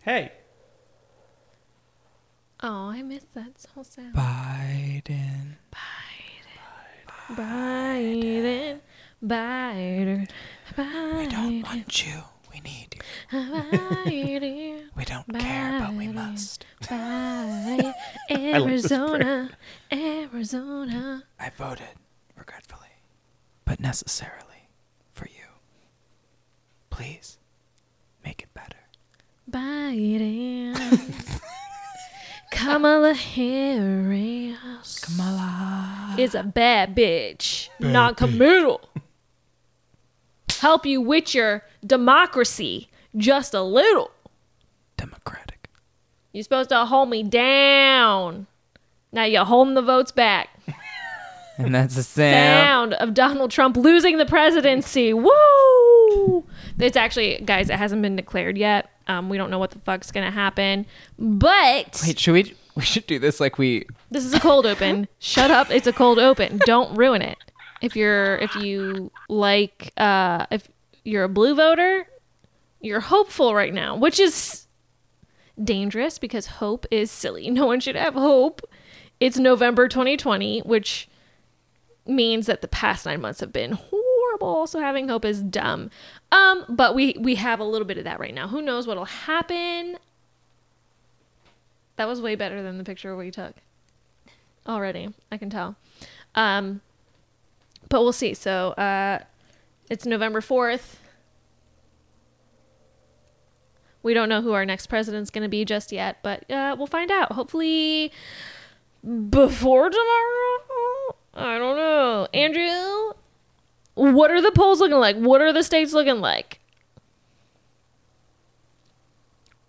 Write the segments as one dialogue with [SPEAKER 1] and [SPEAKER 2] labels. [SPEAKER 1] Hey,
[SPEAKER 2] Oh, I miss that whole sound.
[SPEAKER 3] Biden.
[SPEAKER 2] Biden. Biden. Biden.
[SPEAKER 3] We don't want you. We need you.
[SPEAKER 2] Biden.
[SPEAKER 3] We don't care, but we
[SPEAKER 2] Biden.
[SPEAKER 3] must.
[SPEAKER 2] Biden.
[SPEAKER 1] love this
[SPEAKER 2] Arizona. Arizona.
[SPEAKER 3] I voted, regretfully, but necessarily, for you. Please, make it better.
[SPEAKER 2] Biden. Kamala Harris.
[SPEAKER 3] Kamala.
[SPEAKER 2] is a bad bitch, not committal. Help you with your democracy just a little.
[SPEAKER 3] Democratic.
[SPEAKER 2] You're supposed to hold me down. Now you're holding the votes back.
[SPEAKER 3] And that's a
[SPEAKER 2] Sound of Donald Trump losing the presidency. Woo! It's actually, guys, it hasn't been declared yet. Um, we don't know what the fuck's gonna happen, but
[SPEAKER 3] Wait, should we? We should do this like we.
[SPEAKER 2] This is a cold open. Shut up. It's a cold open. Don't ruin it. If you're if you like uh if you're a blue voter, you're hopeful right now, which is dangerous because hope is silly. No one should have hope. It's November 2020, which means that the past 9 months have been horrible, so having hope is dumb. Um but we we have a little bit of that right now. Who knows what'll happen? That was way better than the picture we took already. I can tell. Um, but we'll see. So uh, it's November 4th. We don't know who our next president's going to be just yet, but uh, we'll find out. Hopefully before tomorrow. I don't know. Andrew, what are the polls looking like? What are the states looking like?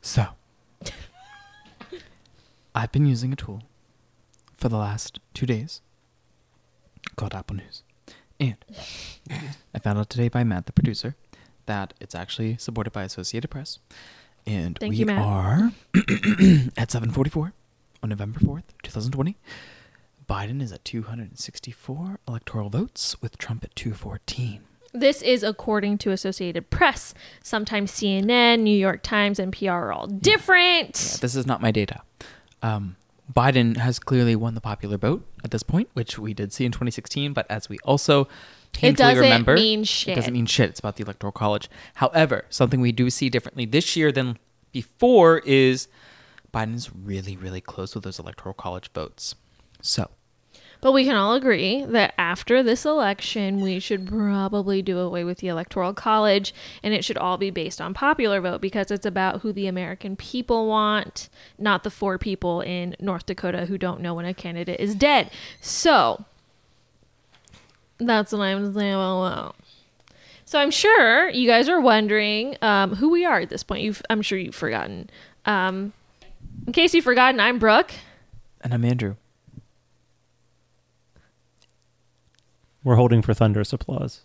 [SPEAKER 3] So, I've been using a tool for the last two days called Apple News. And I found out today by Matt, the producer, that it's actually supported by Associated Press. And
[SPEAKER 2] Thank
[SPEAKER 3] we
[SPEAKER 2] you, Matt.
[SPEAKER 3] are at 744 on November 4th, 2020. Biden is at 264 electoral votes with Trump at 214.
[SPEAKER 2] This is according to Associated Press. Sometimes CNN, New York Times, and PR are all different.
[SPEAKER 3] Yeah, this is not my data. Um, Biden has clearly won the popular vote at this point, which we did see in 2016. But as we also painfully
[SPEAKER 2] doesn't
[SPEAKER 3] remember,
[SPEAKER 2] mean
[SPEAKER 3] it doesn't
[SPEAKER 2] shit.
[SPEAKER 3] mean shit. It's about the Electoral College. However, something we do see differently this year than before is Biden's really, really close with those Electoral College votes. So
[SPEAKER 2] But we can all agree that after this election, we should probably do away with the Electoral College and it should all be based on popular vote because it's about who the American people want, not the four people in North Dakota who don't know when a candidate is dead. So that's what I'm saying. Well, well. So I'm sure you guys are wondering um, who we are at this point. You've, I'm sure you've forgotten. Um, in case you've forgotten, I'm Brooke.
[SPEAKER 3] And I'm Andrew.
[SPEAKER 1] we're holding for thunderous applause.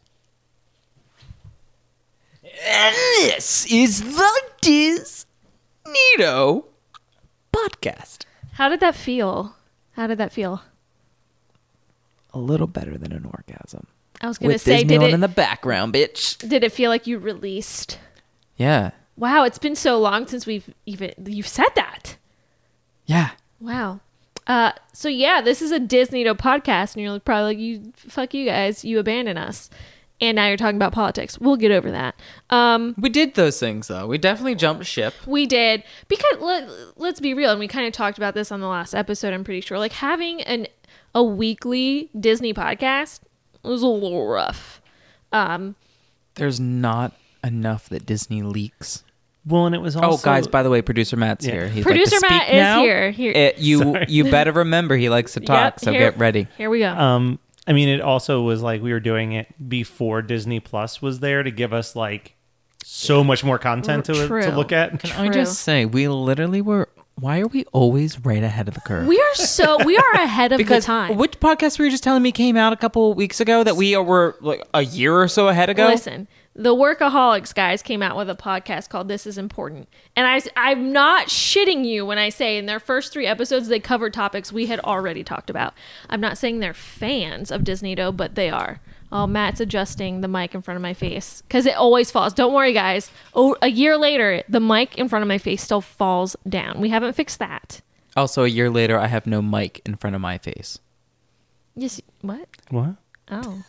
[SPEAKER 3] And this is the Diz Nito podcast.
[SPEAKER 2] How did that feel? How did that feel?
[SPEAKER 3] A little better than an orgasm.
[SPEAKER 2] I was gonna say, did it
[SPEAKER 3] in the background, bitch.
[SPEAKER 2] did it feel like you released?
[SPEAKER 3] Yeah.
[SPEAKER 2] Wow, it's been so long since we've even you've said that.
[SPEAKER 3] Yeah.
[SPEAKER 2] Wow. Uh, so yeah, this is a Disney to podcast, and you're like, probably like, you fuck you guys, you abandon us, and now you're talking about politics. We'll get over that. Um,
[SPEAKER 3] We did those things though. We definitely jumped ship.
[SPEAKER 2] we did because let, let's be real, and we kind of talked about this on the last episode. I'm pretty sure, like having an a weekly Disney podcast was a little rough. Um,
[SPEAKER 3] There's not enough that Disney leaks.
[SPEAKER 1] Well, and it was
[SPEAKER 3] oh,
[SPEAKER 1] also
[SPEAKER 3] guys! By the way, producer Matt's
[SPEAKER 1] Yeah.
[SPEAKER 3] here. He's
[SPEAKER 2] Producer
[SPEAKER 3] like, "To
[SPEAKER 2] Matt
[SPEAKER 3] speak
[SPEAKER 2] is
[SPEAKER 3] now?"
[SPEAKER 2] here. Here-
[SPEAKER 3] Eh, you
[SPEAKER 1] Sorry.
[SPEAKER 3] you better remember he likes to talk,
[SPEAKER 2] yep,
[SPEAKER 3] so
[SPEAKER 2] here-
[SPEAKER 3] get ready.
[SPEAKER 2] Here we go.
[SPEAKER 1] Um, I mean, it also was like we were doing it before Disney Plus was there to give us like so much more content to,
[SPEAKER 2] True.
[SPEAKER 1] to look at.
[SPEAKER 3] Can I just say we literally were? Why are we always right ahead of the curve?
[SPEAKER 2] We are so we are ahead of
[SPEAKER 3] because
[SPEAKER 2] the time.
[SPEAKER 3] which podcast were you just telling me came out a couple weeks ago that we were like a year or so ahead ago?
[SPEAKER 2] Listen, the Workaholics guys came out with a podcast called "This Is Important," and I I'm not shitting you when I say in their first three episodes they covered topics we had already talked about. I'm not saying they're fans of Disney, though, but they are. Oh, Matt's adjusting the mic in front of my face because it always falls. Don't worry, guys. Oh, a year later, the mic in front of my face still falls down. We haven't fixed that.
[SPEAKER 3] Also, a year later, I have no mic in front of my face.
[SPEAKER 2] Yes. What?
[SPEAKER 1] What?
[SPEAKER 2] Oh.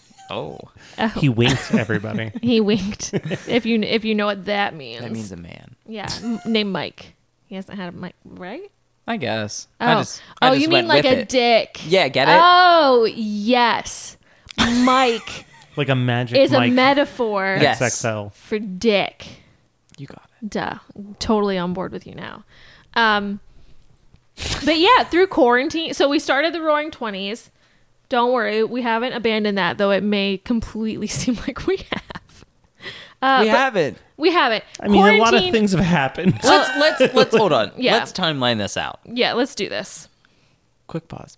[SPEAKER 3] Oh,
[SPEAKER 1] He winked everybody.
[SPEAKER 2] He winked. if you if you know what that means.
[SPEAKER 3] that means a man.
[SPEAKER 2] yeah. m- Name Mike. He hasn't had a mic, right?
[SPEAKER 3] I guess.
[SPEAKER 2] Oh.
[SPEAKER 3] I just, I
[SPEAKER 2] oh,
[SPEAKER 3] just
[SPEAKER 2] you
[SPEAKER 3] went
[SPEAKER 2] mean like
[SPEAKER 3] with
[SPEAKER 2] a
[SPEAKER 3] it.
[SPEAKER 2] dick?
[SPEAKER 3] Yeah, get it?
[SPEAKER 2] Oh yes, Mike
[SPEAKER 1] Like a magic
[SPEAKER 2] is a
[SPEAKER 1] mic.
[SPEAKER 2] metaphor
[SPEAKER 3] Yes.
[SPEAKER 1] XXL.
[SPEAKER 2] for dick.
[SPEAKER 3] You got it.
[SPEAKER 2] duh totally on board with you now um but yeah through quarantine so we started the roaring 20s don't worry we haven't abandoned that though it may completely seem like we have uh,
[SPEAKER 3] we
[SPEAKER 2] but
[SPEAKER 3] haven't.
[SPEAKER 2] we have it
[SPEAKER 1] I mean, a lot of things have happened.
[SPEAKER 3] Let's let's let's hold on.
[SPEAKER 2] Yeah.
[SPEAKER 3] Let's timeline this out.
[SPEAKER 2] yeah let's do this
[SPEAKER 3] Quick pause.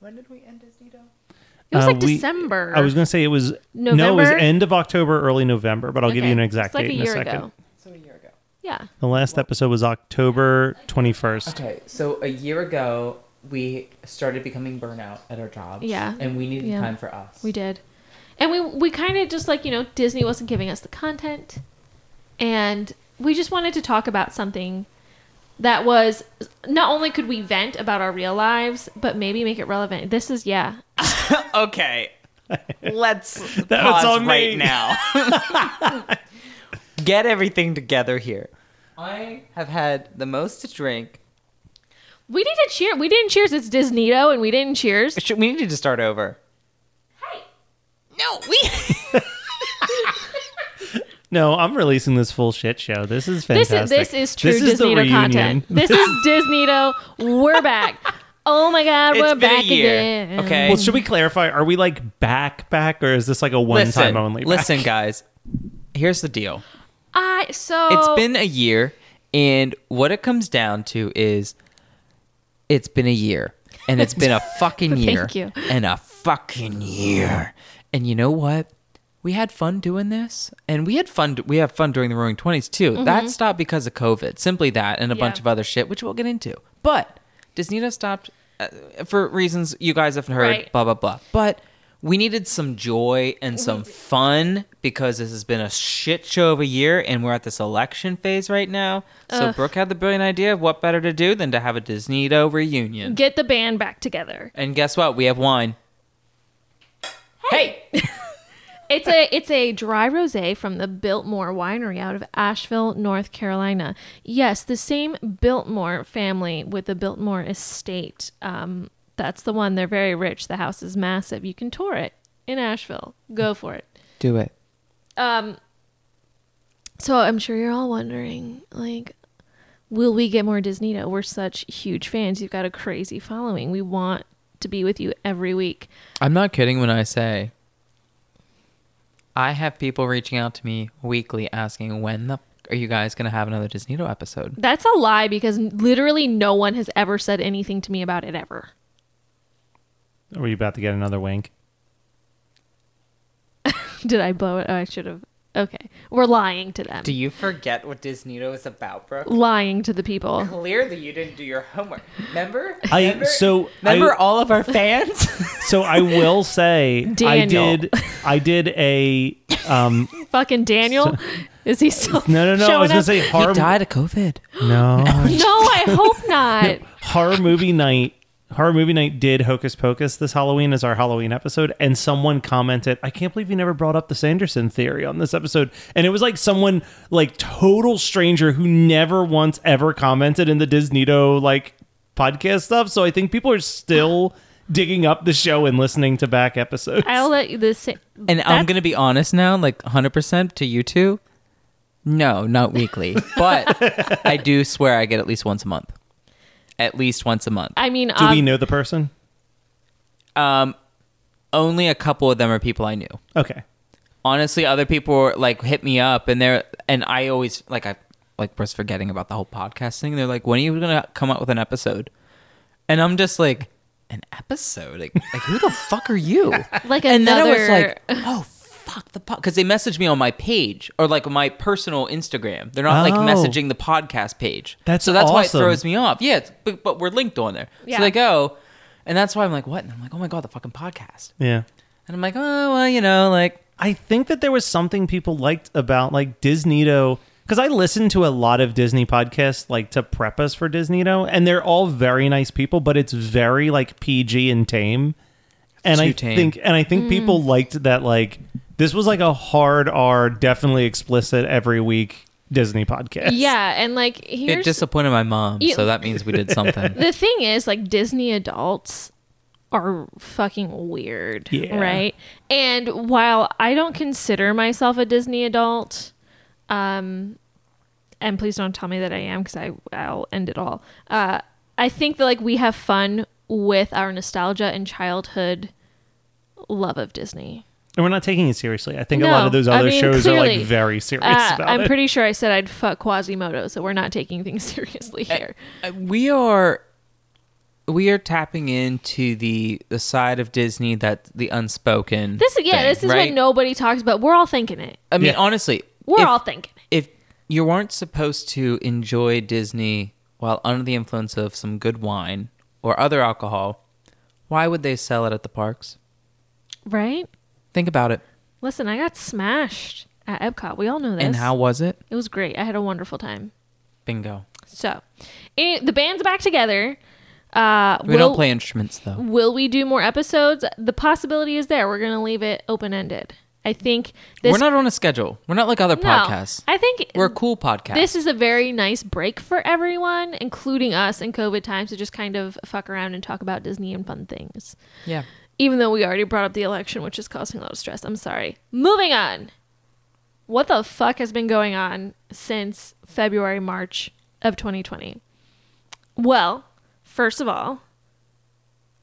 [SPEAKER 2] it was
[SPEAKER 1] Uh,
[SPEAKER 2] like
[SPEAKER 1] we-
[SPEAKER 2] december
[SPEAKER 1] I was going to say it was no, it was
[SPEAKER 2] November?
[SPEAKER 1] end of October, early November, but I'll give you an exact
[SPEAKER 2] it's like
[SPEAKER 1] date
[SPEAKER 2] a
[SPEAKER 1] in
[SPEAKER 2] year
[SPEAKER 1] a second.
[SPEAKER 2] ago
[SPEAKER 3] So a year ago.
[SPEAKER 2] yeah
[SPEAKER 1] The last episode was October 21st.
[SPEAKER 3] Okay, so a year ago we started becoming burnout at our jobs.
[SPEAKER 2] Yeah.
[SPEAKER 3] And we needed
[SPEAKER 2] Yeah.
[SPEAKER 3] time for us.
[SPEAKER 2] we did and we we kind of just like you know disney wasn't giving us the content and we just wanted to talk about something that was not only could we vent about our real lives but maybe make it relevant this is yeah
[SPEAKER 3] Okay. Let's
[SPEAKER 1] That was
[SPEAKER 3] pause
[SPEAKER 1] on me.
[SPEAKER 3] right now. Get everything together here. I have had the most to drink.
[SPEAKER 2] we didn't cheer we didn't cheers it's disneyto and we didn't cheers
[SPEAKER 3] Should, we need to start over. No, we.
[SPEAKER 1] No, I'm releasing this full shit show. This is
[SPEAKER 2] this
[SPEAKER 1] fantastic.
[SPEAKER 2] is this is true
[SPEAKER 1] This is the
[SPEAKER 2] disneyto
[SPEAKER 1] reunion.
[SPEAKER 2] content this is disneyto we're back oh my god
[SPEAKER 3] It's
[SPEAKER 2] we're
[SPEAKER 3] been a
[SPEAKER 2] back
[SPEAKER 3] year,
[SPEAKER 2] again
[SPEAKER 3] okay?
[SPEAKER 1] Well, should we clarify? Are we like back back, or is this like a one time only? Back?
[SPEAKER 3] Listen, guys. Here's the deal.
[SPEAKER 2] i so
[SPEAKER 3] It's been a year, and what it comes down to is it's been a year, and it's been a fucking year,
[SPEAKER 2] Thank you.
[SPEAKER 3] and a fucking year. And you know what? We had fun doing this, and we had fun. We have fun during the Roaring Twenties too. That stopped because of COVID, simply that, and a
[SPEAKER 2] Mm-hmm. Yeah.
[SPEAKER 3] bunch of other shit, which we'll get into. But Disneyto stopped uh, for reasons you guys haven't heard.
[SPEAKER 2] Right.
[SPEAKER 3] Blah blah blah. But Mhm. we needed some joy and some fun because this has been a shit show of a year, and we're at this election phase right now. So Brooke had the brilliant idea of what better to do than to have a Disneyto reunion.
[SPEAKER 2] get the band back together
[SPEAKER 3] and guess what? We have wine. Hey,
[SPEAKER 2] It's a it's a dry rosé from the Biltmore Winery out of Asheville, North Carolina. Yes, the same Biltmore family with the Biltmore Estate. Um, that's the one. They're very rich. The house is massive. You can tour it in Asheville. Go for it. Um,
[SPEAKER 3] do it.
[SPEAKER 2] So I'm sure you're all wondering, like, will we get more Disneyto? We're such huge fans. You've got a crazy following. We want to be with you every week.
[SPEAKER 3] I'm not kidding when I say I have people reaching out to me weekly asking when the f- are you guys gonna have another Disneyto episode?
[SPEAKER 2] That's a lie because literally no one has ever said anything to me about it ever.
[SPEAKER 1] Are we about to get another wink?
[SPEAKER 2] Did I blow it? Oh, I should have. Okay. We're lying to them.
[SPEAKER 3] Do you forget what Disneyto is about, bro?
[SPEAKER 2] lying to the people.
[SPEAKER 3] Clearly, you didn't do your homework. Remember?
[SPEAKER 1] I- Remember- so I-
[SPEAKER 3] remember
[SPEAKER 1] remember
[SPEAKER 3] all of our fans.
[SPEAKER 1] So I will say, I
[SPEAKER 2] Daniel.
[SPEAKER 1] did, I did a um,
[SPEAKER 2] Fucking Daniel. Is he still
[SPEAKER 1] no, no, no. I was
[SPEAKER 2] showing
[SPEAKER 1] gonna
[SPEAKER 2] up?
[SPEAKER 1] say horror.
[SPEAKER 3] of COVID.
[SPEAKER 1] No,
[SPEAKER 2] No, I hope not.
[SPEAKER 1] horror movie night. Horror movie night did Hocus Pocus this Halloween as our Halloween episode, and someone commented, "I can't believe you never brought up the Sanderson theory on this episode." And it was like someone, like total stranger, who never once ever commented in the Disneyto like podcast stuff. So I think people are still digging up the show and listening to back episodes.
[SPEAKER 2] I'll let you this
[SPEAKER 3] And
[SPEAKER 2] That's-
[SPEAKER 3] I'm gonna be honest now, like 100% to you two. No, not weekly, but I do swear I get at least once a month. At least once a month.
[SPEAKER 2] I mean,
[SPEAKER 1] Do we
[SPEAKER 2] ob-
[SPEAKER 1] know the person?
[SPEAKER 3] Um, only a couple of them are people I knew.
[SPEAKER 1] Okay.
[SPEAKER 3] Honestly, other people were, like hit me up, and they're and I always like I like was forgetting about the whole podcast thing. They're like, "When are you gonna come out with an episode?" And I'm just like, "An episode? Like, like who the fuck are you?"
[SPEAKER 2] like
[SPEAKER 3] and
[SPEAKER 2] another.
[SPEAKER 3] then I was like, oh fuck the podcast because they messaged me on my page or like my personal Instagram. They're not like
[SPEAKER 1] Oh.
[SPEAKER 3] messaging the podcast page.
[SPEAKER 1] That's
[SPEAKER 3] so that's why it
[SPEAKER 1] awesome.
[SPEAKER 3] throws me off. Yeah, it's, but, but we're linked on there.
[SPEAKER 2] Yeah.
[SPEAKER 3] So they go, and that's why I'm like, what? And I'm like, oh my god, the fucking podcast.
[SPEAKER 1] Yeah.
[SPEAKER 3] And I'm like, oh, well, you know, like,
[SPEAKER 1] I think that there was something people liked about like Disneyto because I listen to a lot of Disney podcasts like to prep us for Disneyto, and they're all very nice people, but it's very like PG and tame. And I
[SPEAKER 3] Too tame.
[SPEAKER 1] think and I think
[SPEAKER 2] Mm.
[SPEAKER 1] people liked that like this was like a hard R, definitely explicit every week Disney podcast.
[SPEAKER 2] Yeah, and like
[SPEAKER 3] it
[SPEAKER 2] here's
[SPEAKER 3] disappointed my mom.
[SPEAKER 2] You-
[SPEAKER 3] so that means we did something.
[SPEAKER 2] the thing is like Disney adults are fucking weird,
[SPEAKER 1] Yeah.
[SPEAKER 2] right? And while I don't consider myself a Disney adult, um and please don't tell me that I am cuz I I'll end it all. Uh I think that like we have fun with our nostalgia and childhood love of Disney.
[SPEAKER 1] and we're not taking it seriously. I think a lot
[SPEAKER 2] No,
[SPEAKER 1] of those
[SPEAKER 2] I
[SPEAKER 1] other
[SPEAKER 2] mean,
[SPEAKER 1] shows are
[SPEAKER 2] clearly.
[SPEAKER 1] like very serious
[SPEAKER 2] Uh,
[SPEAKER 1] about
[SPEAKER 2] I'm
[SPEAKER 1] it.
[SPEAKER 2] pretty sure I said I'd fuck Quasimodo, so we're not taking things seriously
[SPEAKER 1] Eh,
[SPEAKER 2] here.
[SPEAKER 3] Uh, we are. We are tapping into the the side of Disney that the unspoken.
[SPEAKER 2] This is
[SPEAKER 3] thing,
[SPEAKER 2] yeah, this is
[SPEAKER 3] right?
[SPEAKER 2] what nobody talks about. We're all thinking it.
[SPEAKER 3] I mean,
[SPEAKER 1] Yeah.
[SPEAKER 3] honestly,
[SPEAKER 2] We're
[SPEAKER 3] if-
[SPEAKER 2] all thinking it.
[SPEAKER 3] if you weren't supposed to enjoy Disney while under the influence of some good wine or other alcohol, why would they sell it at the parks?
[SPEAKER 2] Right?
[SPEAKER 3] Think about it.
[SPEAKER 2] Listen, I got smashed at Epcot. We all know this.
[SPEAKER 3] And how was it?
[SPEAKER 2] It was great. I had a wonderful time.
[SPEAKER 3] Bingo.
[SPEAKER 2] So, eh, the band's back together. Uh,
[SPEAKER 3] We
[SPEAKER 2] will,
[SPEAKER 3] don't play instruments though.
[SPEAKER 2] Will we do more episodes? The possibility is there. We're gonna leave it open ended. I think this.
[SPEAKER 3] We're not on a schedule. We're not like other
[SPEAKER 2] no,
[SPEAKER 3] podcasts.
[SPEAKER 2] I think
[SPEAKER 3] We're a cool podcast.
[SPEAKER 2] this is a very nice break for everyone, including us in COVID times, to just kind of fuck around and talk about Disney and fun things.
[SPEAKER 3] yeah.
[SPEAKER 2] Even though we already brought up the election, which is causing a lot of stress. I'm sorry. Moving on. What the fuck has been going on since February, March of 2020? Well, first of all,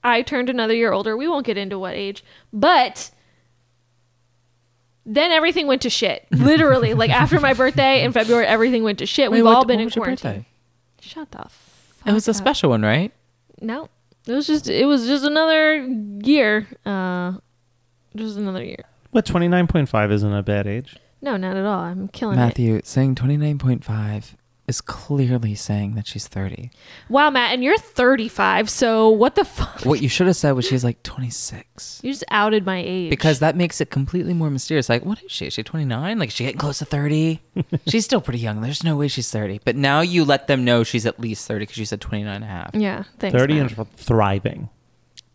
[SPEAKER 2] I turned another year older. We won't get into what age, but then everything went to shit. Literally, like after my birthday in February, everything went to shit. We've all been in quarantine. Shut the fuck
[SPEAKER 3] It was a
[SPEAKER 2] up.
[SPEAKER 3] special one, right?
[SPEAKER 2] No, it was just it was just another year. Uh, just another year.
[SPEAKER 1] But twenty nine point five isn't a bad age.
[SPEAKER 2] No, not at all. I'm killing it.
[SPEAKER 3] Matthew saying 29.5 is clearly saying that she's 30.
[SPEAKER 2] Wow, Matt, and you're 35. So what the fuck?
[SPEAKER 3] What you should have said was she's like 26.
[SPEAKER 2] You just outed my age.
[SPEAKER 3] because that makes it completely more mysterious. Like, what is she? Is she 29? Like, is she getting close to 30? she's still pretty young. There's no way she's 30. But now you let them know she's at least 30 because you said 29 and a half.
[SPEAKER 2] yeah, thanks.
[SPEAKER 1] Thirty
[SPEAKER 2] Matt.
[SPEAKER 1] and thriving.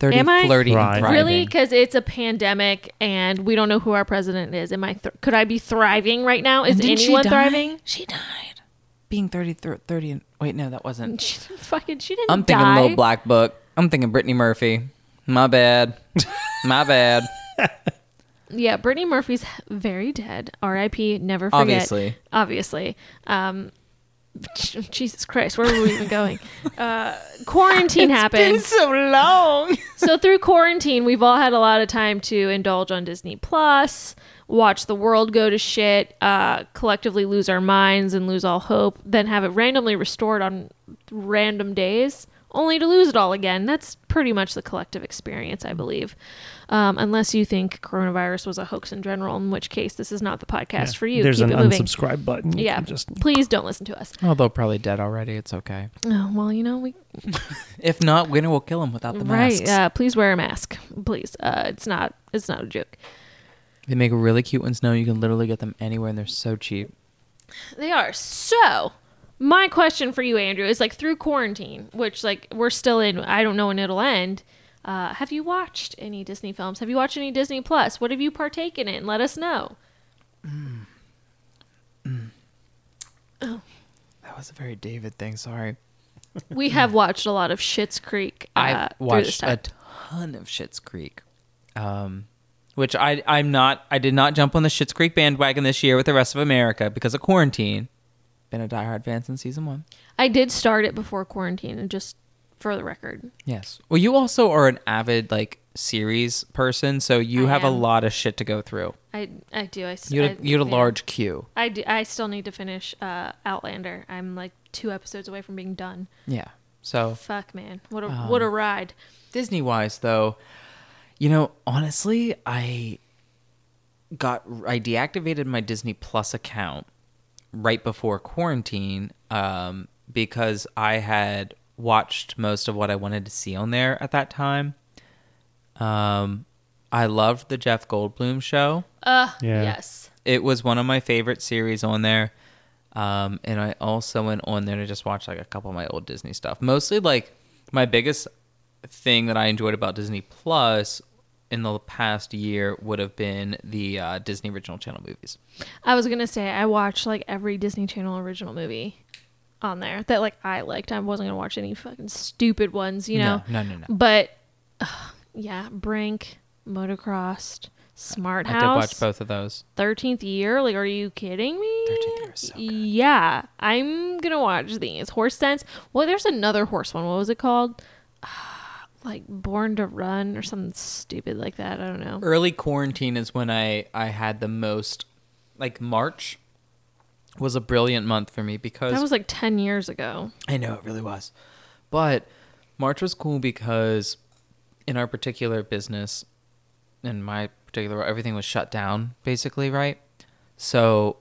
[SPEAKER 3] 30,
[SPEAKER 2] Am I?
[SPEAKER 3] flirty,
[SPEAKER 1] Right.
[SPEAKER 3] and thriving.
[SPEAKER 2] Really? Because it's a pandemic and we don't know who our president is. Am I? Th- could I be thriving right now? Is
[SPEAKER 3] And didn't she
[SPEAKER 2] anyone
[SPEAKER 3] die?
[SPEAKER 2] thriving?
[SPEAKER 3] She died. Being 30, thir- 30 and... Wait, no, that wasn't.
[SPEAKER 2] She didn't fucking. She didn't.
[SPEAKER 3] I'm thinking
[SPEAKER 2] die.
[SPEAKER 3] Little Black Book. I'm thinking Brittany Murphy. My bad. My bad.
[SPEAKER 2] Yeah, Brittany Murphy's very dead. R.I.P. Never forget.
[SPEAKER 3] Obviously.
[SPEAKER 2] Obviously. Um, Jesus Christ, where were we even going? Uh, quarantine happened.
[SPEAKER 3] so long.
[SPEAKER 2] so through quarantine, we've all had a lot of time to indulge on Disney Plus, watch the world go to shit, uh, collectively lose our minds and lose all hope, then have it randomly restored on random days, only to lose it all again. That's pretty much the collective experience, I believe. Um, unless you think coronavirus was a hoax in general, in which case this is not the podcast for you.
[SPEAKER 1] There's
[SPEAKER 2] Keep
[SPEAKER 1] an
[SPEAKER 2] it moving.
[SPEAKER 1] unsubscribe button. You
[SPEAKER 2] Yeah,
[SPEAKER 1] can just
[SPEAKER 2] please don't listen to us.
[SPEAKER 3] Although probably dead already. It's okay.
[SPEAKER 2] Oh, well, you know we
[SPEAKER 3] If not, Winner will kill him without the masks.
[SPEAKER 2] right. Uh, please wear a mask, please. Uh, it's not it's not a joke.
[SPEAKER 3] They make really cute ones now. You can literally get them anywhere, and they're so cheap.
[SPEAKER 2] They are. So, my question for you, Andrew, is like through quarantine, which like we're still in, I don't know when it'll end. Uh, have you watched any Disney films? Have you watched any Disney Plus? What have you partaken in? Let us know.
[SPEAKER 3] That was a very David thing. Sorry.
[SPEAKER 2] We have watched a lot of Shit's Creek. Uh,
[SPEAKER 3] Mm. I've
[SPEAKER 2] through this
[SPEAKER 3] watched
[SPEAKER 2] time.
[SPEAKER 3] a ton of Shit's Creek, um, which I I'm not I did not jump on the Shit's Creek bandwagon this year with the rest of America because of quarantine. Been a diehard fan since season one.
[SPEAKER 2] I did start it before quarantine, and just for the record,
[SPEAKER 3] Yes. Well, you also are an avid like series person, so you
[SPEAKER 2] I
[SPEAKER 3] have a
[SPEAKER 2] am.
[SPEAKER 3] lot of shit to go through.
[SPEAKER 2] I I do. I s-
[SPEAKER 3] You had a,
[SPEAKER 2] I-
[SPEAKER 3] you had a
[SPEAKER 2] yeah.
[SPEAKER 3] large queue.
[SPEAKER 2] I do. I still need to finish uh, Outlander. I'm like two episodes away from being done.
[SPEAKER 3] Yeah. So
[SPEAKER 2] Fuck, man. What a what a
[SPEAKER 3] Um,
[SPEAKER 2] ride.
[SPEAKER 3] Disney wise, though, you know, honestly, I got I deactivated my Disney Plus account right before quarantine um, because I had watched most of what I wanted to see on there at that time. Um, I loved the Jeff Goldblum show.
[SPEAKER 2] Uh,
[SPEAKER 1] Yeah.
[SPEAKER 2] yes.
[SPEAKER 3] It was one of my favorite series on there. Um, and I also went on there to just watch like a couple of my old Disney stuff. Mostly like my biggest thing that I enjoyed about Disney Plus in the past year would have been the uh, Disney Original Channel movies.
[SPEAKER 2] I was gonna say I watched like every Disney Channel original movie on there that like I liked. I wasn't gonna watch any fucking stupid ones, you know.
[SPEAKER 3] no, no, no. no.
[SPEAKER 2] But ugh, yeah, Brink, Motocrossed, Smart
[SPEAKER 3] I did watch
[SPEAKER 2] House,
[SPEAKER 3] both of those.
[SPEAKER 2] Thirteenth Year. Like, are you kidding me?
[SPEAKER 3] 13th Year is so good.
[SPEAKER 2] Yeah, I'm gonna watch these. Horse Sense. Well, there's another horse one. What was it called? Like Born to Run or something stupid like that. I don't know.
[SPEAKER 3] early quarantine is when I I had the most like March was a brilliant month for me because
[SPEAKER 2] That was like ten years ago.
[SPEAKER 3] I know it really was. But March was cool because in our particular business in my particular everything was shut down basically, right? So,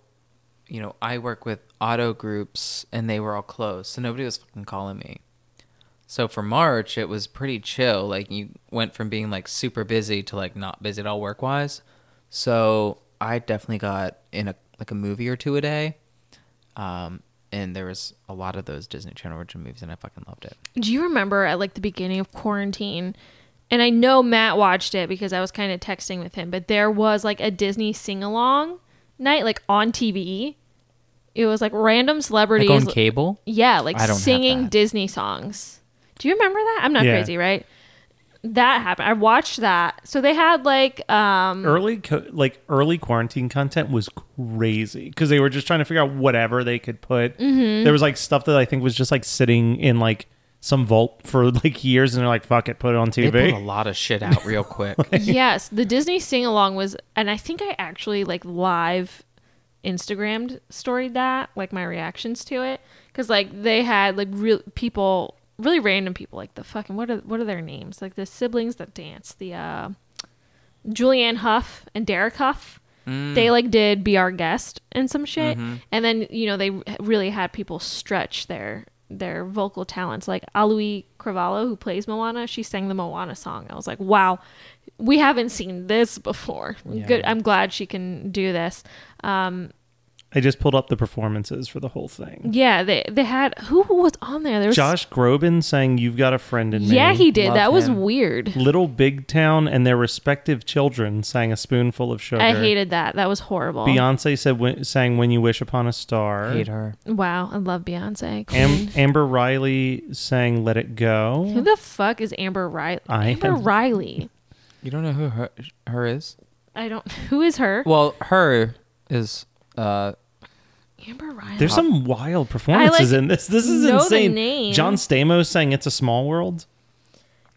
[SPEAKER 3] you know, I work with auto groups and they were all closed. So nobody was fucking calling me. So for March, it was pretty chill. Like you went from being like super busy to like not busy at all work wise. So I definitely got in a like a movie or two a day. Um, and there was a lot of those Disney Channel original movies, and I fucking loved it.
[SPEAKER 2] Do you remember at like the beginning of quarantine? And I know Matt watched it because I was kind of texting with him, but there was like a Disney sing along night, like on TV. It was like random celebrities.
[SPEAKER 3] Like on cable,
[SPEAKER 2] yeah, like
[SPEAKER 3] I don't have
[SPEAKER 2] singing
[SPEAKER 3] that.
[SPEAKER 2] Disney songs. Do you remember that? I'm not
[SPEAKER 1] Yeah.
[SPEAKER 2] crazy, right? That happened. I watched that. So they had like um
[SPEAKER 1] early co- like early quarantine content was crazy because they were just trying to figure out whatever they could put
[SPEAKER 2] Mm-hmm.
[SPEAKER 1] there was like stuff that i think was just like sitting in like some vault for like years and they're like fuck it put it on
[SPEAKER 3] they put a
[SPEAKER 1] tv
[SPEAKER 3] lot of shit out real quick.
[SPEAKER 2] yes, the Disney sing along was, and I think I actually like live Instagrammed storied that, like my reactions to it, because like they had like real people, really random people, like the fucking what are what are their names? Like the siblings that dance, the uh, Julianne Huff and Derek Huff.
[SPEAKER 1] Mm.
[SPEAKER 2] They like did be our guest and some shit,
[SPEAKER 1] Mm-hmm.
[SPEAKER 2] and then you know they really had people stretch their their vocal talents. Like Alui Cravallo, who plays Moana, she sang the Moana song. I was like, wow, we haven't seen this before. Good, I'm glad she can do this.
[SPEAKER 1] i just pulled up the performances for the whole thing
[SPEAKER 2] Yeah, they they had who was on there? There was
[SPEAKER 1] josh groban sang you've got a friend in me
[SPEAKER 2] Yeah, he did.
[SPEAKER 3] Love
[SPEAKER 2] That was
[SPEAKER 3] him.
[SPEAKER 2] weird.
[SPEAKER 1] little big town and their respective children sang a spoonful of sugar
[SPEAKER 2] I hated that. That was horrible.
[SPEAKER 1] beyonce said when, sang when you wish upon a star
[SPEAKER 3] Hate her.
[SPEAKER 2] Wow, I love Beyonce.
[SPEAKER 1] Am- amber riley sang let it go
[SPEAKER 2] who the fuck is Amber Riley?
[SPEAKER 1] I
[SPEAKER 2] Amber
[SPEAKER 1] am-
[SPEAKER 2] Riley.
[SPEAKER 3] You don't know who her, her is?
[SPEAKER 2] I don't. Who is her?
[SPEAKER 3] Well, her is uh
[SPEAKER 2] Amber Riley.
[SPEAKER 1] There's some wild performances in this. This is
[SPEAKER 2] know the
[SPEAKER 1] insane.
[SPEAKER 2] name.
[SPEAKER 1] John Stamos sang "It's a Small World."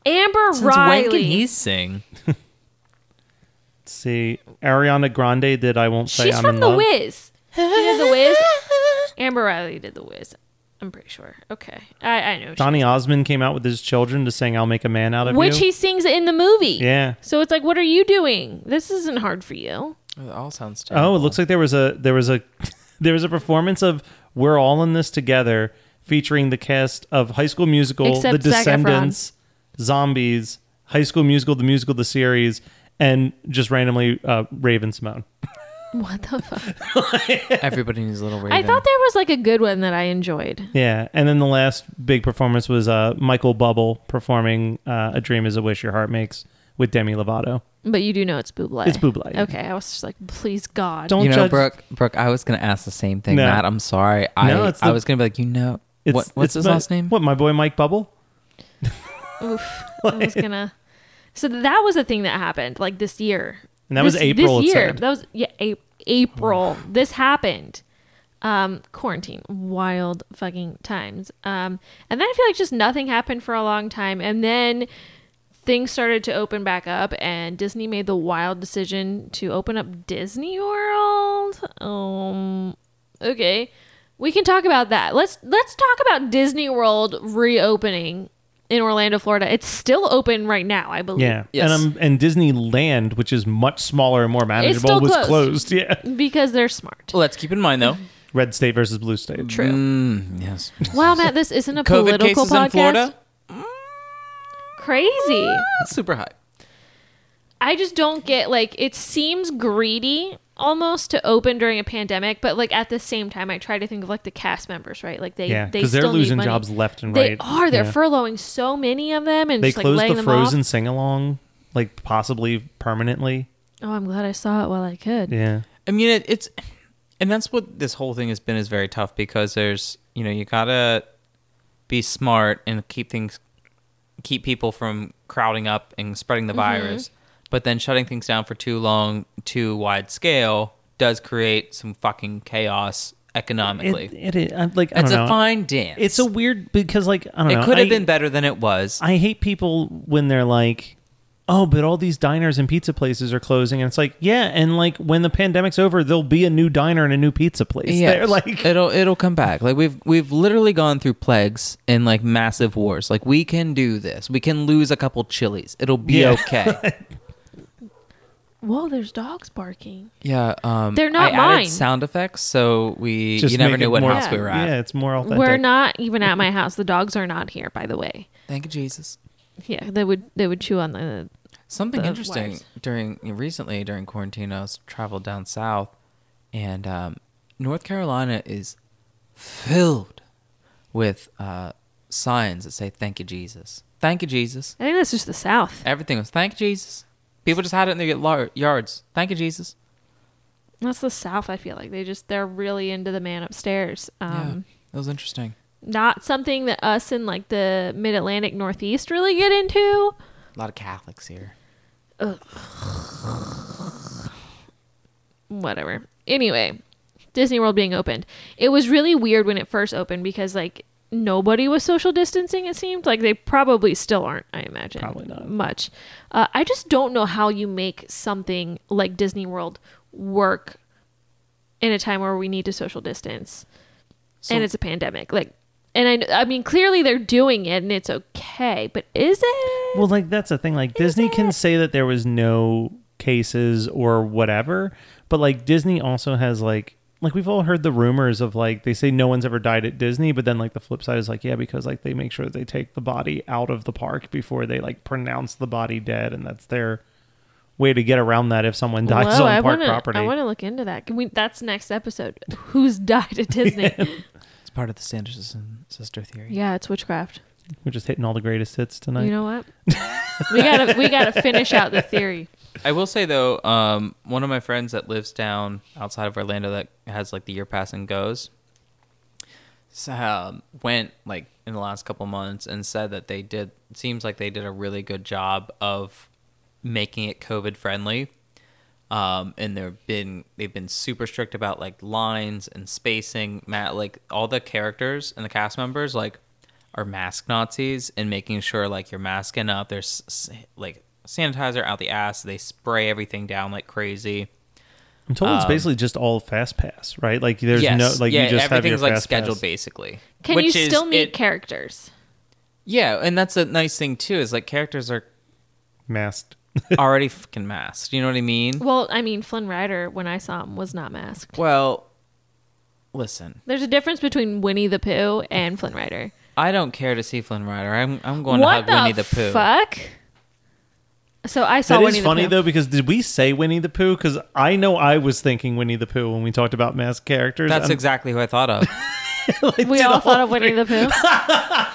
[SPEAKER 2] Amber
[SPEAKER 3] since
[SPEAKER 2] Riley.
[SPEAKER 3] when can he sing?
[SPEAKER 1] Let's see, Ariana Grande did "I Won't Say
[SPEAKER 2] She's
[SPEAKER 1] I'm
[SPEAKER 2] from
[SPEAKER 1] in
[SPEAKER 2] The
[SPEAKER 1] Love."
[SPEAKER 2] Wiz. She did The Wiz. Amber Riley did The Wiz. I'm pretty sure. Okay, I I know. She,
[SPEAKER 1] Donny Osmond came out with his children to sing "I'll Make a Man Out of
[SPEAKER 2] which
[SPEAKER 1] You."
[SPEAKER 2] he sings in the movie.
[SPEAKER 1] yeah.
[SPEAKER 2] So it's like, what are you doing? This isn't hard for you.
[SPEAKER 3] It all sounds terrible.
[SPEAKER 1] Oh, it looks like there was a there was a there was a performance of "We're All in This Together" featuring the cast of High School Musical,
[SPEAKER 2] Except
[SPEAKER 1] The
[SPEAKER 2] Zac Efron.
[SPEAKER 1] Descendants, Zombies, High School Musical, the musical, the series, and just randomly uh, Raven Simone.
[SPEAKER 2] What the fuck?
[SPEAKER 3] everybody needs a little Raven.
[SPEAKER 2] I thought there was like a good one that I enjoyed.
[SPEAKER 1] Yeah, and then the last big performance was uh, Michael Bubble performing uh, "A Dream Is a Wish Your Heart Makes" with Demi Lovato.
[SPEAKER 2] But you do know it's Buble.
[SPEAKER 1] It's Bublé.
[SPEAKER 2] Okay, I was just like, please God.
[SPEAKER 1] Don't
[SPEAKER 3] you know,
[SPEAKER 1] judge.
[SPEAKER 3] Brooke. Brooke, I was gonna ask the same thing.
[SPEAKER 1] No.
[SPEAKER 3] Matt, I'm sorry. I
[SPEAKER 1] No, it's
[SPEAKER 3] I
[SPEAKER 1] the-
[SPEAKER 3] was gonna be like, you know, what, what's his
[SPEAKER 1] my-
[SPEAKER 3] last name?
[SPEAKER 1] What my boy Mike Bubble?
[SPEAKER 2] Oof. I was gonna. So that was a thing that happened like this year.
[SPEAKER 1] And that was
[SPEAKER 2] This-
[SPEAKER 1] April, it
[SPEAKER 2] This year.
[SPEAKER 1] said.
[SPEAKER 2] That was yeah, a- April. this happened. Um, quarantine, wild fucking times. Um, and then I feel like just nothing happened for a long time, and then things started to open back up, and Disney made the wild decision to open up Disney World. Um, okay, we can talk about that. Let's let's talk about Disney World reopening in Orlando, Florida. It's still open right now, I believe.
[SPEAKER 1] Yeah,
[SPEAKER 3] Yes.
[SPEAKER 1] and um, and Disneyland, which is much smaller and more manageable,
[SPEAKER 2] still
[SPEAKER 1] was
[SPEAKER 2] closed.
[SPEAKER 1] closed. Yeah,
[SPEAKER 2] because they're smart.
[SPEAKER 3] Let's keep in mind though.
[SPEAKER 1] red state versus blue state.
[SPEAKER 2] True.
[SPEAKER 3] Mm, yes.
[SPEAKER 2] Wow, Matt, this isn't a
[SPEAKER 3] COVID
[SPEAKER 2] political
[SPEAKER 3] cases
[SPEAKER 2] podcast.
[SPEAKER 3] in Florida
[SPEAKER 2] Crazy.
[SPEAKER 3] Ah, super high.
[SPEAKER 2] I just don't get like it seems greedy almost to open during a pandemic, but like at the same time, I try to think of like the cast members, right? Like they
[SPEAKER 1] Yeah,
[SPEAKER 2] they
[SPEAKER 1] 'cause they're
[SPEAKER 2] still need
[SPEAKER 1] losing
[SPEAKER 2] money.
[SPEAKER 1] jobs left and
[SPEAKER 2] They
[SPEAKER 1] right.
[SPEAKER 2] are. They're
[SPEAKER 1] Yeah.
[SPEAKER 2] furloughing so many of them and
[SPEAKER 1] They
[SPEAKER 2] just like
[SPEAKER 1] closed
[SPEAKER 2] laying
[SPEAKER 1] the
[SPEAKER 2] them
[SPEAKER 1] Frozen
[SPEAKER 2] off.
[SPEAKER 1] sing along, like possibly permanently.
[SPEAKER 2] Oh, I'm glad I saw it while I could.
[SPEAKER 1] Yeah.
[SPEAKER 3] I mean, it, it's, and that's what this whole thing has been is very tough because there's, you know, you gotta be smart and keep things, keep people from crowding up and spreading the virus. But then shutting things down for too long, too wide scale, does create some fucking chaos economically.
[SPEAKER 1] It, it is. I'm Like, I
[SPEAKER 3] it's
[SPEAKER 1] don't
[SPEAKER 3] a
[SPEAKER 1] know.
[SPEAKER 3] fine dance.
[SPEAKER 1] It's a weird because, like, I don't know.
[SPEAKER 3] It could have
[SPEAKER 1] I-
[SPEAKER 3] been better than it was.
[SPEAKER 1] I hate people when they're like, "Oh, but all these diners and pizza places are closing," and it's like, "Yeah," and like when the pandemic's over, there'll be a new diner and a new pizza place. They're
[SPEAKER 3] Yes.
[SPEAKER 1] like,
[SPEAKER 3] it'll it'll come back. Like we've we've literally gone through plagues and like massive wars. Like we can do this. We can lose a couple chilies. It'll be
[SPEAKER 1] Yeah.
[SPEAKER 3] okay.
[SPEAKER 2] Whoa, there's dogs barking.
[SPEAKER 3] yeah. Um,
[SPEAKER 2] They're not
[SPEAKER 3] I
[SPEAKER 2] mine.
[SPEAKER 3] Added sound effects, so we
[SPEAKER 1] Just
[SPEAKER 3] you never
[SPEAKER 1] make
[SPEAKER 3] knew
[SPEAKER 1] it
[SPEAKER 3] what
[SPEAKER 1] more-
[SPEAKER 3] house we were at.
[SPEAKER 1] Yeah, it's more authentic.
[SPEAKER 2] We're not even at my house. The dogs are not here, by the way.
[SPEAKER 3] Thank you, Jesus.
[SPEAKER 2] Yeah, they would they would chew on the.
[SPEAKER 3] Something
[SPEAKER 2] The
[SPEAKER 3] interesting
[SPEAKER 2] wives.
[SPEAKER 3] during recently during quarantine, I was traveled down south, and um, North Carolina is filled with uh, signs that say "Thank you, Jesus." Thank you, Jesus.
[SPEAKER 2] I think that's just the South.
[SPEAKER 3] Everything was thank you, Jesus. People just had it in their lar- yards. Thank you, Jesus.
[SPEAKER 2] That's the South. I feel like they just they're really into the man upstairs. Um,
[SPEAKER 3] yeah, it was interesting.
[SPEAKER 2] Not something that us in like the Mid Atlantic Northeast really get into.
[SPEAKER 3] A lot of Catholics here.
[SPEAKER 2] whatever. Anyway, Disney World being opened. It was really weird when it first opened because like nobody was social distancing it seemed like they probably still aren't i imagine
[SPEAKER 1] Probably not.
[SPEAKER 2] much uh, i just don't know how you make something like disney world work in a time where we need to social distance
[SPEAKER 3] So-
[SPEAKER 2] and it's a pandemic like and I, I mean clearly they're doing it and it's okay but is it
[SPEAKER 1] Well, like that's the thing. Like Disney can say that there was no cases or whatever, but like Disney also has like like we've all heard the rumors of like they say no one's ever died at Disney, but then like the flip side is like yeah because like they make sure that they take the body out of the park before they like pronounce the body dead, and that's their way to get around that if someone dies
[SPEAKER 2] Whoa,
[SPEAKER 1] on
[SPEAKER 2] I
[SPEAKER 1] park
[SPEAKER 2] wanna,
[SPEAKER 1] property.
[SPEAKER 2] I want to look into that. Can we? That's next episode. Who's died at Disney? yeah.
[SPEAKER 3] It's part of the Sanderson sister theory.
[SPEAKER 2] it's witchcraft.
[SPEAKER 1] We're just hitting all the greatest hits tonight.
[SPEAKER 2] You know what? we gotta we gotta finish out the theory.
[SPEAKER 3] I will say though, um, one of my friends that lives down outside of Orlando that has like the year pass and goes, s- um, went like in the last couple months and said that they did. Seems like they did a really good job of making it COVID friendly. Um, and they've been they've been super strict about like lines and spacing. Matt, like all the characters and the cast members, like are mask Nazis and making sure like you're masking up. There's s- like sanitizer out the ass. They spray everything down like crazy.
[SPEAKER 1] I'm told it's basically just all fast pass, right? Like there's
[SPEAKER 3] Um, yes,
[SPEAKER 1] no like
[SPEAKER 3] yeah,
[SPEAKER 1] you just have your
[SPEAKER 3] everything's like
[SPEAKER 1] fast
[SPEAKER 3] scheduled
[SPEAKER 1] pass.
[SPEAKER 3] basically.
[SPEAKER 2] Can
[SPEAKER 3] Which
[SPEAKER 2] you
[SPEAKER 3] is-
[SPEAKER 2] still meet
[SPEAKER 3] it-
[SPEAKER 2] characters?
[SPEAKER 3] Yeah, and that's a nice thing too. Is like characters are
[SPEAKER 1] masked.
[SPEAKER 3] already fucking masked. You know what I mean?
[SPEAKER 2] Well, I mean, Flynn Rider when I saw him was not masked.
[SPEAKER 3] Well, listen,
[SPEAKER 2] There's a difference between Winnie the Pooh and Flynn Rider.
[SPEAKER 3] I don't care to see Flynn Rider. I'm I'm going
[SPEAKER 2] what
[SPEAKER 3] to hug Winnie the Pooh.
[SPEAKER 2] fuck? So I saw
[SPEAKER 1] That is
[SPEAKER 2] Winnie
[SPEAKER 1] funny
[SPEAKER 2] the Pooh.
[SPEAKER 1] though because did we say Winnie the Pooh? Because I know I was thinking Winnie the Pooh when we talked about masked characters.
[SPEAKER 3] That's
[SPEAKER 1] I'm-
[SPEAKER 3] exactly who I thought of.
[SPEAKER 2] we all thought of Winnie the Pooh.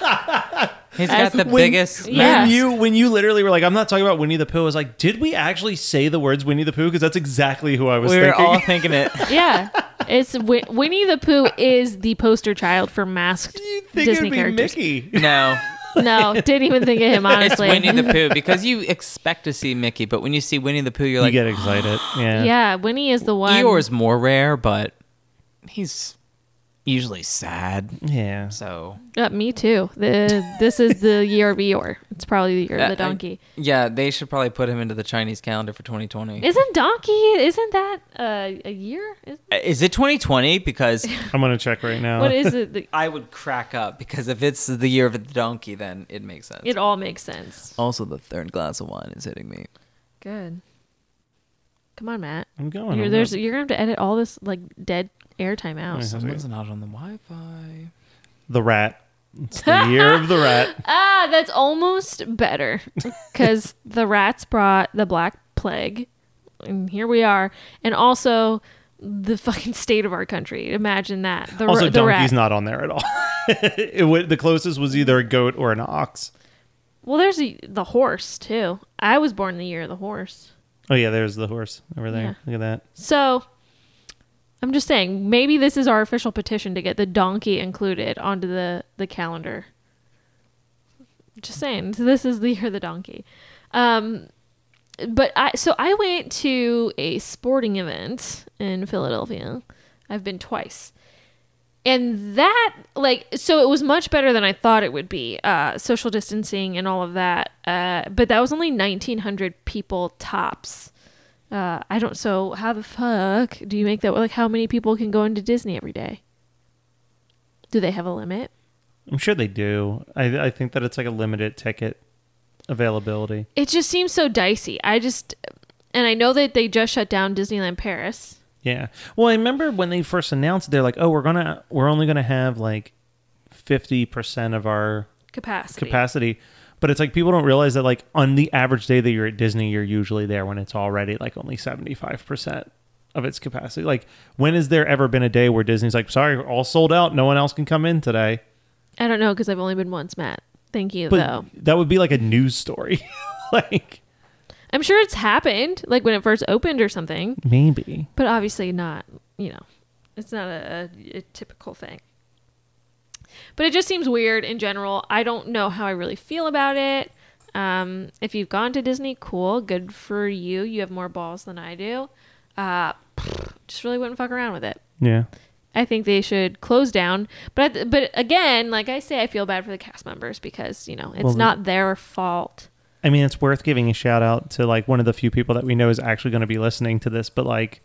[SPEAKER 3] He's got
[SPEAKER 2] As-
[SPEAKER 3] the
[SPEAKER 1] When-
[SPEAKER 3] biggest.
[SPEAKER 1] When
[SPEAKER 2] Yeah.
[SPEAKER 3] mask.
[SPEAKER 1] you when you literally were like, I'm not talking about Winnie the Pooh. I was like, did we actually say the words Winnie the Pooh? Because that's exactly who I was
[SPEAKER 3] We were
[SPEAKER 1] thinking.
[SPEAKER 3] all thinking it.
[SPEAKER 2] yeah, it's Win- Winnie the Pooh is the poster child for masked
[SPEAKER 1] you think
[SPEAKER 2] Disney
[SPEAKER 1] it'd be
[SPEAKER 2] characters.
[SPEAKER 1] Mickey?
[SPEAKER 3] No,
[SPEAKER 2] No, didn't even think of him
[SPEAKER 3] it's
[SPEAKER 2] honestly.
[SPEAKER 3] Winnie the Pooh because you expect to see Mickey, but when you see Winnie the Pooh, you're
[SPEAKER 1] You
[SPEAKER 3] like,
[SPEAKER 1] get excited, yeah.
[SPEAKER 2] yeah, Winnie is the one.
[SPEAKER 3] Eeyore's more rare, but he's usually sad.
[SPEAKER 1] yeah.
[SPEAKER 3] So
[SPEAKER 2] Uh, me too. The this is the year of Eeyore. It's probably the year of
[SPEAKER 3] Uh,
[SPEAKER 2] the donkey.
[SPEAKER 3] yeah, they should probably put him into the Chinese calendar for 2020. Is,
[SPEAKER 2] Isn't donkey? Isn't that uh, a year? Is,
[SPEAKER 3] it 2020? Because
[SPEAKER 1] I'm gonna check right
[SPEAKER 3] Uh,
[SPEAKER 1] now.
[SPEAKER 2] what is it? The-
[SPEAKER 3] I would crack up because if it's the year of the donkey, then it makes sense.
[SPEAKER 2] It all makes sense.
[SPEAKER 3] also, the third glass of wine is hitting me.
[SPEAKER 2] Good. Come on, Matt.
[SPEAKER 1] I'm
[SPEAKER 2] You're,
[SPEAKER 1] going.
[SPEAKER 3] Mm-hmm.
[SPEAKER 1] I'm
[SPEAKER 2] there's,
[SPEAKER 1] going.
[SPEAKER 2] you're gonna have to edit all this like dead airtime out.
[SPEAKER 1] Nice.
[SPEAKER 3] Someone's not on the Wi-Fi.
[SPEAKER 1] the rat. It's the year of the rat.
[SPEAKER 2] Ah, that's almost better because the rats brought the black plague. And here we are. And also the fucking state of our country. Imagine that. The,
[SPEAKER 1] Also,
[SPEAKER 2] r- the rat.
[SPEAKER 1] donkey's not on there at all. it would, the closest was either a goat or an ox.
[SPEAKER 2] well, there's the, the horse, too. I was born the year of the horse.
[SPEAKER 1] Oh yeah, there's the horse over there. Look at that.
[SPEAKER 2] So I'm just saying, maybe this is our official petition to get the donkey included onto the, the calendar. Just saying, so this is the year of the donkey. Um, but I so I went to a sporting event in Philadelphia. I've been twice. And that like so it was much better than I thought it would be. Uh, social distancing and all of that. Uh, but that was only 1900 people tops. Uh, I don't. So how the fuck do you make that? Like, how many people can go into Disney every day? Do they have a limit?
[SPEAKER 1] I'm sure they do. I, I think that it's like a limited ticket availability.
[SPEAKER 2] It just seems so dicey. I just, and I know that they just shut down Disneyland Paris.
[SPEAKER 1] Yeah. Well, I remember when they first announced, it, they're like, "Oh, we're gonna, we're only gonna have like fifty percent of our
[SPEAKER 2] Capacity.
[SPEAKER 1] capacity." But it's like people don't realize that like on the average day that you're at Disney, you're usually there when it's already like only seventy five percent of its capacity. Like, when has there ever been a day where Disney's like, "Sorry, we're all sold out. No one else can come in today."
[SPEAKER 2] I don't know because I've only been once, Matt. Thank you
[SPEAKER 1] But
[SPEAKER 2] though.
[SPEAKER 1] that would be like a news story, like
[SPEAKER 2] I'm sure it's happened, like when it first opened or something,
[SPEAKER 1] maybe.
[SPEAKER 2] but obviously not. You know, it's not a, a, a typical thing. But it just seems weird in general. I don't know how I really feel about it. Um, if you've gone to Disney, cool, good for you. You have more balls than I do. Uh, just really wouldn't fuck around with it.
[SPEAKER 1] Yeah.
[SPEAKER 2] I think they should close down. But I- but again, like I say, I feel bad for the cast members because you know it's
[SPEAKER 1] Well, the-
[SPEAKER 2] not their fault.
[SPEAKER 1] I mean, it's worth giving a shout out to like one of the few people that we know is actually going to be listening to this, but like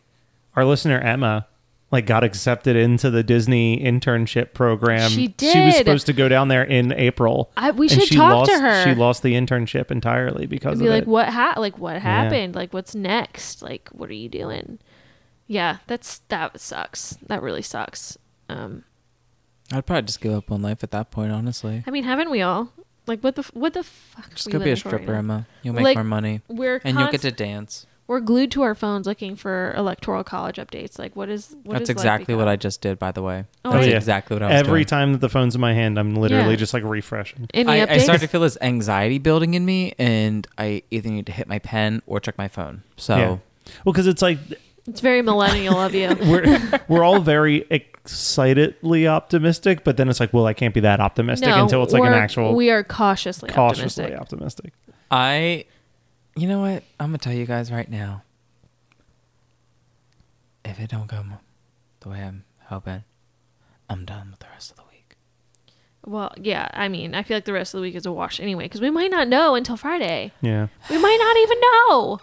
[SPEAKER 1] our listener Emma like got accepted into the Disney internship program.
[SPEAKER 2] She
[SPEAKER 1] She was
[SPEAKER 2] did.
[SPEAKER 1] supposed to go down there in April.
[SPEAKER 2] I- we
[SPEAKER 1] and
[SPEAKER 2] should
[SPEAKER 1] she
[SPEAKER 2] talk to
[SPEAKER 1] lost-
[SPEAKER 2] her.
[SPEAKER 1] She lost the internship entirely because
[SPEAKER 2] I'd
[SPEAKER 1] of
[SPEAKER 2] be like,
[SPEAKER 1] it.
[SPEAKER 2] what ha- like what happened? Like what's next? Like what are you doing? Yeah, that's that sucks. That really sucks. Um,
[SPEAKER 3] I'd probably just give up on life at that point, honestly.
[SPEAKER 2] I mean, haven't we all? Like what the f- what the fuck? are
[SPEAKER 3] Just
[SPEAKER 2] we
[SPEAKER 3] go be
[SPEAKER 2] living
[SPEAKER 3] a
[SPEAKER 2] for right
[SPEAKER 3] stripper,
[SPEAKER 2] now?
[SPEAKER 3] Emma. You'll make
[SPEAKER 2] Like,
[SPEAKER 3] more money.
[SPEAKER 2] We're
[SPEAKER 3] And you'll get
[SPEAKER 2] const-
[SPEAKER 3] to dance.
[SPEAKER 2] we're glued to our phones looking for electoral college updates. Like what is what
[SPEAKER 3] That's exactly what I just did, by the way.
[SPEAKER 2] Oh,
[SPEAKER 3] That's
[SPEAKER 2] I-
[SPEAKER 3] exactly what I was
[SPEAKER 1] Every
[SPEAKER 3] doing.
[SPEAKER 1] time that the phone's in my hand, I'm literally
[SPEAKER 2] Yeah.
[SPEAKER 1] just like refreshing.
[SPEAKER 2] Any
[SPEAKER 3] I,
[SPEAKER 2] updates?
[SPEAKER 3] I started to feel this anxiety building in me, and I either need to hit my pen or check my phone. So
[SPEAKER 1] Yeah. Well, because it's like
[SPEAKER 2] it's very millennial of you.
[SPEAKER 1] we're we're all very excitedly optimistic, but then it's like, well, I can't be that optimistic
[SPEAKER 2] no,
[SPEAKER 1] until it's like an
[SPEAKER 2] we're-
[SPEAKER 1] actual
[SPEAKER 2] We are cautiously,
[SPEAKER 1] cautiously
[SPEAKER 2] optimistic.
[SPEAKER 1] optimistic.
[SPEAKER 3] I, you know what? I'm gonna tell you guys right now. If it don't come the way I'm hoping, I'm done with the rest of the week.
[SPEAKER 2] Well, yeah. I mean, I feel like the rest of the week is a wash anyway because we might not know until Friday.
[SPEAKER 1] Yeah.
[SPEAKER 2] We might not even know.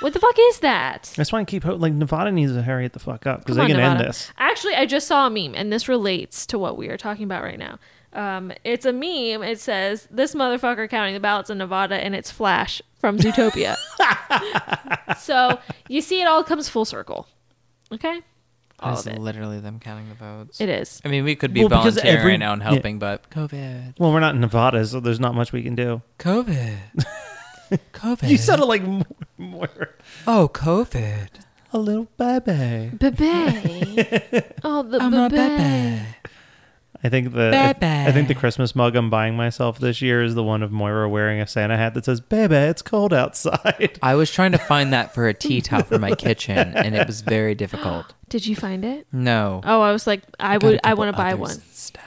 [SPEAKER 2] What the fuck is that?
[SPEAKER 1] That's why I keep hoping, like, Nevada needs to hurry it the fuck up because
[SPEAKER 2] Come
[SPEAKER 1] they
[SPEAKER 2] on,
[SPEAKER 1] can
[SPEAKER 2] Nevada.
[SPEAKER 1] end this.
[SPEAKER 2] Actually, I just saw a meme, and this relates to what we are talking about right now. Um, it's a meme. It says, "This motherfucker counting the ballots in Nevada," and it's Flash from Zootopia. so you see, it all comes full circle. Okay, all
[SPEAKER 3] That's
[SPEAKER 2] of it.
[SPEAKER 3] literally them counting the votes.
[SPEAKER 2] It is.
[SPEAKER 3] I mean, we could be
[SPEAKER 1] Well, because
[SPEAKER 3] volunteering
[SPEAKER 1] every-
[SPEAKER 3] right now and
[SPEAKER 1] yeah.
[SPEAKER 3] helping, but COVID,
[SPEAKER 1] Well, we're not in Nevada, so there's not much we can do.
[SPEAKER 3] COVID, COVID.
[SPEAKER 1] You sounded like more, more
[SPEAKER 3] oh COVID.
[SPEAKER 1] a little baby.
[SPEAKER 2] Bebe. oh, the
[SPEAKER 3] I'm a
[SPEAKER 2] bebe.
[SPEAKER 3] baby.
[SPEAKER 1] I think the
[SPEAKER 3] Baby.
[SPEAKER 1] I think the Christmas mug I'm buying myself this year is the one of Moira wearing a Santa hat that says "Baby, it's cold outside."
[SPEAKER 3] I was trying to find that for a tea towel for my kitchen, and it was very difficult.
[SPEAKER 2] Did you find it?
[SPEAKER 3] No,
[SPEAKER 2] Oh, I was like, I
[SPEAKER 3] got a
[SPEAKER 2] would, I
[SPEAKER 3] couple
[SPEAKER 2] want to buy
[SPEAKER 3] others
[SPEAKER 2] one.
[SPEAKER 3] instead.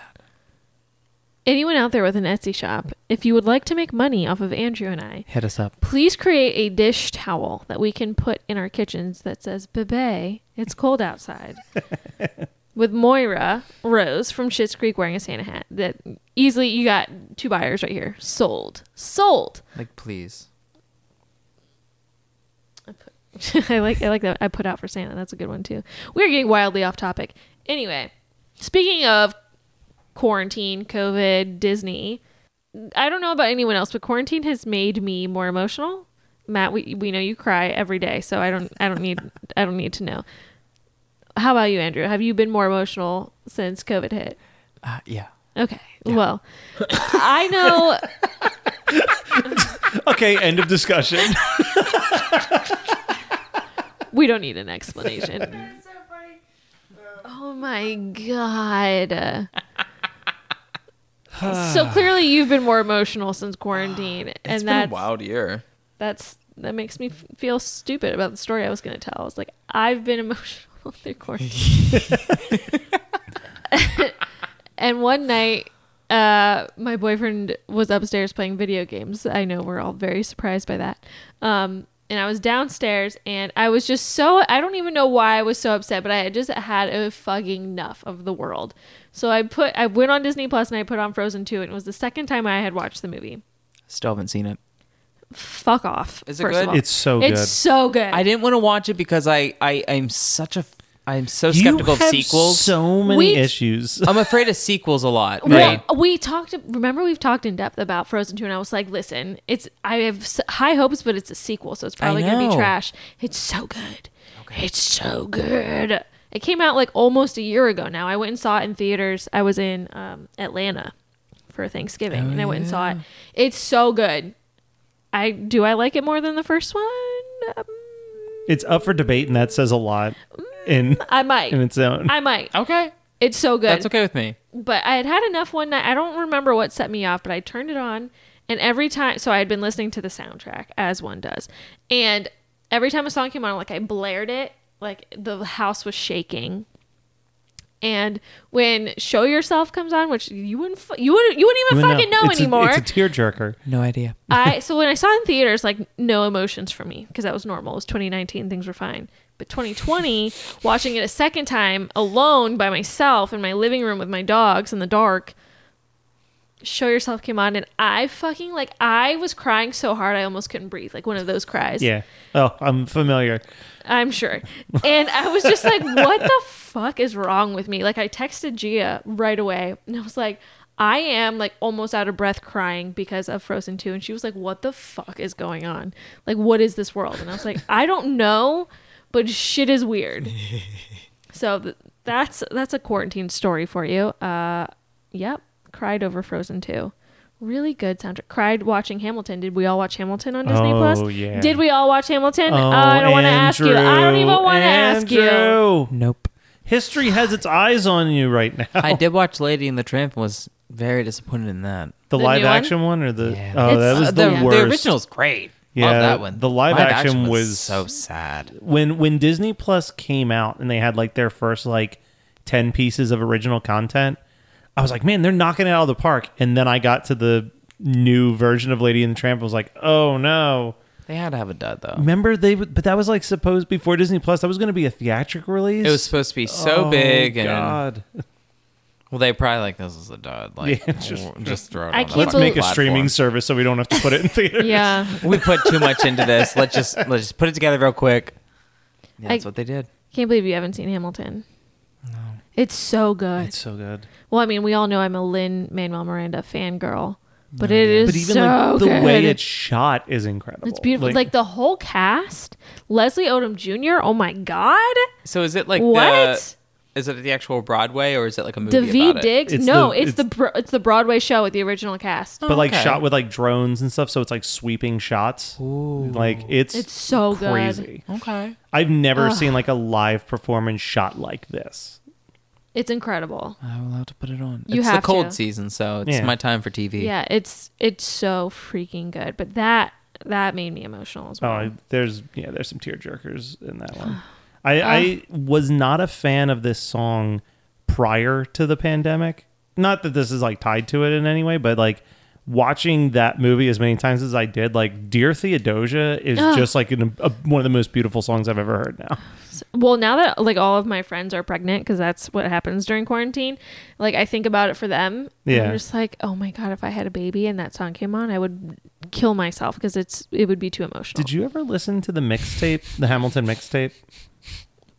[SPEAKER 2] Anyone out there with an Etsy shop, if you would like to make money off of Andrew and I,
[SPEAKER 3] Hit us up.
[SPEAKER 2] please create a dish towel that we can put in our kitchens that says "Bebe, it's cold outside." With Moira Rose from Schitt's Creek wearing a Santa hat, that easily you got two buyers right here. Sold, sold.
[SPEAKER 3] Like, please.
[SPEAKER 2] I like I like that I put out for Santa. That's a good one too. We're getting wildly off topic. Anyway, speaking of quarantine, COVID, Disney, I don't know about anyone else, but quarantine has made me more emotional. Matt, we we know you cry every day, so I don't I don't need I don't need to know. How about you, Andrew? Have you been more emotional since COVID hit?
[SPEAKER 3] Uh, yeah.
[SPEAKER 2] Okay. Well, I know
[SPEAKER 1] okay, end of discussion.
[SPEAKER 2] We don't need an explanation. oh my god. so clearly you've been more emotional since quarantine and
[SPEAKER 3] It's been
[SPEAKER 2] that's
[SPEAKER 3] a wild year.
[SPEAKER 2] that's that makes me f- feel stupid about the story I was going to tell. I was like, I've been emotional through quarantine. and one night, uh, my boyfriend was upstairs playing video games. I know we're all very surprised by that. Um, and I was downstairs, and I was just so I don't even know why I was so upset, but I had just had a fucking enough of the world. So I put I went on Disney Plus and I put on Frozen Two, and it was the second time I had watched the movie.
[SPEAKER 3] Still haven't seen it.
[SPEAKER 2] Fuck off!
[SPEAKER 3] Is it
[SPEAKER 2] first of
[SPEAKER 3] good?
[SPEAKER 2] all.
[SPEAKER 1] It's so
[SPEAKER 2] it's
[SPEAKER 1] good.
[SPEAKER 2] so good.
[SPEAKER 3] I didn't want to watch it because I I I'm such a f- I'm so skeptical
[SPEAKER 1] you have
[SPEAKER 3] of sequels.
[SPEAKER 1] So many
[SPEAKER 2] We-
[SPEAKER 1] issues.
[SPEAKER 3] I'm afraid of sequels a lot. Right?
[SPEAKER 2] Well, we talked. Remember, we've talked in depth about Frozen Two, and I was like, "Listen, it's I have s- high hopes, but it's a sequel, so it's probably going to be
[SPEAKER 3] know.
[SPEAKER 2] trash. It's so good. It's so good. It came out like almost a year ago now. I went and saw it in theaters. I was in um, Atlanta for Thanksgiving, and I
[SPEAKER 3] Oh,
[SPEAKER 2] went and saw it. It's so good. I do. I like it more than the first one. Um,
[SPEAKER 1] it's up for debate, and that says a lot in
[SPEAKER 2] I might.
[SPEAKER 1] in its own.
[SPEAKER 2] I might.
[SPEAKER 3] Okay,
[SPEAKER 2] It's so good.
[SPEAKER 3] that's okay with me.
[SPEAKER 2] but I had had enough one night. I don't remember what set me off, but I turned it on, and every time, so I had been listening to the soundtrack as one does, and every time a song came on, like I blared it, like the house was shaking. And when "Show Yourself" comes on, which you wouldn't, fu- you wouldn't, you wouldn't even
[SPEAKER 1] Even though
[SPEAKER 2] fucking know
[SPEAKER 1] it's
[SPEAKER 2] anymore.
[SPEAKER 1] A, it's a tearjerker.
[SPEAKER 3] No idea.
[SPEAKER 2] I so when I saw it in theaters, like no emotions for me because that was normal. It was 2019, things were fine. But 2020, watching it a second time alone by myself in my living room with my dogs in the dark, show yourself came on, and I fucking like I was crying so hard I almost couldn't breathe, like one of those cries.
[SPEAKER 1] Yeah. Oh, I'm familiar.
[SPEAKER 2] I'm sure. And I was just like, what the fuck is wrong with me? Like, I texted Gia right away and I was like, I am like almost out of breath crying because of Frozen 2. And she was like, what the fuck is going on? Like, what is this world? And I was like, I don't know, but shit is weird. So th- that's that's a quarantine story for you. Uh, yep, cried over Frozen 2. Really good soundtrack. Cried watching Hamilton. Did we all watch Hamilton on Disney
[SPEAKER 1] Oh,
[SPEAKER 2] Plus?
[SPEAKER 1] yeah.
[SPEAKER 2] Did we all watch Hamilton?
[SPEAKER 1] Oh,
[SPEAKER 2] Oh, I don't want to ask you. I don't even
[SPEAKER 1] Andrew.
[SPEAKER 2] want to ask you.
[SPEAKER 1] Andrew.
[SPEAKER 3] Nope.
[SPEAKER 1] History has its eyes on you right now.
[SPEAKER 3] I did watch Lady and the Tramp and was very disappointed in that.
[SPEAKER 1] the,
[SPEAKER 2] The
[SPEAKER 1] live
[SPEAKER 2] new one?
[SPEAKER 1] action one? or the
[SPEAKER 3] Yeah.
[SPEAKER 1] oh that
[SPEAKER 2] It's-
[SPEAKER 1] was
[SPEAKER 2] uh,
[SPEAKER 1] the,
[SPEAKER 2] the- yeah.
[SPEAKER 1] worst.
[SPEAKER 3] The original's great.
[SPEAKER 1] Yeah,
[SPEAKER 3] Love that one.
[SPEAKER 1] the live action was-
[SPEAKER 3] so sad.
[SPEAKER 1] when when Disney Plus came out and they had like their first like ten pieces of original content. I was like, man, they're knocking it out of the park. And then I got to the new version of Lady and the Tramp. I was like, oh no.
[SPEAKER 3] They had to have a dud though.
[SPEAKER 1] Remember they? would- But that was like supposed before Disney Plus. That was going to be a theatrical release.
[SPEAKER 3] It was supposed to be so
[SPEAKER 1] Oh,
[SPEAKER 3] big, and
[SPEAKER 1] God.
[SPEAKER 3] well, they probably like this is a dud. Like,
[SPEAKER 1] Yeah, just-
[SPEAKER 3] just, just throw it.
[SPEAKER 2] I
[SPEAKER 3] on the
[SPEAKER 2] can't
[SPEAKER 1] Let's
[SPEAKER 2] People-
[SPEAKER 3] fucking
[SPEAKER 1] make a streaming
[SPEAKER 3] platform.
[SPEAKER 1] service so we don't have to put it in theaters.
[SPEAKER 2] Yeah,
[SPEAKER 3] we put too much into this. Let's just let's just put it together real quick. Yeah, that's
[SPEAKER 2] I-
[SPEAKER 3] what they did.
[SPEAKER 2] can't believe you haven't seen Hamilton. No, it's so good.
[SPEAKER 1] It's so good.
[SPEAKER 2] well, I mean, we all know I'm a Lynn Manuel Miranda fangirl, but it is
[SPEAKER 1] But even
[SPEAKER 2] so
[SPEAKER 1] like the
[SPEAKER 2] good.
[SPEAKER 1] way it's shot is incredible.
[SPEAKER 2] It's beautiful. Like, the whole cast, Leslie Odom Jr. Oh my God,
[SPEAKER 3] So is it like
[SPEAKER 2] what?
[SPEAKER 3] The, is it the actual Broadway or is it like a movie
[SPEAKER 2] David
[SPEAKER 3] about it?
[SPEAKER 2] Diggs?
[SPEAKER 1] It's Oh.
[SPEAKER 2] no,
[SPEAKER 1] the-
[SPEAKER 2] it's, the bro- it's the Broadway show with the original cast.
[SPEAKER 1] but like
[SPEAKER 3] Okay.
[SPEAKER 1] shot with like drones and stuff, so it's like sweeping shots. Like it's
[SPEAKER 2] It's so good.
[SPEAKER 1] crazy.
[SPEAKER 3] Okay.
[SPEAKER 1] I've never seen like a live performance shot like this.
[SPEAKER 2] It's incredible.
[SPEAKER 3] I will have to put it on.
[SPEAKER 2] You
[SPEAKER 3] it's
[SPEAKER 2] have
[SPEAKER 3] the cold
[SPEAKER 2] to.
[SPEAKER 3] season, so it's
[SPEAKER 1] Yeah.
[SPEAKER 3] my time for TV.
[SPEAKER 2] Yeah, it's it's so freaking good. But that that made me emotional as
[SPEAKER 1] Oh,
[SPEAKER 2] well.
[SPEAKER 1] I- there's yeah, there's some tear jerkers in that one. I, I was not a fan of this song prior to the pandemic. Not that this is like tied to it in any way, but like watching that movie as many times as I did, like "Dear Theodosia" is
[SPEAKER 2] Ugh.
[SPEAKER 1] just like an, a, one of the most beautiful songs I've ever heard. Now,
[SPEAKER 2] well, now that like all of my friends are pregnant, because that's what happens during quarantine. Like I think about it for them. and
[SPEAKER 1] Yeah.
[SPEAKER 2] I'm just like, oh my god, if I had a baby and that song came on, I would kill myself because it's it would be too emotional.
[SPEAKER 1] did you ever listen to the mixtape, the Hamilton mixtape?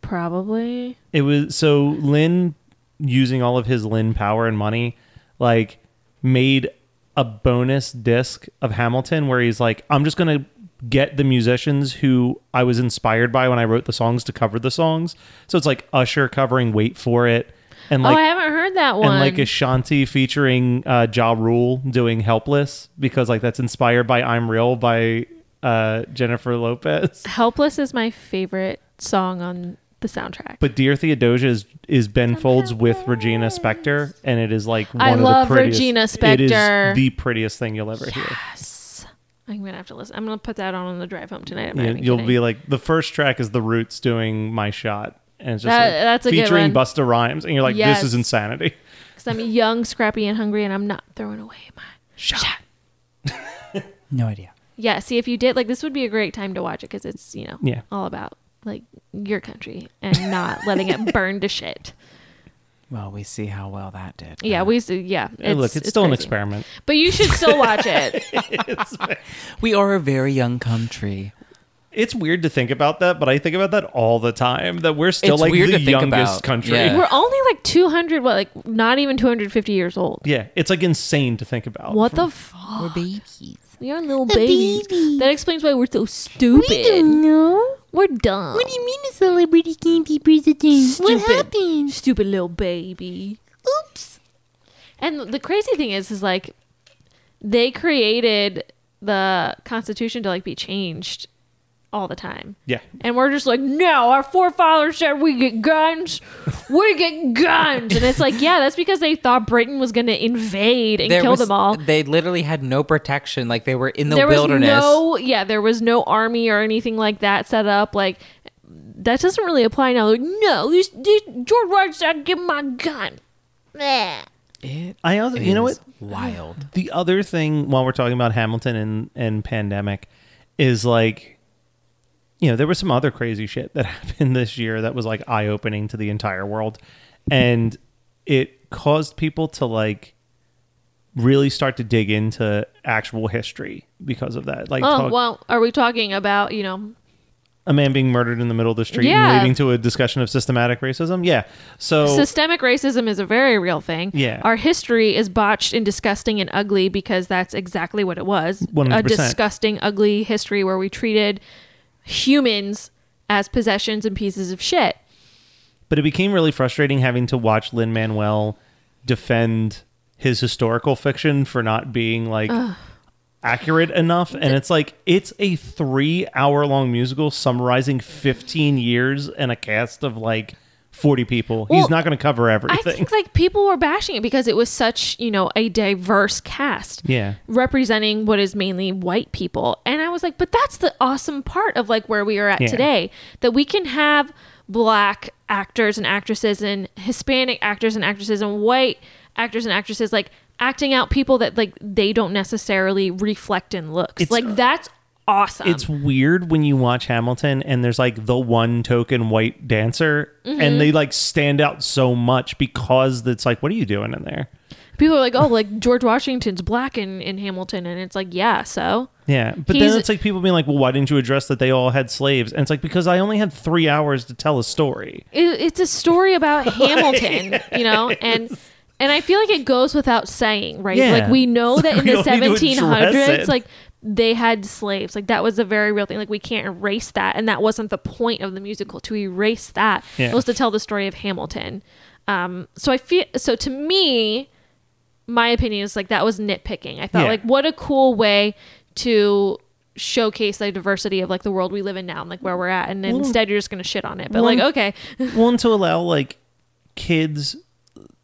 [SPEAKER 2] Probably.
[SPEAKER 1] It was so Lynn using all of his Lynn power and money, like made a bonus disc of Hamilton where he's like, I'm just gonna get the musicians who I was inspired by when I wrote the songs to cover the songs. So it's like Usher covering Wait For It and
[SPEAKER 2] oh, I
[SPEAKER 1] like
[SPEAKER 2] haven't heard that one.
[SPEAKER 1] and like Ashanti featuring uh Ja Rule doing Helpless because like that's inspired by I'm Real by uh Jennifer Lopez.
[SPEAKER 2] Helpless is my favorite song on the soundtrack.
[SPEAKER 1] But Dear Theodosia is, is Ben Folds with Regina Spektor, and it is like one
[SPEAKER 2] I
[SPEAKER 1] of
[SPEAKER 2] love
[SPEAKER 1] the prettiest.
[SPEAKER 2] Regina
[SPEAKER 1] It
[SPEAKER 2] Spektor.
[SPEAKER 1] is the prettiest thing you'll ever hear.
[SPEAKER 2] yes. I'm gonna have to listen. I'm gonna put that on on the drive home tonight. I'm not
[SPEAKER 1] You,
[SPEAKER 2] even
[SPEAKER 1] you'll
[SPEAKER 2] kidding.
[SPEAKER 1] be like, the first track is The Roots doing My Shot, and it's just
[SPEAKER 2] That-
[SPEAKER 1] like,
[SPEAKER 2] that's a good
[SPEAKER 1] featuring
[SPEAKER 2] one.
[SPEAKER 1] Busta Rhymes, and you're like,
[SPEAKER 2] Yes.
[SPEAKER 1] this is insanity.
[SPEAKER 2] because I'm young, scrappy, and hungry, and I'm not throwing away my shot.
[SPEAKER 3] No idea.
[SPEAKER 2] Yeah, see if you did like this would be a great time to watch it because it's you know
[SPEAKER 1] Yeah.
[SPEAKER 2] all about like your country and not letting it burn to shit.
[SPEAKER 3] Well, we see how well that did.
[SPEAKER 2] Yeah, we s- yeah.
[SPEAKER 1] Hey, Uh, Look, it's, still an
[SPEAKER 2] crazy.
[SPEAKER 1] experiment.
[SPEAKER 2] but you should still watch it.
[SPEAKER 3] We are a very young country.
[SPEAKER 1] It's weird to think about that, but I think about that all the time. That we're still
[SPEAKER 3] It's
[SPEAKER 1] like
[SPEAKER 3] weird to
[SPEAKER 1] the
[SPEAKER 3] think
[SPEAKER 1] youngest
[SPEAKER 3] about.
[SPEAKER 1] country.
[SPEAKER 3] Yeah.
[SPEAKER 2] We're only like 200, what like not even 250 years old.
[SPEAKER 1] Yeah, it's like insane to think about.
[SPEAKER 2] What the fuck?
[SPEAKER 3] We're babies.
[SPEAKER 2] We are little babies. That explains why we're so stupid. We
[SPEAKER 4] No.
[SPEAKER 2] are dumb.
[SPEAKER 4] What do you mean a celebrity can't be president? What
[SPEAKER 2] Stupid.
[SPEAKER 4] happened?
[SPEAKER 2] Stupid little baby.
[SPEAKER 4] Oops.
[SPEAKER 2] And the crazy thing is, is like they created the Constitution to like be changed all the time.
[SPEAKER 1] Yeah,
[SPEAKER 2] And we're just like, no, our forefathers said we get guns. We get guns. And it's like, yeah, that's because they thought Britain was going to invade and kill them all.
[SPEAKER 3] They literally had no protection. Like they were in the
[SPEAKER 2] there
[SPEAKER 3] wilderness.
[SPEAKER 2] was no, yeah, there was no army or anything like that set up. Like, that doesn't really apply now. Like, no, this, this, George Wright said, give my gun.
[SPEAKER 4] Bleh.
[SPEAKER 3] It
[SPEAKER 1] I also, you know
[SPEAKER 3] is
[SPEAKER 1] what?
[SPEAKER 3] Wild.
[SPEAKER 1] The other thing while we're talking about Hamilton and and pandemic is like, you know, there was some other crazy shit that happened this year that was like eye opening to the entire world, and it caused people to like really start to dig into actual history because of that. Like,
[SPEAKER 2] Oh,
[SPEAKER 1] talk-
[SPEAKER 2] well, are we talking about, you know,
[SPEAKER 1] a man being murdered in the middle of the street and
[SPEAKER 2] Yeah.
[SPEAKER 1] leading to a discussion of systematic racism. Yeah. So
[SPEAKER 2] systemic racism is a very real thing.
[SPEAKER 1] Yeah.
[SPEAKER 2] Our history is botched and disgusting and ugly because that's exactly what it was. A
[SPEAKER 1] 100%.
[SPEAKER 2] disgusting, ugly history where we treated humans as possessions and pieces of shit.
[SPEAKER 1] but it became really frustrating having to watch Lin Manuel defend his historical fiction for not being like accurate enough. And it's like it's a three hour long musical summarizing fifteen years and a cast of like forty people.
[SPEAKER 2] Well,
[SPEAKER 1] He's not gonna cover
[SPEAKER 2] I
[SPEAKER 1] everything.
[SPEAKER 2] think like people were bashing it because it was such, you know, a diverse cast.
[SPEAKER 1] yeah.
[SPEAKER 2] representing what is mainly white people. And I was like, but that's the awesome part of like where we are at
[SPEAKER 1] Yeah.
[SPEAKER 2] today that we can have black actors and actresses and Hispanic actors and actresses and white actors and actresses like acting out people that like they don't necessarily reflect in looks.
[SPEAKER 1] It's- uh,
[SPEAKER 2] like that's awesome.
[SPEAKER 1] it's weird when you watch Hamilton and there's like the one token white dancer
[SPEAKER 2] Mm-hmm.
[SPEAKER 1] and they like stand out so much because it's like, what are you doing in there?
[SPEAKER 2] people are like, oh, like George Washington's black in, in Hamilton. And it's like, yeah, so.
[SPEAKER 1] Yeah. But
[SPEAKER 2] He's-
[SPEAKER 1] then it's like people being like, well, why didn't you address that they all had slaves? And it's like, because I only had three hours to tell a story.
[SPEAKER 2] it, it's a story about Hamilton, you know, and and I feel like it goes without saying, right?
[SPEAKER 1] Yeah.
[SPEAKER 2] Like we know that in
[SPEAKER 1] We
[SPEAKER 2] the
[SPEAKER 1] don't need to
[SPEAKER 2] seventeen
[SPEAKER 1] address it.
[SPEAKER 2] hundreds, like they had slaves, like that was a very real thing. Like we can't erase that, and that wasn't the point of the musical to erase that.
[SPEAKER 1] Yeah.
[SPEAKER 2] It was to tell the story of Hamilton. Um, so I feel so to me, my opinion is like that was nitpicking. I thought
[SPEAKER 1] Yeah.
[SPEAKER 2] like what a cool way to showcase the diversity of like the world we live in now and like where we're at and then instead you're just gonna shit on it but
[SPEAKER 1] well,
[SPEAKER 2] like okay
[SPEAKER 1] One, to allow like kids.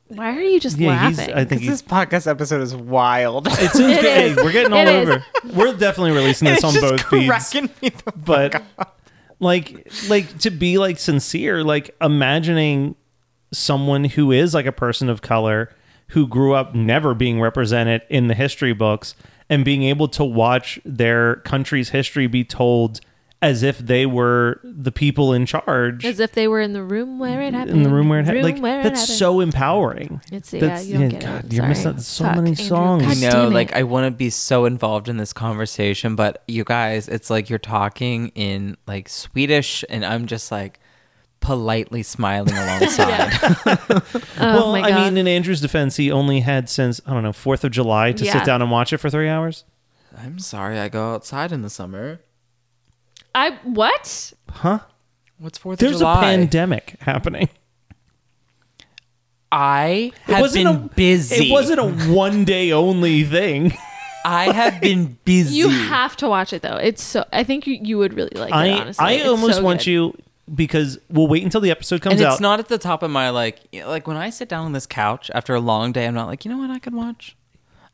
[SPEAKER 2] why are you just
[SPEAKER 1] Yeah, he's,
[SPEAKER 2] laughing?
[SPEAKER 1] I think he's.
[SPEAKER 3] podcast episode is wild.
[SPEAKER 1] It's okay. We're getting all
[SPEAKER 2] It is.
[SPEAKER 1] over. We're definitely releasing this on both feeds.
[SPEAKER 3] me the
[SPEAKER 1] But like, like to be like sincere, like imagining someone who is like a person of color who grew up never being represented in the history books and being able to watch their country's history be told as if they were the people in charge
[SPEAKER 2] As if they were in the room where it happened.
[SPEAKER 1] in the room where it happened. Like
[SPEAKER 2] where it
[SPEAKER 1] that's
[SPEAKER 2] happened.
[SPEAKER 1] so empowering.
[SPEAKER 2] It's, yeah, you don't get it.
[SPEAKER 1] God,
[SPEAKER 2] I'm
[SPEAKER 1] you're
[SPEAKER 2] sorry.
[SPEAKER 1] missing out so
[SPEAKER 2] Fuck,
[SPEAKER 1] many
[SPEAKER 2] Andrew,
[SPEAKER 1] songs.
[SPEAKER 2] God
[SPEAKER 3] I know,
[SPEAKER 2] damn it.
[SPEAKER 3] like I want to be so involved in this conversation, but you guys, it's like you're talking in like Swedish, and I'm just like politely smiling alongside.
[SPEAKER 2] Oh
[SPEAKER 1] well,
[SPEAKER 2] my
[SPEAKER 1] I
[SPEAKER 2] God.
[SPEAKER 1] mean, in Andrew's defense, he only had since I don't know Fourth of July to
[SPEAKER 2] Yeah.
[SPEAKER 1] sit down and watch it for three hours.
[SPEAKER 3] I'm sorry, I go outside in the summer.
[SPEAKER 2] I what?
[SPEAKER 1] Huh?
[SPEAKER 3] What's Fourth of
[SPEAKER 1] There's
[SPEAKER 3] July?
[SPEAKER 1] a pandemic happening.
[SPEAKER 3] I
[SPEAKER 1] it
[SPEAKER 3] have
[SPEAKER 1] wasn't
[SPEAKER 3] been
[SPEAKER 1] a,
[SPEAKER 3] busy.
[SPEAKER 1] It wasn't a one day only thing.
[SPEAKER 3] I have been busy.
[SPEAKER 2] You have to watch it though. It's so. I think you, you would really like it.
[SPEAKER 1] I
[SPEAKER 2] Honestly,
[SPEAKER 1] I almost want you because we'll wait until the episode comes
[SPEAKER 3] and
[SPEAKER 1] out.
[SPEAKER 3] it's not at the top of my like you know, like when I sit down on this couch after a long day, I'm not like, you know what I could watch?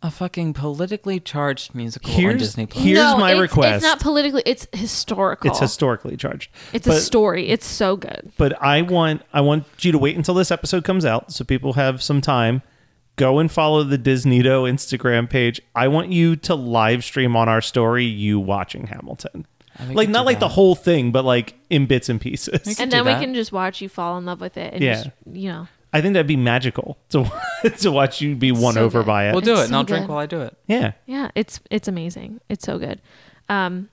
[SPEAKER 3] A fucking politically charged musical on
[SPEAKER 1] Here's-
[SPEAKER 3] Disney Plus.
[SPEAKER 1] here- Here's
[SPEAKER 2] no,
[SPEAKER 1] my
[SPEAKER 2] it's,
[SPEAKER 1] request.
[SPEAKER 2] It's not politically. It's historical.
[SPEAKER 1] it's historically charged.
[SPEAKER 2] It's a
[SPEAKER 1] But-
[SPEAKER 2] story. It's so good.
[SPEAKER 1] but I want I want you to wait until this episode comes out so people have some time. Go and follow the Disneyto Instagram page. I want you to live stream on our story you watching Hamilton.
[SPEAKER 3] I think
[SPEAKER 1] Like
[SPEAKER 3] we
[SPEAKER 1] not
[SPEAKER 3] do
[SPEAKER 1] like the
[SPEAKER 3] that.
[SPEAKER 1] whole thing, but like in bits and pieces.
[SPEAKER 3] can
[SPEAKER 2] And
[SPEAKER 3] do
[SPEAKER 2] then we
[SPEAKER 3] that.
[SPEAKER 2] can just watch you fall in love with it. And
[SPEAKER 1] Yeah.
[SPEAKER 2] Just, you know.
[SPEAKER 1] I think that'd be magical to to watch you be won
[SPEAKER 2] so
[SPEAKER 1] over
[SPEAKER 2] good.
[SPEAKER 1] by it.
[SPEAKER 3] We'll do
[SPEAKER 2] It's
[SPEAKER 3] it, and
[SPEAKER 2] so
[SPEAKER 3] I'll drink
[SPEAKER 2] good.
[SPEAKER 3] while I do it.
[SPEAKER 1] yeah.
[SPEAKER 2] Yeah. It's it's amazing. It's so good. Um.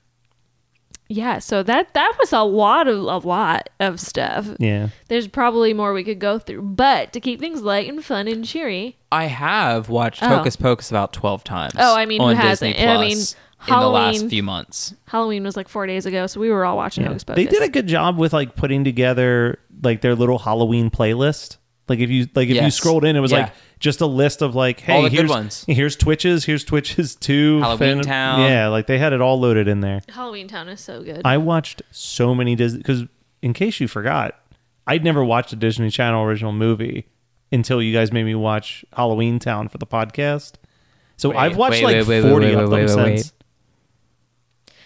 [SPEAKER 2] Yeah. So that that was a lot of a lot of stuff.
[SPEAKER 1] Yeah.
[SPEAKER 2] There's probably more we could go through, but to keep things light and fun and cheery.
[SPEAKER 3] I have watched
[SPEAKER 2] Oh.
[SPEAKER 3] Hocus Pocus about twelve times.
[SPEAKER 2] Oh, I mean, who
[SPEAKER 3] on
[SPEAKER 2] hasn't?
[SPEAKER 3] Disney
[SPEAKER 2] And I
[SPEAKER 3] Plus
[SPEAKER 2] mean,
[SPEAKER 3] in the last
[SPEAKER 2] Halloween-
[SPEAKER 3] few months.
[SPEAKER 2] Halloween was like four days ago, so we were all watching Hocus
[SPEAKER 1] They
[SPEAKER 2] Pocus.
[SPEAKER 1] did a good job with like putting together like their little Halloween playlist. Like if you like if you
[SPEAKER 3] Yes.
[SPEAKER 1] scrolled in, it was
[SPEAKER 3] Yeah.
[SPEAKER 1] like just a list of like, hey,
[SPEAKER 3] All the good
[SPEAKER 1] here's
[SPEAKER 3] ones.
[SPEAKER 1] here's Twitches, here's Twitches two,
[SPEAKER 3] Halloween Town.
[SPEAKER 1] Yeah, like they had it all loaded in there.
[SPEAKER 2] Halloween Town is so good.
[SPEAKER 1] I watched so many Disney because in case you forgot, I'd never watched a Disney Channel original movie until you guys made me watch Halloween Town for the podcast. So
[SPEAKER 3] Wait,
[SPEAKER 1] I've watched
[SPEAKER 3] wait,
[SPEAKER 1] like
[SPEAKER 3] wait, wait,
[SPEAKER 1] forty
[SPEAKER 3] wait,
[SPEAKER 1] of them
[SPEAKER 3] wait, wait, wait.
[SPEAKER 1] since.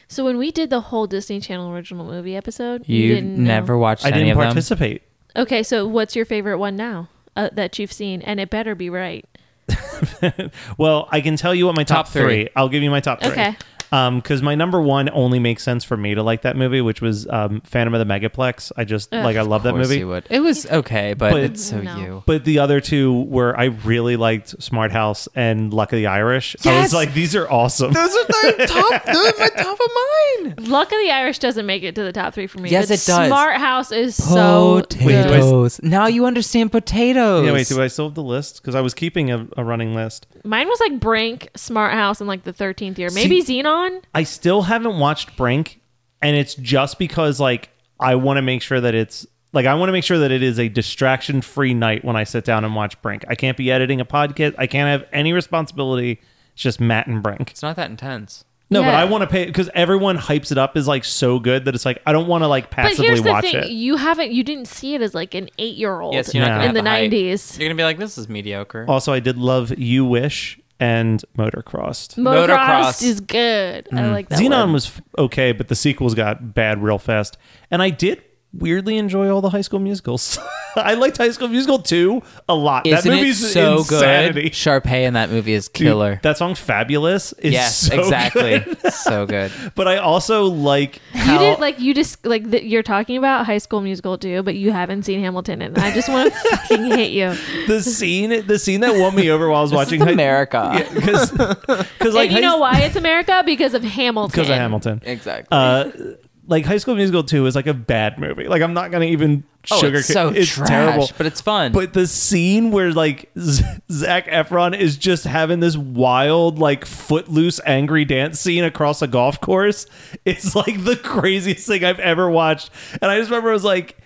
[SPEAKER 2] So when we did the whole Disney Channel original movie episode, you,
[SPEAKER 3] You
[SPEAKER 2] didn't know.
[SPEAKER 3] never watched
[SPEAKER 1] I
[SPEAKER 3] any
[SPEAKER 1] didn't
[SPEAKER 3] of them.
[SPEAKER 1] participate.
[SPEAKER 2] Okay, so what's your favorite one now uh, that you've seen? And it better be right.
[SPEAKER 1] Well, I can tell you what my top,
[SPEAKER 3] Top
[SPEAKER 1] 3
[SPEAKER 3] three.
[SPEAKER 1] three. I'll give you my top three.
[SPEAKER 2] Okay.
[SPEAKER 1] Um, because my number one only makes sense for me to like that movie, which was um, Phantom of the Megaplex. I just like I love that
[SPEAKER 3] Of course
[SPEAKER 1] movie.
[SPEAKER 3] you would. It was okay, but,
[SPEAKER 1] But-
[SPEAKER 3] it's so
[SPEAKER 2] No.
[SPEAKER 3] you.
[SPEAKER 1] But the other two were I really liked Smart House and Luck of the Irish. I was
[SPEAKER 3] Yes!
[SPEAKER 1] like, these are awesome.
[SPEAKER 3] Those are the top. Those are my top of mine.
[SPEAKER 2] Luck of the Irish doesn't make it to the top three for me.
[SPEAKER 3] Yes,
[SPEAKER 2] but
[SPEAKER 3] it does.
[SPEAKER 2] Smart House is so
[SPEAKER 1] Wait, do
[SPEAKER 2] good.
[SPEAKER 1] I-
[SPEAKER 3] Potatoes. now you understand potatoes.
[SPEAKER 1] Yeah, wait, do I still have the list? Because I was keeping a, a running list.
[SPEAKER 2] Mine was like Brink, Smart House, and like the thirteenth year. Maybe Xenon.
[SPEAKER 1] I still haven't watched Brink, and it's just because like I want to make sure that it's like I want to make sure that it is a distraction free night when I sit down and watch Brink. I can't be editing a podcast. I can't have any responsibility. It's just Matt and Brink.
[SPEAKER 3] It's not that intense.
[SPEAKER 1] No, but
[SPEAKER 2] Yeah.
[SPEAKER 1] I want to pay because everyone hypes it up is like so good that it's like I don't want to like
[SPEAKER 2] But
[SPEAKER 1] passively
[SPEAKER 2] here's the
[SPEAKER 1] watch
[SPEAKER 2] thing:
[SPEAKER 1] it.
[SPEAKER 2] you haven't, you didn't see it as like an eight year old
[SPEAKER 3] Yes, you're not
[SPEAKER 1] No.
[SPEAKER 3] gonna
[SPEAKER 2] in
[SPEAKER 3] have
[SPEAKER 2] the
[SPEAKER 3] hype.
[SPEAKER 2] nineties.
[SPEAKER 3] You're gonna be like, this is mediocre.
[SPEAKER 1] Also, I did love You Wish and Motorcrossed.
[SPEAKER 2] Motocross
[SPEAKER 3] Motocross.
[SPEAKER 2] is good. I like that.
[SPEAKER 1] Mm. Xenon
[SPEAKER 2] one.
[SPEAKER 1] was f- okay, but the sequels got bad real fast. And I did weirdly enjoy all the High School Musicals. I liked High School Musical 2 a lot.
[SPEAKER 3] Isn't
[SPEAKER 1] that movie's
[SPEAKER 3] it so
[SPEAKER 1] insanity.
[SPEAKER 3] good? Sharpay in that movie is
[SPEAKER 1] Dude,
[SPEAKER 3] killer.
[SPEAKER 1] that song Fabulous is
[SPEAKER 3] yes,
[SPEAKER 1] so
[SPEAKER 3] exactly.
[SPEAKER 1] good.
[SPEAKER 3] so good.
[SPEAKER 1] But I also like
[SPEAKER 2] You
[SPEAKER 1] how
[SPEAKER 2] did like you just like the, you're talking about High School Musical too, but you haven't seen Hamilton, and I just want to fucking hate you.
[SPEAKER 1] the scene the scene that won me over while I was watching
[SPEAKER 3] It's America.
[SPEAKER 1] because like
[SPEAKER 2] and you
[SPEAKER 1] high-
[SPEAKER 2] know why it's America because of Hamilton.
[SPEAKER 1] because of Hamilton.
[SPEAKER 3] Exactly.
[SPEAKER 1] Uh, like High School Musical 2 is like a bad movie. Like I'm not going to even
[SPEAKER 3] oh,
[SPEAKER 1] sugar
[SPEAKER 3] it's so trash,
[SPEAKER 1] terrible.
[SPEAKER 3] but it's fun.
[SPEAKER 1] But the scene where like Z- Zach Efron is just having this wild, like footloose, angry dance scene across a golf course is like the craziest thing I've ever watched. And I just remember I was like,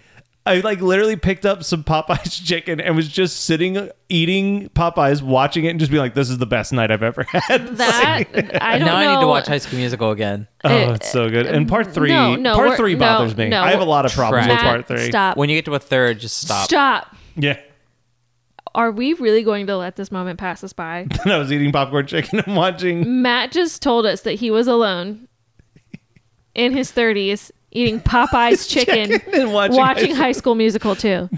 [SPEAKER 1] I like literally picked up some Popeyes chicken and was just sitting eating Popeyes, watching it, and just being like, "This is the best night I've ever had."
[SPEAKER 2] That I
[SPEAKER 3] now
[SPEAKER 2] don't know.
[SPEAKER 3] I need to watch High School Musical again.
[SPEAKER 1] oh, it's so good. And part three,
[SPEAKER 2] Eh, mm, no, no,
[SPEAKER 1] part
[SPEAKER 2] we're-
[SPEAKER 1] three
[SPEAKER 2] no,
[SPEAKER 1] bothers me.
[SPEAKER 2] no,
[SPEAKER 1] I have a lot of problems
[SPEAKER 3] Matt,
[SPEAKER 1] with part three.
[SPEAKER 2] Stop.
[SPEAKER 3] When you get to a third, just stop.
[SPEAKER 2] stop.
[SPEAKER 1] Yeah.
[SPEAKER 2] Are we really going to let this moment pass us by?
[SPEAKER 1] And I was eating popcorn chicken and watching.
[SPEAKER 2] Matt just told us that he was alone in his 30s eating Popeye's chicken,
[SPEAKER 1] and watching
[SPEAKER 2] watching
[SPEAKER 1] High
[SPEAKER 2] High School Musical too.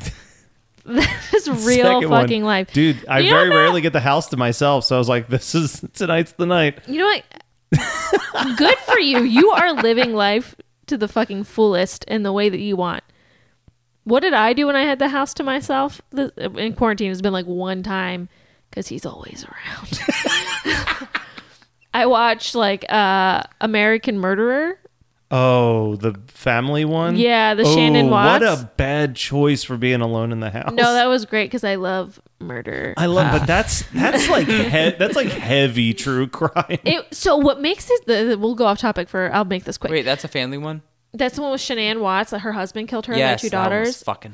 [SPEAKER 2] that is real
[SPEAKER 1] Second one.
[SPEAKER 2] fucking life.
[SPEAKER 1] Dude, I
[SPEAKER 2] You know
[SPEAKER 1] very
[SPEAKER 2] what?
[SPEAKER 1] rarely get the house to myself, so I was like, this is tonight's the night.
[SPEAKER 2] You know what? Good for you. You are living life to the fucking fullest in the way that you want. What did I do when I had the house to myself? The, in quarantine, it's been like one time because he's always around. I watched like uh American Murderer.
[SPEAKER 1] Oh, the family one?
[SPEAKER 2] Yeah, the
[SPEAKER 1] oh,
[SPEAKER 2] Shannon Watts.
[SPEAKER 1] What a bad choice for being alone in the house.
[SPEAKER 2] No, that was great because I love murder.
[SPEAKER 1] I love but that's that's like he- that's like heavy true crime.
[SPEAKER 2] It, so what makes it? The, the- we'll go off topic for. I'll make this quick.
[SPEAKER 3] Wait, that's a family one.
[SPEAKER 2] That's the one with Shanann Watts. That her husband killed her
[SPEAKER 3] yes, that
[SPEAKER 2] and their two
[SPEAKER 3] one was
[SPEAKER 2] daughters.
[SPEAKER 3] Fucking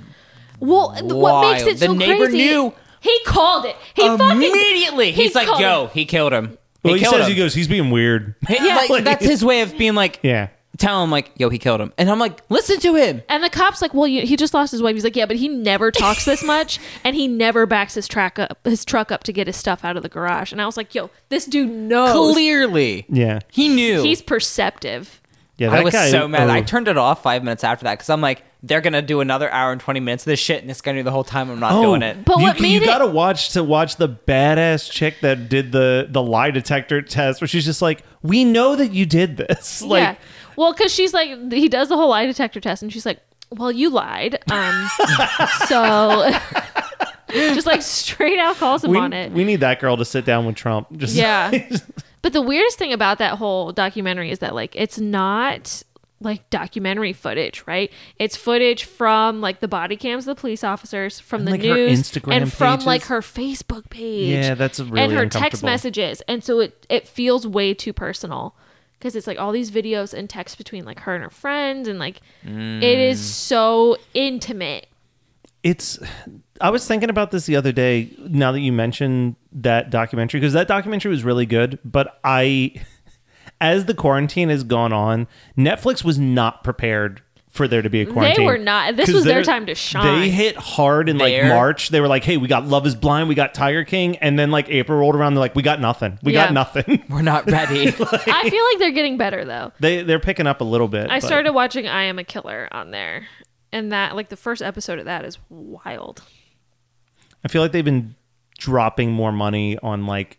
[SPEAKER 2] Well, th- what makes
[SPEAKER 3] Wild.
[SPEAKER 2] it
[SPEAKER 3] The
[SPEAKER 2] so
[SPEAKER 3] neighbor
[SPEAKER 2] crazy?
[SPEAKER 3] knew.
[SPEAKER 2] He called it. He fucking
[SPEAKER 3] immediately.
[SPEAKER 2] he
[SPEAKER 3] He's like,
[SPEAKER 2] called
[SPEAKER 3] yo,
[SPEAKER 2] it.
[SPEAKER 3] he killed him.
[SPEAKER 1] well, he
[SPEAKER 3] killed
[SPEAKER 1] says
[SPEAKER 3] him.
[SPEAKER 1] he goes, he's being weird.
[SPEAKER 3] He- like, that's his way of being like,
[SPEAKER 1] Yeah.
[SPEAKER 5] tell him like, yo, he killed him, and I'm like, listen to him.
[SPEAKER 2] And the cop's like, well, you, he just lost his wife. He's like, yeah, but he never talks this much, and he never backs his track up, his truck up to get his stuff out of the garage. And I was like, yo, this dude
[SPEAKER 1] Oh,
[SPEAKER 2] knows.
[SPEAKER 5] Clearly,
[SPEAKER 1] Yeah.
[SPEAKER 5] he knew.
[SPEAKER 2] He's perceptive.
[SPEAKER 1] Yeah.
[SPEAKER 5] I was
[SPEAKER 1] guy-
[SPEAKER 5] so mad. I
[SPEAKER 1] oh.
[SPEAKER 5] turned it off five minutes after that because I'm like, they're gonna do another hour and twenty minutes of this shit, and this guy knew the whole time I'm not doing it.
[SPEAKER 2] But
[SPEAKER 1] Oh. you,
[SPEAKER 2] what
[SPEAKER 1] you
[SPEAKER 2] made it-
[SPEAKER 1] gotta watch to watch the badass chick that did the the lie detector test, where she's just like, "We know that you did this." Like,
[SPEAKER 2] yeah. Well, because she's like, he does the whole lie detector test, and she's like, well, you lied. Um, so just like straight out calls him
[SPEAKER 1] we,
[SPEAKER 2] on it.
[SPEAKER 1] we need that girl to sit down with Trump. Just
[SPEAKER 2] Yeah. but the weirdest thing about that whole documentary is that like it's not like documentary footage, right? It's footage from like the body cams of the police officers, from the
[SPEAKER 1] like, her
[SPEAKER 2] news,
[SPEAKER 1] Instagram
[SPEAKER 2] and from
[SPEAKER 1] pages.
[SPEAKER 2] like her Facebook page.
[SPEAKER 1] Yeah, that's
[SPEAKER 2] and
[SPEAKER 1] really
[SPEAKER 2] her text
[SPEAKER 1] uncomfortable.
[SPEAKER 2] messages, and so it it feels way too personal because it's like all these videos and texts between like her and her friends, and like it is
[SPEAKER 1] Mm.
[SPEAKER 2] so intimate.
[SPEAKER 1] it's i was thinking about this the other day now that you mentioned that documentary because that documentary was really good but i as the quarantine has gone on netflix was not prepared for there to be a quarantine
[SPEAKER 2] were not. This
[SPEAKER 1] 'Cause
[SPEAKER 2] was their
[SPEAKER 1] they're-
[SPEAKER 2] time to shine.
[SPEAKER 1] they hit hard in like
[SPEAKER 5] There.
[SPEAKER 1] march they were like hey we got love is blind we got tiger king and then like april rolled around they're like we got nothing we
[SPEAKER 2] Yeah.
[SPEAKER 1] got nothing
[SPEAKER 5] We're not ready.
[SPEAKER 2] I feel like they're getting better though.
[SPEAKER 1] they they're picking up a little bit
[SPEAKER 2] I
[SPEAKER 1] but-
[SPEAKER 2] started watching I Am a Killer on there. And that like the first episode of that is wild.
[SPEAKER 1] I feel like they've been dropping more money on like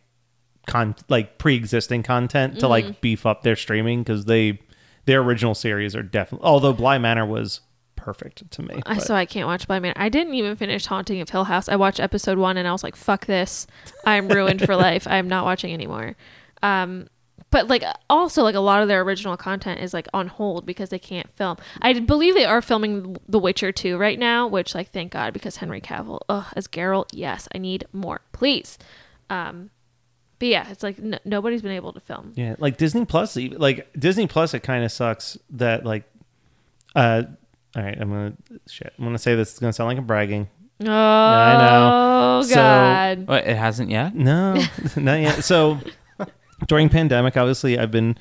[SPEAKER 1] con like pre-existing content to
[SPEAKER 2] Mm-hmm.
[SPEAKER 1] like beef up their streaming because they their original series are definitely although Bly Manor was perfect to me.
[SPEAKER 2] I
[SPEAKER 1] but-
[SPEAKER 2] so I can't watch Bly Manor. I didn't even finish Haunting of Hill House. I watched episode one and I was like, fuck this. I'm ruined for life. I'm not watching anymore. Um but like also like a lot of their original content is like on hold because they can't film. I d- believe they are filming The Witcher 2 right now, which like thank God because Henry Cavill ugh, as Geralt, yes, I need more, please. Um but yeah, it's like n- nobody's been able to film.
[SPEAKER 1] yeah, like Disney Plus, e- like Disney Plus, it kind of sucks that like, uh, all right, I'm gonna shit, I'm gonna say this is gonna sound like I'm bragging.
[SPEAKER 2] Oh,
[SPEAKER 1] know. So- uh,
[SPEAKER 2] God.
[SPEAKER 5] What, it hasn't yet.
[SPEAKER 1] No, not yet. So during pandemic, obviously, I've been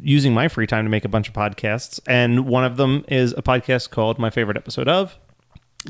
[SPEAKER 1] using my free time to make a bunch of podcasts, and one of them is a podcast called "My Favorite Episode of."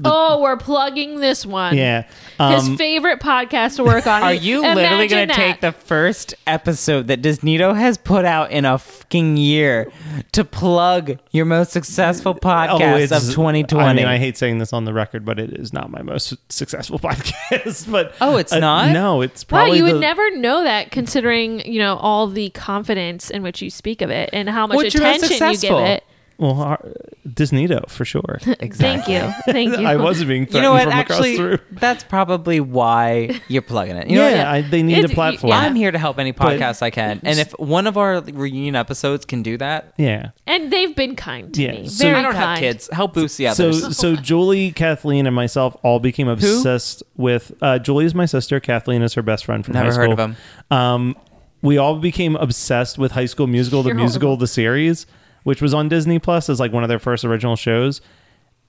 [SPEAKER 2] oh, we're plugging this one.
[SPEAKER 1] Yeah,
[SPEAKER 2] His
[SPEAKER 1] um,
[SPEAKER 2] favorite podcast to work on.
[SPEAKER 5] Are you literally
[SPEAKER 2] Imagine
[SPEAKER 5] going to take the
[SPEAKER 2] that.
[SPEAKER 5] first episode that Disneyto has put out in a fucking year to plug your most successful
[SPEAKER 1] oh,
[SPEAKER 5] podcast of
[SPEAKER 1] it's-
[SPEAKER 5] 2020?
[SPEAKER 1] I mean, I hate saying this on the record, but it is not my most successful podcast. But uh,
[SPEAKER 5] Oh, it's not?
[SPEAKER 1] No, it's
[SPEAKER 2] Wow,
[SPEAKER 1] probably
[SPEAKER 2] you would
[SPEAKER 1] the-
[SPEAKER 2] never know that considering, you know, all the confidence in which you speak of it and how much
[SPEAKER 5] What's your most
[SPEAKER 2] attention you give
[SPEAKER 5] successful?
[SPEAKER 2] it.
[SPEAKER 1] well our- Disneyto for sure.
[SPEAKER 5] exactly.
[SPEAKER 2] Thank you. Thank you.
[SPEAKER 1] I wasn't being threatened
[SPEAKER 5] You know what?
[SPEAKER 1] from
[SPEAKER 5] Actually,
[SPEAKER 1] across the room.
[SPEAKER 5] that's probably why you're plugging it. You know what?
[SPEAKER 1] yeah, I, they need
[SPEAKER 2] It's-
[SPEAKER 1] a platform.
[SPEAKER 2] yeah.
[SPEAKER 5] I'm here to help any podcast I can. And if one of our reunion episodes can do that,
[SPEAKER 1] yeah.
[SPEAKER 2] And they've been kind to
[SPEAKER 1] Yeah,
[SPEAKER 2] me.
[SPEAKER 1] so-
[SPEAKER 2] Very
[SPEAKER 5] I don't
[SPEAKER 2] kind.
[SPEAKER 5] have kids. Help boost the
[SPEAKER 1] so
[SPEAKER 5] others.
[SPEAKER 1] so Julie, Kathleen, and myself all became obsessed with. Uh, Julie is my sister. Kathleen is her best friend from
[SPEAKER 5] Never
[SPEAKER 1] high school.
[SPEAKER 5] heard of him.
[SPEAKER 1] Um, we all became obsessed with High School Musical, the
[SPEAKER 2] You're
[SPEAKER 1] musical,
[SPEAKER 2] horrible.
[SPEAKER 1] the series, which was on Disney Plus as like one of their first original shows,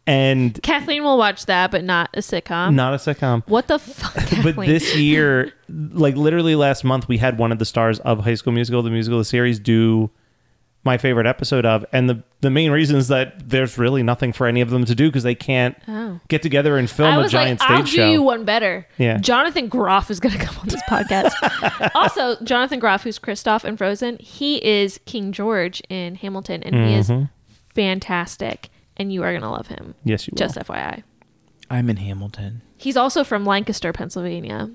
[SPEAKER 1] and
[SPEAKER 2] Kathleen will watch that, but not a
[SPEAKER 5] Um,
[SPEAKER 2] sitcom.
[SPEAKER 1] not a sitcom.
[SPEAKER 2] What the fuck, Kathleen?
[SPEAKER 1] But this year, like literally last month, we had one of the stars of High School Musical, the musical, the series, do my favorite episode of, and the the main reason is that there's really nothing for any of them to do because they can't
[SPEAKER 2] Oh.
[SPEAKER 1] get together and film
[SPEAKER 2] I
[SPEAKER 1] a
[SPEAKER 2] was
[SPEAKER 1] giant
[SPEAKER 2] like,
[SPEAKER 1] stage
[SPEAKER 2] I'll
[SPEAKER 1] show.
[SPEAKER 2] do you one better.
[SPEAKER 1] Yeah.
[SPEAKER 2] Jonathan Groff is going to come on this podcast. also, Jonathan Groff, who's Kristoff in Frozen, he is King George in Hamilton, and he
[SPEAKER 1] Mm-hmm.
[SPEAKER 2] is fantastic. And you are going to love him.
[SPEAKER 1] Yes, you will.
[SPEAKER 2] Just FYI.
[SPEAKER 3] I'm in Hamilton.
[SPEAKER 2] He's also from Lancaster, Pennsylvania.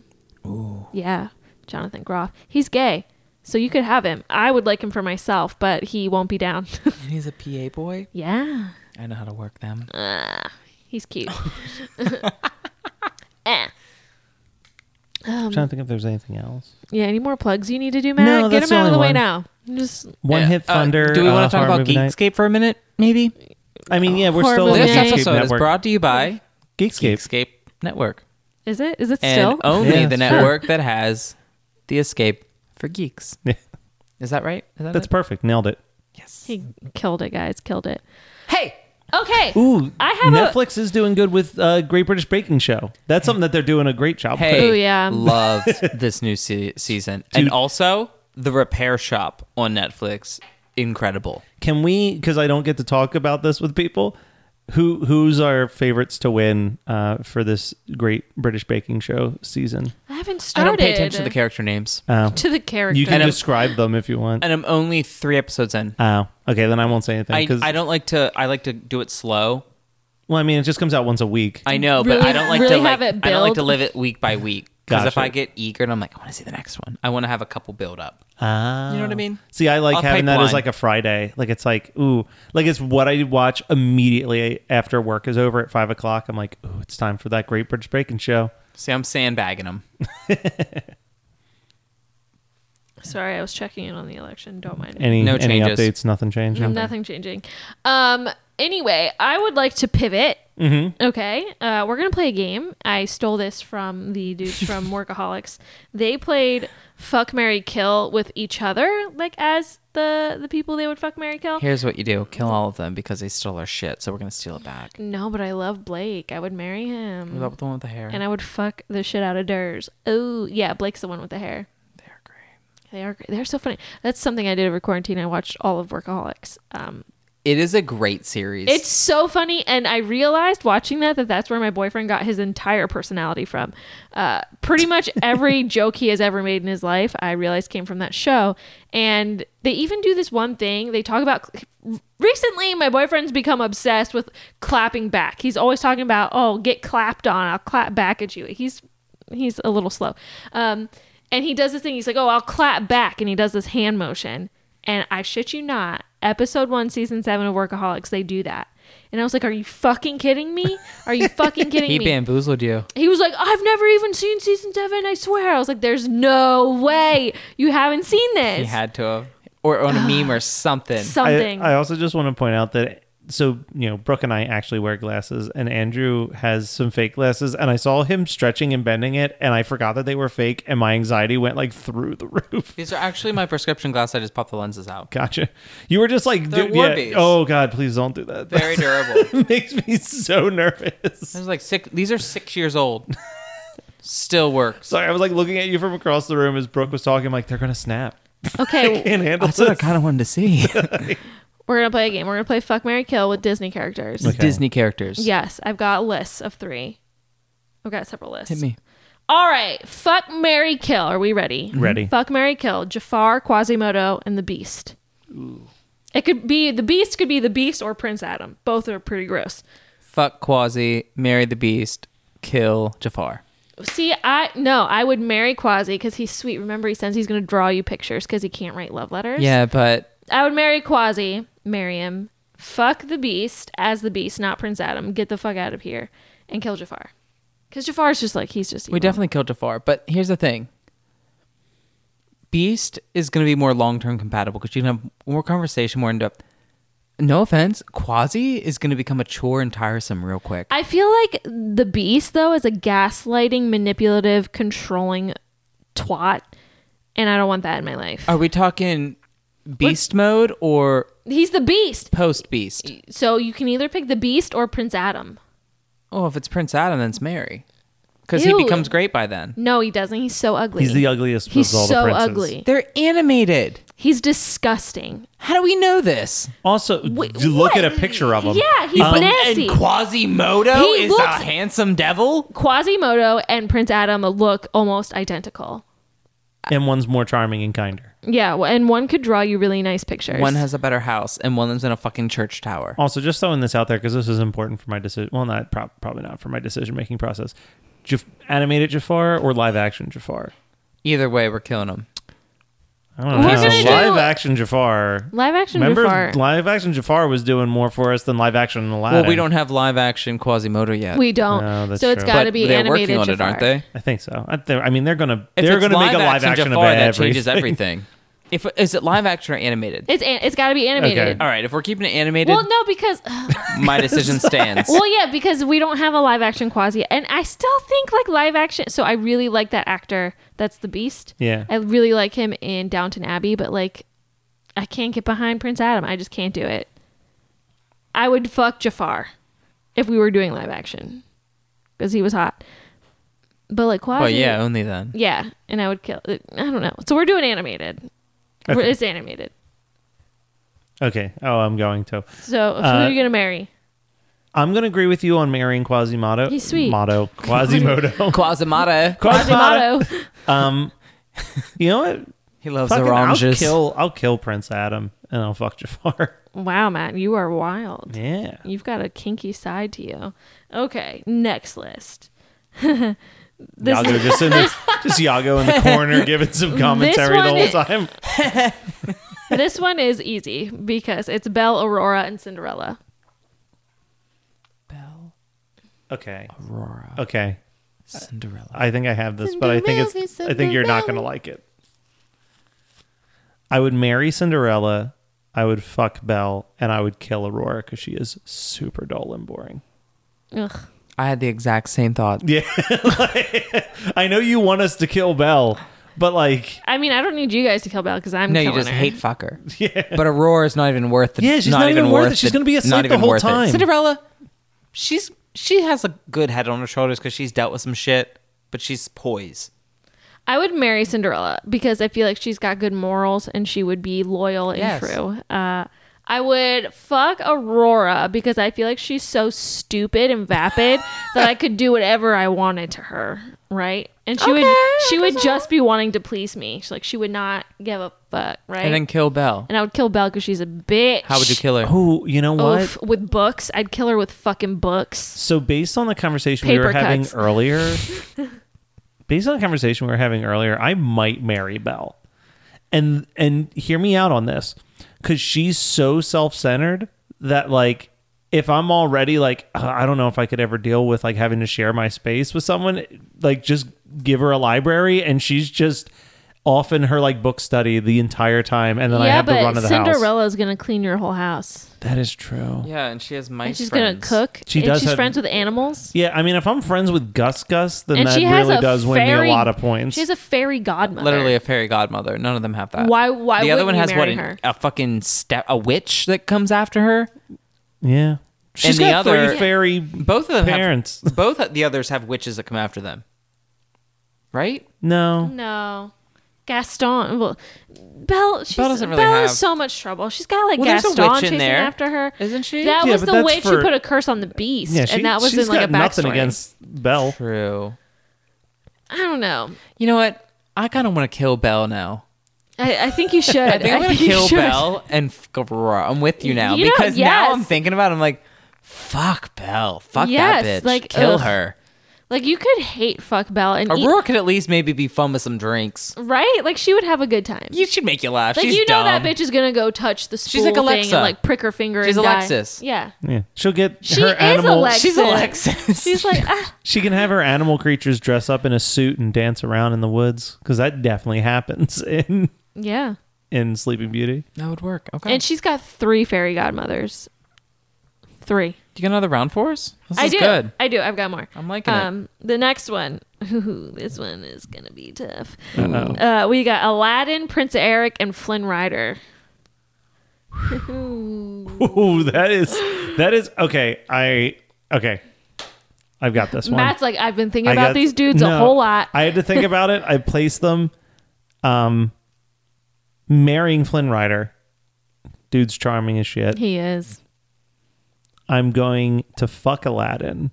[SPEAKER 2] Ooh. Yeah, Jonathan Groff. He's gay, so you could have him. I would like him for myself, but he won't be down.
[SPEAKER 3] And he's a PA boy.
[SPEAKER 2] yeah.
[SPEAKER 3] I know how to work them.
[SPEAKER 2] He's cute. Eh.
[SPEAKER 1] I'm trying to think if there's anything else.
[SPEAKER 5] Uh,
[SPEAKER 2] Yeah, any more plugs you need to do, Matt?
[SPEAKER 1] No,
[SPEAKER 2] Get
[SPEAKER 1] that's
[SPEAKER 2] them out
[SPEAKER 1] the
[SPEAKER 2] of the
[SPEAKER 1] only
[SPEAKER 2] way
[SPEAKER 1] one.
[SPEAKER 2] now. Just
[SPEAKER 1] One hit
[SPEAKER 5] Uh,
[SPEAKER 1] thunder.
[SPEAKER 5] do we
[SPEAKER 1] want to
[SPEAKER 5] talk about Geekscape for a minute? Maybe
[SPEAKER 1] I mean, yeah, we're
[SPEAKER 2] Horror
[SPEAKER 1] still
[SPEAKER 2] movie
[SPEAKER 1] in
[SPEAKER 5] this
[SPEAKER 1] the
[SPEAKER 2] night.
[SPEAKER 1] Geekscape
[SPEAKER 5] episode is
[SPEAKER 1] network.
[SPEAKER 5] brought to you by
[SPEAKER 1] Geekscape.
[SPEAKER 5] Geekscape Network.
[SPEAKER 2] is it? Is it
[SPEAKER 5] and
[SPEAKER 2] still?
[SPEAKER 3] oh.
[SPEAKER 5] only
[SPEAKER 1] Yeah,
[SPEAKER 5] the
[SPEAKER 1] sure.
[SPEAKER 5] network that has the escape for geeks.
[SPEAKER 1] Yeah,
[SPEAKER 5] Is that right? Is that
[SPEAKER 1] That's
[SPEAKER 5] it?
[SPEAKER 1] perfect. Nailed it.
[SPEAKER 5] yes.
[SPEAKER 2] He killed it, guys. Killed it.
[SPEAKER 5] Hey,
[SPEAKER 2] Okay.
[SPEAKER 1] Ooh,
[SPEAKER 2] I have a-
[SPEAKER 1] Netflix is doing good with uh, Great British Baking Show. That's something that they're doing a great job.
[SPEAKER 5] hey,
[SPEAKER 2] Ooh, yeah.
[SPEAKER 5] love this new se- season, and also the Repair Shop on Netflix
[SPEAKER 3] incredible.
[SPEAKER 1] Can we? Because I don't get to talk about this with people. Who who's our favorites to win uh, for this great British baking show season?
[SPEAKER 2] I haven't
[SPEAKER 3] I
[SPEAKER 2] started.
[SPEAKER 3] don't pay attention to the character names,
[SPEAKER 1] Uh,
[SPEAKER 2] to the character.
[SPEAKER 1] you can
[SPEAKER 3] And I'm-
[SPEAKER 1] describe them if you want.
[SPEAKER 3] and I'm only three episodes in.
[SPEAKER 1] Oh, okay, then I won't say anything.
[SPEAKER 3] I,
[SPEAKER 1] 'cause-
[SPEAKER 3] I don't like to. I like to do it slow.
[SPEAKER 1] Well, I mean, it just comes out once a week.
[SPEAKER 3] I know, but
[SPEAKER 2] Really-
[SPEAKER 3] I don't like
[SPEAKER 2] really
[SPEAKER 3] to like,
[SPEAKER 2] have it
[SPEAKER 3] I don't like to
[SPEAKER 2] build?
[SPEAKER 3] live it week by week because if
[SPEAKER 1] Gotcha.
[SPEAKER 3] I get eager and I'm like, I want to see the next one. I want to have a couple build up.
[SPEAKER 1] Ah.
[SPEAKER 3] You know what I mean?
[SPEAKER 1] See, I like
[SPEAKER 3] I'll
[SPEAKER 1] having that as
[SPEAKER 3] pipeline.
[SPEAKER 1] like a Friday. Like it's like ooh, like it's what I watch immediately after work is over at five o'clock. I'm like, ooh, it's time for that Great British Baking Show.
[SPEAKER 3] See, I'm sandbagging them.
[SPEAKER 2] Sorry, I was checking in on the election. Don't mind. me.
[SPEAKER 1] Any
[SPEAKER 3] No
[SPEAKER 1] any
[SPEAKER 3] changes.
[SPEAKER 1] updates? Nothing changed.
[SPEAKER 2] Nothing changing. Um. Anyway, I would like to pivot. Mm-hmm. Okay. Uh, we're gonna play a game. I stole this from the dudes from Workaholics. They played fuck Mary kill with each other, like as the the people they would fuck Mary kill.
[SPEAKER 5] Here's what you do: kill all of them because they stole our shit. So we're gonna steal it back.
[SPEAKER 2] No, but I love Blake. I would marry him.
[SPEAKER 5] What about the one with the hair?
[SPEAKER 2] and I would fuck the shit out of Durs. Oh yeah, Blake's the one with the hair.
[SPEAKER 5] They're great.
[SPEAKER 2] They are great. They're so funny. That's something I did over quarantine. I watched all of Workaholics. Um,
[SPEAKER 3] It is a great series.
[SPEAKER 2] it's so funny, and I realized watching that that that's where my boyfriend got his entire personality from. Uh, pretty much every joke he has ever made in his life, I realized came from that show. And they even do this one thing. They talk about recently. My boyfriend's become obsessed with clapping back. He's always talking about, "Oh, get clapped on. I'll clap back at you." He's he's a little slow. Um, and he does this thing. He's like, "Oh, I'll clap back," and he does this hand motion. And I shit you not, episode one, season seven of Workaholics, they do that. And I was like, "Are you fucking kidding me? Are you fucking kidding
[SPEAKER 5] He
[SPEAKER 2] me?"
[SPEAKER 5] bamboozled you.
[SPEAKER 2] He was like, "I've never even seen season seven. I swear." I was like, "There's no way you haven't seen this."
[SPEAKER 5] He had to have, or on a meme or something.
[SPEAKER 2] Something.
[SPEAKER 1] I, I also just want to point out that so you know Brooke and I actually wear glasses, and Andrew has some fake glasses, and I saw him stretching and bending it, and I forgot that they were fake, and my anxiety went like through the roof.
[SPEAKER 3] These are actually my prescription glass. I just popped the lenses out.
[SPEAKER 1] Gotcha. You were just like,
[SPEAKER 3] They're
[SPEAKER 1] dude, yeah.
[SPEAKER 3] Warbies.
[SPEAKER 1] oh god, please don't do that.
[SPEAKER 3] Very durable.
[SPEAKER 1] It makes me so nervous.
[SPEAKER 3] This is like six. These are six years old. Still works.
[SPEAKER 1] Sorry, I was like looking at you from across the room as Brooke was talking. like, they're gonna snap.
[SPEAKER 2] okay,
[SPEAKER 1] Can't handle
[SPEAKER 5] That's what I
[SPEAKER 1] this.
[SPEAKER 5] kind of wanted to see.
[SPEAKER 2] we're gonna play a game. We're gonna play Fuck Mary Kill with Disney characters.
[SPEAKER 1] Okay.
[SPEAKER 5] Disney characters.
[SPEAKER 2] Yes, I've got lists of three. I've got several lists.
[SPEAKER 5] Hit me.
[SPEAKER 2] All right, fuck Mary Kill. Are we ready?
[SPEAKER 1] Ready.
[SPEAKER 2] Fuck Mary Kill, Jafar, Quasimodo, and the Beast. It could be the Beast could be the Beast or Prince Adam. Both are pretty gross.
[SPEAKER 5] Fuck Quasi. Marry the Beast. Kill Jafar.
[SPEAKER 2] See, I no, I would marry Quasi because he's sweet. Remember, he says he's going to draw you pictures because he can't write love letters.
[SPEAKER 5] Yeah, but
[SPEAKER 2] I would marry Quasi, marry him, fuck the Beast as the Beast, not Prince Adam. Get the fuck out of here, and kill Jafar. Because Jafar's just like he's just.
[SPEAKER 5] we
[SPEAKER 2] evil.
[SPEAKER 5] definitely killed Jafar. But here's the thing. Beast is going to be more long term compatible because you can have more conversation, more in depth. No offense, Quasi is going to become a chore and tiresome real quick.
[SPEAKER 2] I feel like the beast though is a gaslighting, manipulative, controlling twat, and I don't want that in my life.
[SPEAKER 3] Oh.
[SPEAKER 5] Are we talking Beast mode or
[SPEAKER 2] He's the beast,
[SPEAKER 5] post Beast?
[SPEAKER 2] so you can either pick the beast or Prince Adam.
[SPEAKER 5] Oh, if it's Prince Adam, then it's Mary. Because he
[SPEAKER 2] Ew.
[SPEAKER 5] becomes great by then.
[SPEAKER 2] No, he doesn't. He's so ugly.
[SPEAKER 1] He's the ugliest.
[SPEAKER 2] He's
[SPEAKER 1] of all
[SPEAKER 2] so
[SPEAKER 1] the princes.
[SPEAKER 2] ugly.
[SPEAKER 5] They're animated.
[SPEAKER 2] He's disgusting.
[SPEAKER 5] How do we know this?
[SPEAKER 1] Also, you look at a picture of Um, him.
[SPEAKER 2] Yeah, he's nasty.
[SPEAKER 5] Um, And Quasimodo
[SPEAKER 2] He
[SPEAKER 5] is
[SPEAKER 2] looks-
[SPEAKER 5] a handsome devil?
[SPEAKER 2] Quasimodo and Prince Adam look almost identical.
[SPEAKER 1] and one's more charming and kinder.
[SPEAKER 2] Yeah, well, and one could draw you really nice pictures.
[SPEAKER 5] One has a better house and one lives in a fucking church tower.
[SPEAKER 1] Also, just throwing this out there because this is important for my decision. Well, not prob- probably not for my decision making process. Jaf- animated Jafar or live action Jafar?
[SPEAKER 5] Either way, we're killing him.
[SPEAKER 1] I don't
[SPEAKER 2] We're
[SPEAKER 1] know.
[SPEAKER 2] gonna do-
[SPEAKER 1] Live action Jafar.
[SPEAKER 2] live action
[SPEAKER 1] Remember,
[SPEAKER 2] Jafar.
[SPEAKER 1] live action Jafar was doing more for us than live action Aladdin.
[SPEAKER 5] Well, we don't have live action Quasimodo yet.
[SPEAKER 2] we don't.
[SPEAKER 1] No, that's
[SPEAKER 2] so it's
[SPEAKER 1] true.
[SPEAKER 2] got
[SPEAKER 5] but
[SPEAKER 2] to be
[SPEAKER 5] they're working
[SPEAKER 2] animated.
[SPEAKER 5] on it,
[SPEAKER 2] Jafar.
[SPEAKER 5] aren't they?
[SPEAKER 1] I think so. I, th- I mean, they're gonna
[SPEAKER 5] If
[SPEAKER 1] they're
[SPEAKER 5] it's
[SPEAKER 1] gonna make a live action,
[SPEAKER 5] Jafar,
[SPEAKER 1] of
[SPEAKER 5] that
[SPEAKER 1] everything.
[SPEAKER 5] changes everything. If is it live action or animated?
[SPEAKER 2] It's an- it's got to be animated.
[SPEAKER 1] Okay.
[SPEAKER 5] All right, if we're keeping it animated,
[SPEAKER 2] Well, no, because
[SPEAKER 5] my decision stands.
[SPEAKER 2] well, yeah, because we don't have a live action quasi, and I still think like live action. So I really like that actor. That's the Beast.
[SPEAKER 1] Yeah.
[SPEAKER 2] I really like him in Downton Abbey, but like, I can't get behind Prince Adam. I just can't do it. I would fuck Jafar if we were doing live action because he was hot. But like quasi,
[SPEAKER 5] Well, yeah, only then.
[SPEAKER 2] yeah, uh, and I would kill. I don't know. So we're doing animated. We're- It's animated.
[SPEAKER 1] Okay. Oh, I'm going to.
[SPEAKER 2] So, who
[SPEAKER 1] Uh,
[SPEAKER 2] are you gonna marry?
[SPEAKER 1] I'm going to agree with you on marrying Quasimodo.
[SPEAKER 2] He's sweet.
[SPEAKER 1] Motto. Quasimodo.
[SPEAKER 3] Quasimodo.
[SPEAKER 1] Quasimodo.
[SPEAKER 2] Quasimodo.
[SPEAKER 1] Um, you know what?
[SPEAKER 3] He loves
[SPEAKER 1] Fucking, I'll
[SPEAKER 3] oranges.
[SPEAKER 1] kill. I'll kill Prince Adam and I'll fuck Jafar.
[SPEAKER 2] wow, Matt, you are wild.
[SPEAKER 1] Yeah.
[SPEAKER 2] You've got a kinky side to you. Okay, next list. this,
[SPEAKER 1] Yago just in the, just Yago in the corner giving some commentary the
[SPEAKER 2] one
[SPEAKER 1] whole
[SPEAKER 2] is-
[SPEAKER 1] time.
[SPEAKER 2] this one is easy because it's Belle, Aurora, and Cinderella.
[SPEAKER 3] Belle,
[SPEAKER 1] Okay.
[SPEAKER 3] Aurora,
[SPEAKER 1] Okay.
[SPEAKER 3] Cinderella.
[SPEAKER 1] I think I have this, but I think it's. I think you're not gonna like it. I would marry Cinderella. I would fuck Belle, and I would kill Aurora because she is super dull and boring.
[SPEAKER 2] Ugh.
[SPEAKER 3] I had the exact same thought.
[SPEAKER 1] Yeah, I know you want us to kill Belle, but like,
[SPEAKER 2] I mean, I don't need you guys to kill Belle because I'm
[SPEAKER 3] No, you
[SPEAKER 2] killing
[SPEAKER 3] just
[SPEAKER 2] her.
[SPEAKER 3] hate fucker. Yeah. But Aurora's not even worth it.
[SPEAKER 1] Yeah, she's not even worth it. She's gonna be asleep
[SPEAKER 3] not
[SPEAKER 1] the
[SPEAKER 3] even
[SPEAKER 1] whole
[SPEAKER 3] worth it.
[SPEAKER 1] time.
[SPEAKER 3] Cinderella, she's she has a good head on her shoulders because she's dealt with some shit, but she's poised.
[SPEAKER 2] I would marry Cinderella because I feel like she's got good morals and she would be loyal and
[SPEAKER 3] Yes.
[SPEAKER 2] true. Uh, I would fuck Aurora because I feel like she's so stupid and vapid that I could do whatever I wanted to her, right? And she would she would just be wanting to please me. She, like she would not give a fuck, right?
[SPEAKER 3] And
[SPEAKER 2] And,
[SPEAKER 3] then kill Belle.
[SPEAKER 2] I would kill Belle because she's a bitch.
[SPEAKER 3] How would you kill her?
[SPEAKER 1] oh, you know what?
[SPEAKER 2] Oof, with books? I'd kill her with fucking books.
[SPEAKER 1] So based on the conversation we
[SPEAKER 2] Paper
[SPEAKER 1] were having
[SPEAKER 2] cuts.
[SPEAKER 1] earlier, based on the conversation we were having earlier, I might marry Belle. And and hear me out on this cuz she's so self-centered that like if I'm already like "Uh, I don't know if I could ever deal with like having to share my space with someone, like just give her a library and she's just off in her like book study the entire time and then I
[SPEAKER 2] yeah,
[SPEAKER 1] have to
[SPEAKER 2] but
[SPEAKER 1] run to the house.
[SPEAKER 2] Cinderella's gonna clean your whole house.
[SPEAKER 1] That is true.
[SPEAKER 3] Yeah, and she has mice.
[SPEAKER 2] And she's
[SPEAKER 3] friends.
[SPEAKER 2] gonna cook.
[SPEAKER 1] She
[SPEAKER 2] and
[SPEAKER 1] does
[SPEAKER 2] She's
[SPEAKER 1] have-
[SPEAKER 2] friends with animals.
[SPEAKER 1] Yeah, I mean, if I'm friends with Gus Gus, then
[SPEAKER 2] and
[SPEAKER 1] that
[SPEAKER 2] she has
[SPEAKER 1] really
[SPEAKER 2] a
[SPEAKER 1] does win
[SPEAKER 2] fairy,
[SPEAKER 1] me a lot of points.
[SPEAKER 2] She has a fairy godmother.
[SPEAKER 3] Literally a fairy godmother. None of them have that.
[SPEAKER 2] Why- why
[SPEAKER 3] The other one
[SPEAKER 2] wouldn't you
[SPEAKER 3] has what
[SPEAKER 2] marry
[SPEAKER 3] an-
[SPEAKER 2] her?
[SPEAKER 3] a fucking step a witch that comes after her.
[SPEAKER 1] Yeah. she's
[SPEAKER 3] the
[SPEAKER 1] got
[SPEAKER 3] other-
[SPEAKER 1] three fairy
[SPEAKER 3] Both of them
[SPEAKER 1] parents.
[SPEAKER 3] Have, both of the others have witches that come after them. Right?
[SPEAKER 1] No.
[SPEAKER 2] No. Gaston. Well, Belle. She's,
[SPEAKER 3] Belle
[SPEAKER 2] Belle
[SPEAKER 3] doesn't really have-
[SPEAKER 2] is so much trouble. She's got like
[SPEAKER 3] Well, there's a
[SPEAKER 2] Gaston
[SPEAKER 3] witch in
[SPEAKER 2] chasing
[SPEAKER 3] there,
[SPEAKER 2] after her.
[SPEAKER 3] isn't she?
[SPEAKER 2] That
[SPEAKER 1] Yeah,
[SPEAKER 2] was
[SPEAKER 1] but
[SPEAKER 2] the
[SPEAKER 1] that's
[SPEAKER 2] witch
[SPEAKER 1] for-
[SPEAKER 2] who put a curse on the beast,
[SPEAKER 1] Yeah, she,
[SPEAKER 2] and that was in
[SPEAKER 1] she's
[SPEAKER 2] like
[SPEAKER 1] got
[SPEAKER 2] a backstory.
[SPEAKER 1] nothing against Belle.
[SPEAKER 3] True.
[SPEAKER 2] I don't know.
[SPEAKER 3] You know what? I kind of want to kill Belle now.
[SPEAKER 2] I, I think you should. I
[SPEAKER 3] think I'm gonna
[SPEAKER 2] you
[SPEAKER 3] kill
[SPEAKER 2] should.
[SPEAKER 3] Belle and f- Aurora. I'm with you now
[SPEAKER 2] You know,
[SPEAKER 3] because now
[SPEAKER 2] yes.
[SPEAKER 3] I'm thinking about. It, I'm like, fuck Belle, fuck
[SPEAKER 2] Yes,
[SPEAKER 3] that bitch,
[SPEAKER 2] like,
[SPEAKER 3] kill
[SPEAKER 2] ugh.
[SPEAKER 3] her.
[SPEAKER 2] Like you could hate fuck Belle and eat-
[SPEAKER 3] Aurora could at least maybe be fun with some drinks.
[SPEAKER 2] right? Like she would have a good time.
[SPEAKER 3] You should make you laugh.
[SPEAKER 2] like
[SPEAKER 3] She's
[SPEAKER 2] you
[SPEAKER 3] dumb.
[SPEAKER 2] know that bitch is gonna go touch the spool
[SPEAKER 3] She's like
[SPEAKER 2] thing
[SPEAKER 3] Alexa.
[SPEAKER 2] and like prick her finger.
[SPEAKER 3] She's
[SPEAKER 2] and die.
[SPEAKER 3] Alexis.
[SPEAKER 2] Yeah,
[SPEAKER 1] Yeah. She'll get
[SPEAKER 2] She
[SPEAKER 1] her
[SPEAKER 2] is
[SPEAKER 1] animal
[SPEAKER 2] Alexa.
[SPEAKER 3] She's
[SPEAKER 2] Excellent.
[SPEAKER 3] Alexis.
[SPEAKER 2] she's like ah.
[SPEAKER 1] she can have her animal creatures dress up in a suit and dance around in the woods cuz that definitely happens in
[SPEAKER 2] yeah.
[SPEAKER 1] in Sleeping Beauty.
[SPEAKER 3] that would work. Okay.
[SPEAKER 2] And she's got three fairy godmothers. Three.
[SPEAKER 3] do you got another round for us? This
[SPEAKER 2] I
[SPEAKER 3] is
[SPEAKER 2] do.
[SPEAKER 3] good.
[SPEAKER 2] I do. I've got more. Um,
[SPEAKER 3] I'm liking it.
[SPEAKER 2] The next one. Ooh, this one is gonna be tough.
[SPEAKER 1] Uh-oh.
[SPEAKER 2] Uh, we got Aladdin, Prince Eric, and Flynn Rider.
[SPEAKER 1] Ooh, that is that is okay. I okay. I've got this one.
[SPEAKER 2] Matt's like, I've been thinking
[SPEAKER 1] I
[SPEAKER 2] about
[SPEAKER 1] got-
[SPEAKER 2] these dudes
[SPEAKER 1] no,
[SPEAKER 2] a whole lot.
[SPEAKER 1] I had to think about it. I placed them. Um, marrying Flynn Rider, dude's charming as shit.
[SPEAKER 2] he is.
[SPEAKER 1] I'm going to fuck Aladdin,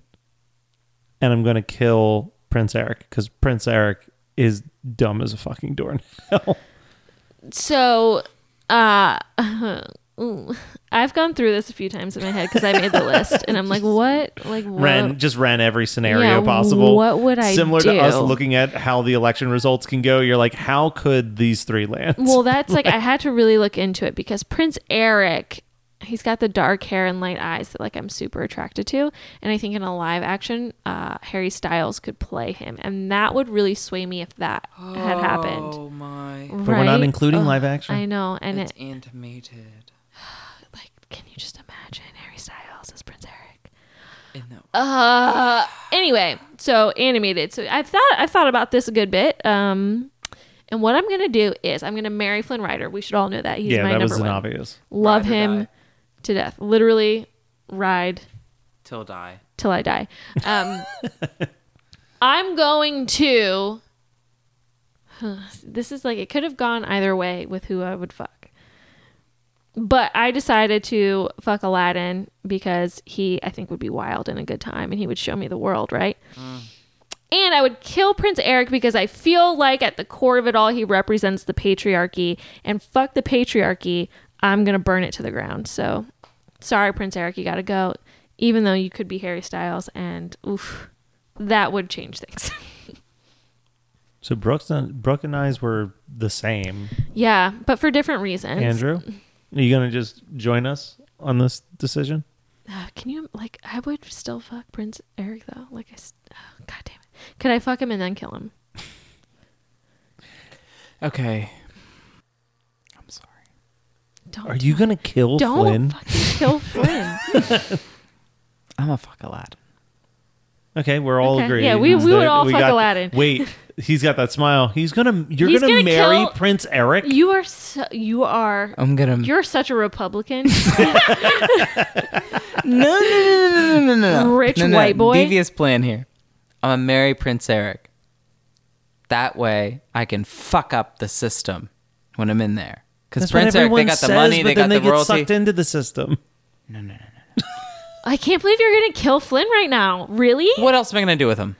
[SPEAKER 1] and I'm going to kill Prince Eric because Prince Eric is dumb as a fucking doornail.
[SPEAKER 2] So, uh, ooh. I've gone through this a few times in my head because I made the list, and I'm like, what? Like, what?
[SPEAKER 1] ran just ran every scenario
[SPEAKER 2] Yeah,
[SPEAKER 1] possible.
[SPEAKER 2] what would I
[SPEAKER 1] Similar to us
[SPEAKER 2] do?
[SPEAKER 1] looking at how the election results can go. You're like, how could these three land?
[SPEAKER 2] Well, that's like I had to really look into it because Prince Eric, he's got the dark hair and light eyes that like I'm super attracted to, and I think in a live action, uh, Harry Styles could play him, and that would really sway me if that had happened.
[SPEAKER 3] my!
[SPEAKER 1] but we're not
[SPEAKER 2] Right?
[SPEAKER 1] including
[SPEAKER 2] Ugh,
[SPEAKER 1] live action.
[SPEAKER 2] I know, and it,
[SPEAKER 3] animated
[SPEAKER 2] like, can you just imagine Harry Styles as Prince Eric?
[SPEAKER 3] in the
[SPEAKER 2] Uh, anyway, so animated. So I thought I thought about this a good bit. Um, and what I'm gonna do is I'm gonna marry Flynn Rider. We should all know that he's
[SPEAKER 1] yeah,
[SPEAKER 2] my
[SPEAKER 1] that
[SPEAKER 2] number
[SPEAKER 1] was an
[SPEAKER 2] one.
[SPEAKER 1] obvious.
[SPEAKER 2] Love
[SPEAKER 3] Ride or
[SPEAKER 2] him
[SPEAKER 3] die.
[SPEAKER 2] to death. Literally, ride
[SPEAKER 3] till die.
[SPEAKER 2] till I die. Um, I'm going to. This is like it could have gone either way with who I would fuck. But I decided to fuck Aladdin because he, I think, would be wild and a good time and he would show me the world, right? And I would kill Prince Eric because I feel like at the core of it all, he represents the patriarchy. And fuck the patriarchy. I'm going to burn it to the ground. So sorry, Prince Eric, you got to go. Even though you could be Harry Styles, and oof, that would change things.
[SPEAKER 1] So Brooks and Brooke and I's were the same.
[SPEAKER 2] yeah, but for different reasons.
[SPEAKER 1] Andrew, are you gonna just join us on this decision?
[SPEAKER 2] Uh, can you like? I would still fuck Prince Eric though. Like I, s- oh, god damn it. Could I fuck him and then kill him?
[SPEAKER 3] Okay. I'm sorry.
[SPEAKER 2] Don't.
[SPEAKER 1] Are you gonna kill
[SPEAKER 2] don't
[SPEAKER 1] Flynn?
[SPEAKER 2] fucking kill Flynn.
[SPEAKER 3] I'm a fuck Aladdin.
[SPEAKER 1] Okay, we're all
[SPEAKER 2] Okay.
[SPEAKER 1] agreed.
[SPEAKER 2] Yeah, we- we would
[SPEAKER 1] That
[SPEAKER 2] all fuck
[SPEAKER 1] got-
[SPEAKER 2] Aladdin.
[SPEAKER 1] Wait, he's got that smile. He's gonna you're
[SPEAKER 2] He's
[SPEAKER 1] gonna,
[SPEAKER 2] gonna
[SPEAKER 1] marry
[SPEAKER 2] kill-
[SPEAKER 1] Prince Eric.
[SPEAKER 2] you are. So, you are.
[SPEAKER 3] I'm gonna.
[SPEAKER 2] You're such a Republican.
[SPEAKER 3] no, no, no, no, no, no, no.
[SPEAKER 2] Rich
[SPEAKER 3] No, no,
[SPEAKER 2] white boy?
[SPEAKER 3] Devious plan here. I'm gonna marry Prince Eric. That way, I can fuck up the system when I'm in there. Because
[SPEAKER 1] That's what
[SPEAKER 3] Prince Eric,
[SPEAKER 1] everyone
[SPEAKER 3] they got the
[SPEAKER 1] says,
[SPEAKER 3] money,
[SPEAKER 1] but
[SPEAKER 3] they got
[SPEAKER 1] then
[SPEAKER 3] the
[SPEAKER 1] they get
[SPEAKER 3] royalty.
[SPEAKER 1] sucked into the system.
[SPEAKER 2] I can't believe you're gonna kill Flynn right now. Really?
[SPEAKER 3] What else am I gonna do with him?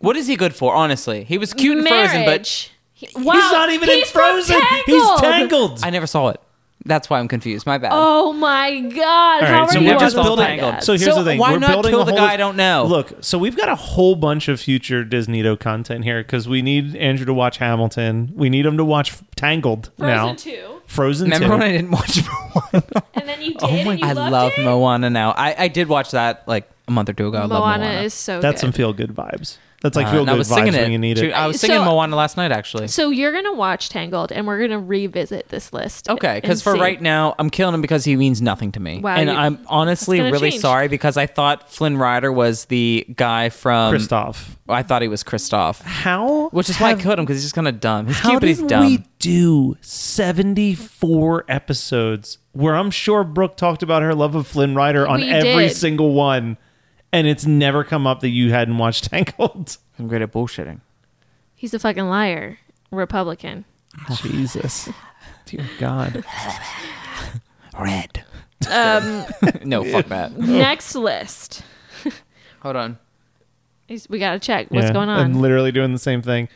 [SPEAKER 3] What is he good for? Honestly, he was cute and Frozen, but
[SPEAKER 2] Marriage. He- wow,
[SPEAKER 1] he's not even in
[SPEAKER 2] he's from
[SPEAKER 1] Frozen. He's tangled.
[SPEAKER 3] I never saw it. That's why I'm confused. My bad.
[SPEAKER 2] Oh my god!
[SPEAKER 1] All
[SPEAKER 2] How
[SPEAKER 1] right,
[SPEAKER 2] are
[SPEAKER 1] so
[SPEAKER 2] you
[SPEAKER 1] we're
[SPEAKER 2] on
[SPEAKER 1] just
[SPEAKER 2] top of
[SPEAKER 1] building.
[SPEAKER 2] that?
[SPEAKER 1] So here's
[SPEAKER 3] So
[SPEAKER 1] the thing:
[SPEAKER 3] why
[SPEAKER 1] we're
[SPEAKER 3] not
[SPEAKER 1] building
[SPEAKER 3] kill
[SPEAKER 1] a
[SPEAKER 3] the
[SPEAKER 1] whole-
[SPEAKER 3] guy I don't know?
[SPEAKER 1] Look, so we've got a whole bunch of future Disney Do content here because we need Andrew to watch Hamilton. We need him to watch Tangled
[SPEAKER 2] Frozen
[SPEAKER 1] now.
[SPEAKER 2] two,
[SPEAKER 1] Frozen
[SPEAKER 3] Remember
[SPEAKER 1] two.
[SPEAKER 3] when I didn't watch Moana?
[SPEAKER 2] and then you did.
[SPEAKER 1] Oh my-
[SPEAKER 2] and you
[SPEAKER 3] I
[SPEAKER 2] loved
[SPEAKER 3] love
[SPEAKER 2] it?
[SPEAKER 3] Moana now. I, I did watch that like a month or two ago. I
[SPEAKER 2] Moana.
[SPEAKER 3] love Moana.
[SPEAKER 2] is so.
[SPEAKER 1] That's
[SPEAKER 2] good.
[SPEAKER 1] some feel good vibes. That's like
[SPEAKER 3] Uh,
[SPEAKER 1] feel
[SPEAKER 3] and I
[SPEAKER 1] good
[SPEAKER 3] was
[SPEAKER 1] vibes
[SPEAKER 3] singing
[SPEAKER 1] when
[SPEAKER 3] it.
[SPEAKER 1] you need
[SPEAKER 3] Dude,
[SPEAKER 1] it.
[SPEAKER 3] I was singing
[SPEAKER 2] So-
[SPEAKER 3] Moana last night actually.
[SPEAKER 2] So you're gonna watch Tangled, and we're gonna revisit this list.
[SPEAKER 3] Okay, because
[SPEAKER 2] and
[SPEAKER 3] for
[SPEAKER 2] see.
[SPEAKER 3] right now, I'm killing him because he means nothing to me,
[SPEAKER 2] Wow,
[SPEAKER 3] and
[SPEAKER 2] you-
[SPEAKER 3] I'm honestly
[SPEAKER 2] that's gonna
[SPEAKER 3] really
[SPEAKER 2] change.
[SPEAKER 3] sorry because I thought Flynn Rider was the guy from.
[SPEAKER 1] Kristoff,
[SPEAKER 3] I thought he was Kristoff,
[SPEAKER 1] um, how?
[SPEAKER 3] which is why I killed him because he's just kind of dumb. He's
[SPEAKER 1] How
[SPEAKER 3] cute, but he's
[SPEAKER 1] did
[SPEAKER 3] dumb.
[SPEAKER 1] we do seventy four episodes where I'm sure Brooke talked about her love of Flynn Rider on
[SPEAKER 2] We
[SPEAKER 1] every
[SPEAKER 2] did.
[SPEAKER 1] single one, and it's never come up that you hadn't watched Tangled.
[SPEAKER 3] I'm great at bullshitting.
[SPEAKER 2] he's a fucking liar, Republican.
[SPEAKER 1] Jesus, dear God.
[SPEAKER 3] Red.
[SPEAKER 2] Um,
[SPEAKER 3] no, fuck that.
[SPEAKER 2] next list.
[SPEAKER 3] Hold on.
[SPEAKER 2] He's- We gotta check what's
[SPEAKER 1] Yeah,
[SPEAKER 2] going
[SPEAKER 1] And
[SPEAKER 2] on.
[SPEAKER 1] literally doing the same thing.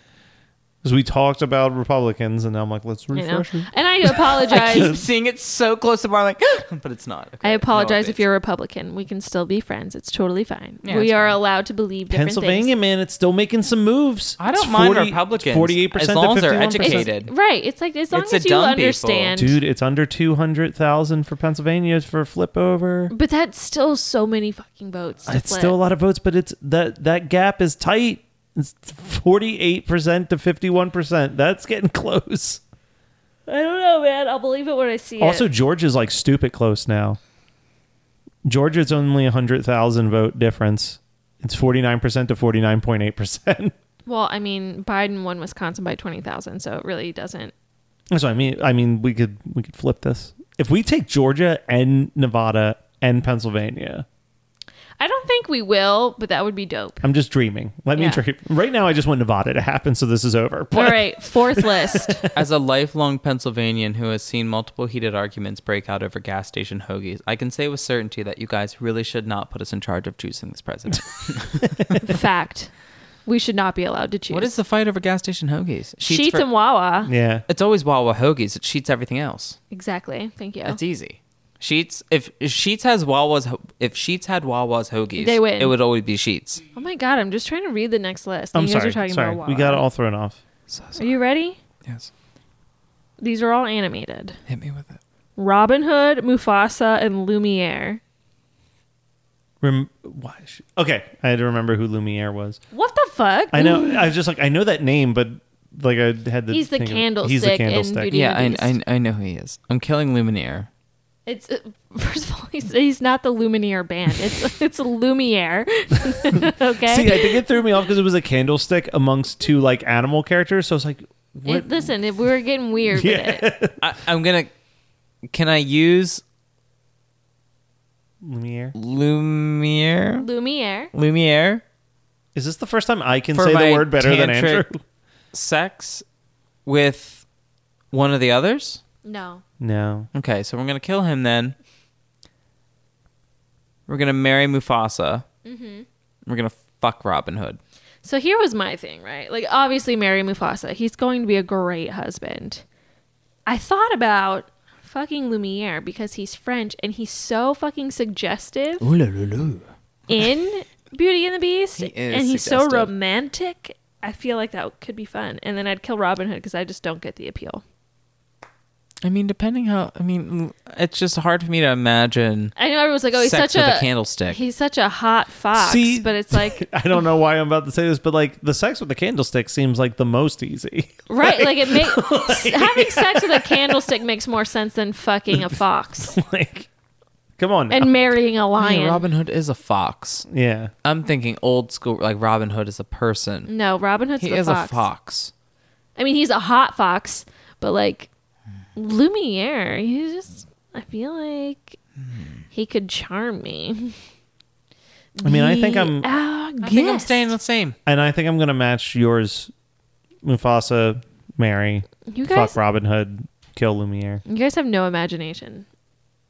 [SPEAKER 1] Because we talked about Republicans, and now I'm like, let's
[SPEAKER 2] You know?
[SPEAKER 1] refresh it.
[SPEAKER 2] And I
[SPEAKER 3] I keep
[SPEAKER 2] apologize.
[SPEAKER 3] seeing it so close to bar, like, but it's not. Okay,
[SPEAKER 2] I
[SPEAKER 3] no
[SPEAKER 2] apologize if
[SPEAKER 3] updates.
[SPEAKER 2] you're Republican. We can still be friends. It's totally fine.
[SPEAKER 3] Yeah,
[SPEAKER 2] we
[SPEAKER 3] it's
[SPEAKER 2] are
[SPEAKER 3] fine.
[SPEAKER 2] allowed to believe different
[SPEAKER 1] Pennsylvania, man, it's still making some moves.
[SPEAKER 3] I don't
[SPEAKER 1] It's
[SPEAKER 3] mind Republicans,
[SPEAKER 1] Forty-eight percent
[SPEAKER 3] as long as they're
[SPEAKER 2] things. It's-
[SPEAKER 3] educated.
[SPEAKER 2] right. It's like as long
[SPEAKER 3] It's the
[SPEAKER 2] as you
[SPEAKER 3] dumb people.
[SPEAKER 2] understand.
[SPEAKER 1] Dude, it's under two hundred thousand for Pennsylvania for flip over.
[SPEAKER 2] But that's still so many fucking votes. To
[SPEAKER 1] It's
[SPEAKER 2] flip.
[SPEAKER 1] still a lot of votes, but it's that that gap is tight. It's forty-eight percent to fifty-one percent. That's getting close.
[SPEAKER 2] I don't know, man. I'll believe it when I see
[SPEAKER 1] Also,
[SPEAKER 2] it.
[SPEAKER 1] Georgia's like stupid close now. Georgia's only a hundred thousand vote difference. It's forty-nine percent to forty-nine point eight percent.
[SPEAKER 2] Well, I mean, Biden won Wisconsin by twenty thousand, so it really doesn't.
[SPEAKER 1] That's what I mean. I mean, we could we could flip this if we take Georgia and Nevada and Pennsylvania.
[SPEAKER 2] I don't think we will, but that would be dope.
[SPEAKER 1] I'm just dreaming. Let
[SPEAKER 2] Yeah.
[SPEAKER 1] me dream. Right now, I just want Nevada to happen, so this is over.
[SPEAKER 2] All
[SPEAKER 1] But
[SPEAKER 2] right, fourth list.
[SPEAKER 3] As a lifelong Pennsylvanian who has seen multiple heated arguments break out over gas station hoagies, I can say with certainty that you guys really should not put us in charge of choosing this president.
[SPEAKER 2] Fact: We should not be allowed to choose.
[SPEAKER 3] what is the fight over gas station hoagies?
[SPEAKER 2] sheets,
[SPEAKER 3] for-
[SPEAKER 2] and Wawa?
[SPEAKER 1] yeah,
[SPEAKER 3] It's always Wawa hoagies. It sheets everything else.
[SPEAKER 2] Exactly. Thank you.
[SPEAKER 3] It's easy. Sheets. If, if Sheets has Wawa's, ho- if Sheets had Wawa's hoagies,
[SPEAKER 2] They win.
[SPEAKER 3] It would always be Sheets.
[SPEAKER 2] oh my god, I'm just trying to read the next list. and
[SPEAKER 1] e- I'm
[SPEAKER 2] you guys
[SPEAKER 1] sorry.
[SPEAKER 2] are talking
[SPEAKER 1] sorry,
[SPEAKER 2] about Wawa.
[SPEAKER 1] we got all thrown off.
[SPEAKER 3] So,
[SPEAKER 2] Are you ready?
[SPEAKER 3] yes,
[SPEAKER 2] These are all animated.
[SPEAKER 3] hit me with it.
[SPEAKER 2] Robin Hood, Mufasa, and Lumiere.
[SPEAKER 1] Rem- why? is she- okay, I had to remember who Lumiere was.
[SPEAKER 2] What the fuck?
[SPEAKER 1] I know. I was just like, I know that name, but like I had the.
[SPEAKER 2] He's the
[SPEAKER 1] thing of-
[SPEAKER 2] candlestick
[SPEAKER 1] He's the
[SPEAKER 2] in
[SPEAKER 1] candlestick.
[SPEAKER 2] Beauty
[SPEAKER 3] Yeah,
[SPEAKER 2] and
[SPEAKER 3] I,
[SPEAKER 2] the Beast.
[SPEAKER 3] I, I know who he is. I'm killing Lumineer.
[SPEAKER 2] It's uh, first of all, he's, he's not the Lumineer band. It's it's Lumiere. okay.
[SPEAKER 1] See, I think it threw me off because it was a candlestick amongst two like animal characters. So I was like, what?
[SPEAKER 2] It- listen, if we're getting weird with it,
[SPEAKER 3] I, I'm gonna. Can I use
[SPEAKER 1] Lumiere.
[SPEAKER 3] Lumiere?
[SPEAKER 2] Lumiere.
[SPEAKER 3] Lumiere
[SPEAKER 1] Is this the first time I can
[SPEAKER 3] For
[SPEAKER 1] say the
[SPEAKER 3] my
[SPEAKER 1] word better than
[SPEAKER 3] tantric-
[SPEAKER 1] Andrew?
[SPEAKER 3] sex with one of the others?
[SPEAKER 2] No.
[SPEAKER 1] No.
[SPEAKER 3] Okay, so we're gonna kill him then. We're gonna marry Mufasa. Mm-hmm. We're gonna fuck Robin Hood.
[SPEAKER 2] So here was my thing, right? Like, obviously, marry Mufasa. He's going to be a great husband. I thought about fucking Lumiere because he's French and he's so fucking suggestive in Beauty and the Beast.
[SPEAKER 3] He is
[SPEAKER 2] and he's so
[SPEAKER 3] suggestive.
[SPEAKER 2] romantic. I feel like that could be fun. And then I'd kill Robin Hood because I just don't get the appeal.
[SPEAKER 3] I mean, depending how. I mean, it's just hard for me to imagine
[SPEAKER 2] I know everyone's like, oh, he's
[SPEAKER 3] sex
[SPEAKER 2] such
[SPEAKER 3] with
[SPEAKER 2] a.
[SPEAKER 3] a candlestick.
[SPEAKER 2] He's such a hot fox,
[SPEAKER 1] See-
[SPEAKER 2] but it's like
[SPEAKER 1] I don't know why I'm about to say this, but like the sex with the candlestick seems like the most easy.
[SPEAKER 2] right, like, it makes having sex with a candlestick makes more sense than fucking a fox
[SPEAKER 1] like, come on. now.
[SPEAKER 2] and marrying a
[SPEAKER 3] I mean,
[SPEAKER 2] lion.
[SPEAKER 3] Robin Hood is a fox.
[SPEAKER 1] yeah.
[SPEAKER 3] I'm thinking old school, like Robin Hood is a person.
[SPEAKER 2] No, Robin Hood's
[SPEAKER 3] he
[SPEAKER 2] the
[SPEAKER 3] is
[SPEAKER 2] fox.
[SPEAKER 3] a fox.
[SPEAKER 2] I mean, he's a hot fox, but like Lumiere, he's just. I feel like
[SPEAKER 3] Hmm.
[SPEAKER 2] he could charm me.
[SPEAKER 1] I mean, I think I'm,
[SPEAKER 2] Ah,
[SPEAKER 3] I think I'm staying the same.
[SPEAKER 1] and I think I'm gonna match yours, Mufasa, Mary,
[SPEAKER 2] You guys,
[SPEAKER 1] fuck Robin Hood, kill Lumiere.
[SPEAKER 2] you guys have no imagination,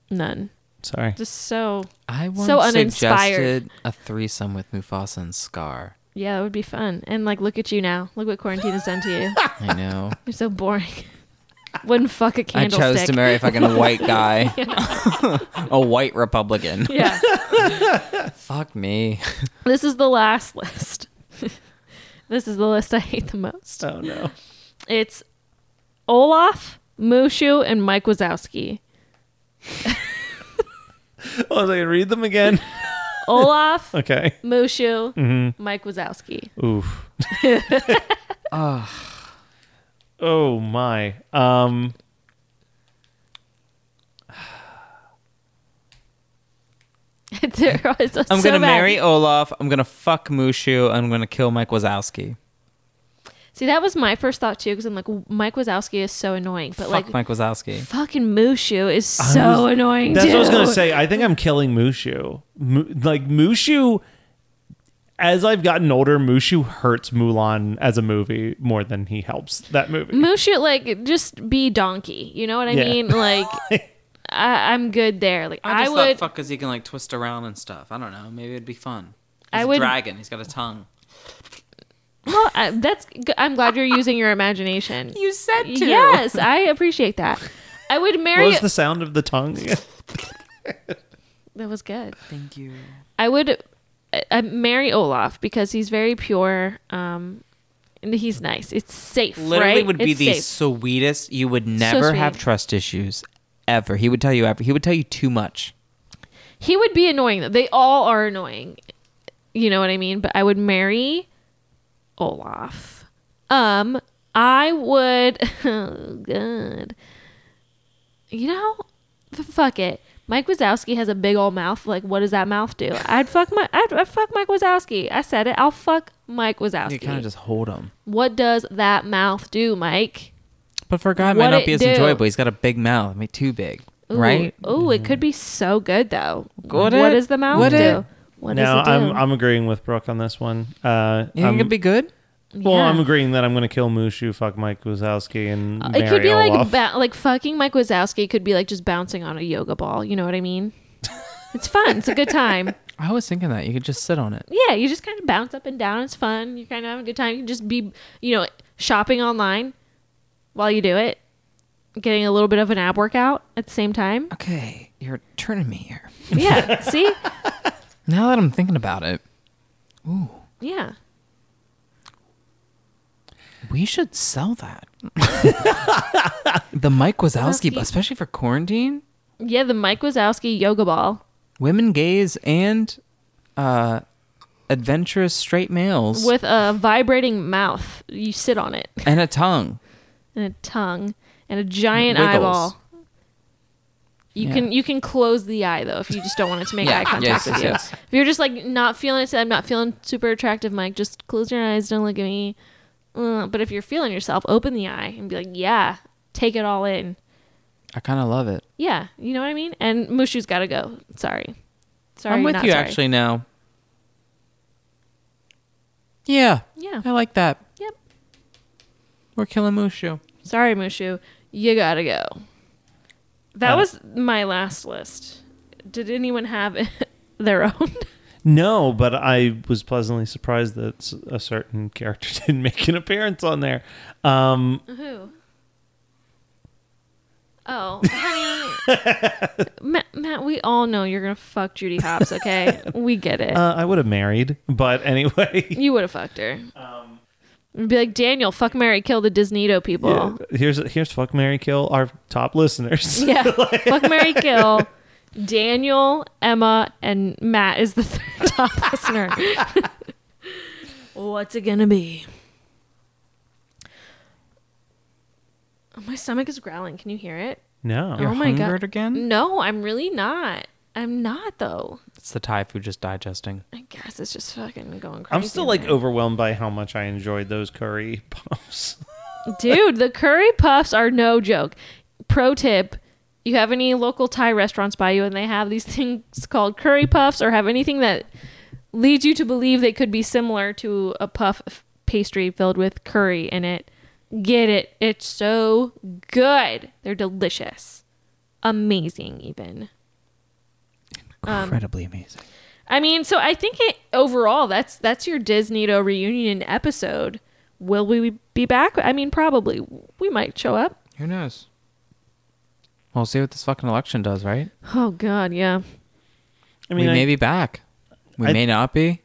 [SPEAKER 2] none.
[SPEAKER 1] Sorry.
[SPEAKER 2] Just so.
[SPEAKER 3] I once
[SPEAKER 2] uninspired.
[SPEAKER 3] suggested a threesome with Mufasa and Scar.
[SPEAKER 2] Yeah, that would be fun. And like, look at you now. Look what quarantine has done to you.
[SPEAKER 3] I know.
[SPEAKER 2] You're so boring. Wouldn't fuck a
[SPEAKER 3] I
[SPEAKER 2] candlestick.
[SPEAKER 3] chose to marry a fucking white guy, a white Republican.
[SPEAKER 2] Yeah.
[SPEAKER 3] Fuck me.
[SPEAKER 2] this is the last list. this is the list I hate the most.
[SPEAKER 1] Oh no.
[SPEAKER 2] It's Olaf, Mushu, and Mike Wazowski.
[SPEAKER 1] Oh, I can read them again.
[SPEAKER 2] Olaf,
[SPEAKER 1] Okay. Mm-hmm.
[SPEAKER 2] Mushu, Mike Wazowski.
[SPEAKER 1] Oof. Oh my. Um
[SPEAKER 2] They're all- it's
[SPEAKER 3] I'm
[SPEAKER 2] so
[SPEAKER 3] gonna
[SPEAKER 2] bad.
[SPEAKER 3] marry Olaf. I'm gonna fuck Mushu. I'm gonna kill Mike Wazowski.
[SPEAKER 2] See, that was my first thought too, because I'm like, Mike Wazowski is so annoying, but
[SPEAKER 3] fuck
[SPEAKER 2] like,
[SPEAKER 3] Mike Wazowski.
[SPEAKER 2] fucking Mushu is so annoying.
[SPEAKER 1] That's what I was gonna
[SPEAKER 2] dude.
[SPEAKER 1] say. I think I'm killing Mushu. Mu- like Mushu, as I've gotten older, Mushu hurts Mulan as a movie more than he helps that movie.
[SPEAKER 2] Mushu, like, just be donkey. You know what I
[SPEAKER 1] Yeah.
[SPEAKER 2] mean? Like, I, I'm good there. Like, I, would.
[SPEAKER 3] fuck because he can like twist around and stuff. I don't know. Maybe it'd be fun.
[SPEAKER 2] I He's a would- dragon.
[SPEAKER 3] He's got a tongue.
[SPEAKER 2] Well, I, that's. g- I'm glad you're using your imagination.
[SPEAKER 3] You said to.
[SPEAKER 2] Yes, I appreciate that. I would
[SPEAKER 1] What
[SPEAKER 2] marry.
[SPEAKER 1] was the sound of the tongue? again?
[SPEAKER 2] that was good.
[SPEAKER 3] Thank you.
[SPEAKER 2] I would uh, uh, marry Olaf because he's very pure. Um, and he's nice. It's safe.
[SPEAKER 3] Literally
[SPEAKER 2] right?
[SPEAKER 3] would be
[SPEAKER 2] It's
[SPEAKER 3] the
[SPEAKER 2] safe.
[SPEAKER 3] sweetest. You would never
[SPEAKER 2] sweet.
[SPEAKER 3] have trust issues ever. He would tell you ever. He would tell you too much.
[SPEAKER 2] He would be annoying though. They all are annoying. You know what I mean? But I would marry Olaf. Um, I would oh god. You know, f- fuck it. Mike Wazowski has a big old mouth. Like, what does that mouth do? I'd fuck my, I'd, I'd fuck Mike Wazowski. I said it. I'll fuck Mike
[SPEAKER 3] You
[SPEAKER 2] Wazowski.
[SPEAKER 3] kind of just hold him.
[SPEAKER 2] what does that mouth do, Mike?
[SPEAKER 3] But for a guy, it might
[SPEAKER 2] What
[SPEAKER 3] not
[SPEAKER 2] it
[SPEAKER 3] be as
[SPEAKER 2] do?
[SPEAKER 3] enjoyable. He's got a big mouth. I mean, too big,
[SPEAKER 2] Ooh,
[SPEAKER 3] right?
[SPEAKER 2] Ooh, it could be so good though.
[SPEAKER 3] Would
[SPEAKER 2] what
[SPEAKER 3] it?
[SPEAKER 2] does the mouth
[SPEAKER 3] Would
[SPEAKER 2] do?
[SPEAKER 3] it?
[SPEAKER 2] What
[SPEAKER 1] no,
[SPEAKER 2] does it do?
[SPEAKER 1] I'm I'm agreeing with Brooke on this one. Uh
[SPEAKER 3] You think
[SPEAKER 1] I'm-
[SPEAKER 3] it'd be good?
[SPEAKER 1] well,
[SPEAKER 2] Yeah.
[SPEAKER 1] I'm agreeing that I'm gonna kill Mushu, fuck Mike Wazowski, and
[SPEAKER 2] Uh,
[SPEAKER 1] marry
[SPEAKER 2] it could be
[SPEAKER 1] Olaf.
[SPEAKER 2] like ba- like fucking Mike Wazowski could be like just bouncing on a yoga ball. You know what I mean? it's fun. It's a good time.
[SPEAKER 3] I was thinking that you could just sit on it.
[SPEAKER 2] Yeah, you just kind of bounce up and down. It's fun. You're kind of having a good time. You can just be you know shopping online while you do it, getting a little bit of an ab workout at the same time.
[SPEAKER 3] Okay, you're turning me here.
[SPEAKER 2] Yeah. see.
[SPEAKER 3] Now that I'm thinking about it,
[SPEAKER 2] Yeah.
[SPEAKER 3] we should sell that. the Mike Wazowski, especially for quarantine,
[SPEAKER 2] Yeah, the Mike Wazowski yoga ball.
[SPEAKER 3] women, gays, and uh, adventurous straight males,
[SPEAKER 2] with a vibrating mouth. You sit on it,
[SPEAKER 3] and a tongue.
[SPEAKER 2] and a tongue, and a giant
[SPEAKER 3] Wiggles.
[SPEAKER 2] eyeball. You
[SPEAKER 3] Yeah.
[SPEAKER 2] can you can close the eye though if you just don't want it to make
[SPEAKER 3] Yeah.
[SPEAKER 2] eye
[SPEAKER 3] Yes,
[SPEAKER 2] contact with
[SPEAKER 3] yes,
[SPEAKER 2] you.
[SPEAKER 3] yes.
[SPEAKER 2] If you're just like not feeling it, say, I'm not feeling super attractive, Mike. Just close your eyes, don't look at me. Uh, but if you're feeling yourself, open the eye and be like, yeah, take it all in.
[SPEAKER 3] I kind of love it.
[SPEAKER 2] Yeah, you know what I mean. And Mushu's got to go. Sorry, sorry,
[SPEAKER 3] I'm with
[SPEAKER 2] not
[SPEAKER 3] you
[SPEAKER 2] sorry.
[SPEAKER 3] actually now. Yeah,
[SPEAKER 2] Yeah.
[SPEAKER 3] I like that.
[SPEAKER 2] Yep. Oh
[SPEAKER 3] We're killing Mushu.
[SPEAKER 2] Sorry, Mushu, you gotta go. That
[SPEAKER 3] Oh.
[SPEAKER 1] Uh,
[SPEAKER 2] was my last list. Did anyone have their own?
[SPEAKER 1] No, but I was pleasantly surprised that s- a certain character didn't make an appearance on there. Um,
[SPEAKER 2] Who? Oh, honey. Matt, Matt, we all know you're going to fuck Judy Hopps, okay? we get it.
[SPEAKER 1] uh, I would have married, but anyway.
[SPEAKER 2] you would have fucked her. You'd be like, Daniel, fuck Mary, kill the Disneyto people.
[SPEAKER 1] Yeah, here's here's fuck Mary Kill our top listeners.
[SPEAKER 2] Yeah. fuck Mary, kill. Daniel, Emma, and Matt is the third top listener. What's it going to be? Oh, My stomach is growling. Can you hear it?
[SPEAKER 1] No.
[SPEAKER 2] oh my god.
[SPEAKER 5] hungered
[SPEAKER 1] Mm-hmm.
[SPEAKER 5] again?
[SPEAKER 2] No, I'm really not. I'm not though.
[SPEAKER 5] It's the Thai food just digesting.
[SPEAKER 2] I guess it's just fucking going crazy.
[SPEAKER 1] I'm still like overwhelmed by how much I enjoyed those curry puffs.
[SPEAKER 2] dude, the curry puffs are no joke. Pro tip: you have any local Thai restaurants by you, and they have these things called curry puffs, or have anything that leads you to believe they could be similar to a puff f- pastry filled with curry in it. Get it? It's so good. They're delicious, amazing, even. Um,
[SPEAKER 5] Incredibly amazing.
[SPEAKER 2] I mean, so I think it, overall that's that's your Disneyto reunion episode. Will we be back? I mean, probably. We might show up.
[SPEAKER 5] Who knows? We'll see what this fucking election does, right?
[SPEAKER 2] Oh God, yeah.
[SPEAKER 1] I mean,
[SPEAKER 5] we
[SPEAKER 1] I,
[SPEAKER 5] may be back. We
[SPEAKER 1] I-
[SPEAKER 5] may not be.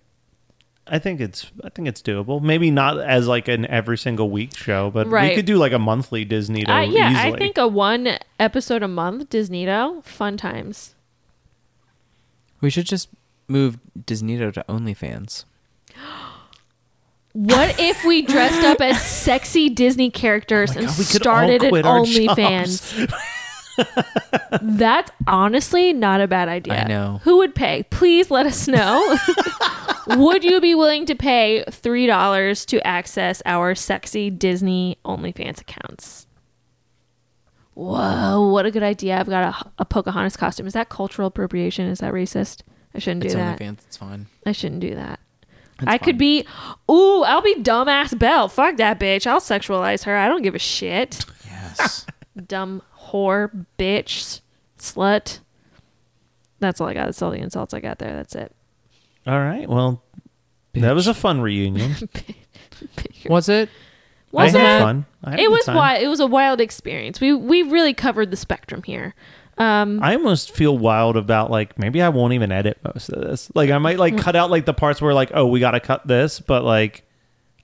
[SPEAKER 1] I think it's I think it's doable. Maybe not as like an every single week show, but
[SPEAKER 2] Right.
[SPEAKER 1] we could do like a monthly Disney.
[SPEAKER 2] I, yeah,
[SPEAKER 1] easily.
[SPEAKER 2] I think a one episode a month Disneyto fun times.
[SPEAKER 5] We should just move Disneyto to OnlyFans.
[SPEAKER 2] What if we dressed up as sexy Disney characters and
[SPEAKER 1] Oh God, we could all
[SPEAKER 2] started an
[SPEAKER 1] quit our
[SPEAKER 2] OnlyFans? That's honestly not a bad idea.
[SPEAKER 5] I know.
[SPEAKER 2] Who would pay? Please let us know. would you be willing to pay three dollars to access our sexy Disney OnlyFans accounts? Whoa, what a good idea! I've got a, a Pocahontas costume. Is that cultural appropriation? Is that racist? I shouldn't do
[SPEAKER 5] It's
[SPEAKER 2] that.
[SPEAKER 5] OnlyFans. It's fine.
[SPEAKER 2] I shouldn't do that. I could be, ooh, I'll be dumbass Belle. Fuck that bitch. I'll sexualize her. I don't give a shit.
[SPEAKER 5] Yes.
[SPEAKER 2] Dumb whore, bitch, slut. That's all I got. That's all the insults I got there. That's it.
[SPEAKER 1] All right. Well, that was a fun reunion.
[SPEAKER 5] Was it?
[SPEAKER 2] Was
[SPEAKER 1] I had
[SPEAKER 2] it?
[SPEAKER 1] fun. I had a
[SPEAKER 2] It
[SPEAKER 1] good
[SPEAKER 2] was
[SPEAKER 1] time.
[SPEAKER 2] wild. It was a wild experience. We we really covered the spectrum here.
[SPEAKER 1] I almost feel wild about like maybe I won't even edit most of this. Like I might
[SPEAKER 2] Mm.
[SPEAKER 1] like cut out like the parts where like oh we got to cut this, but like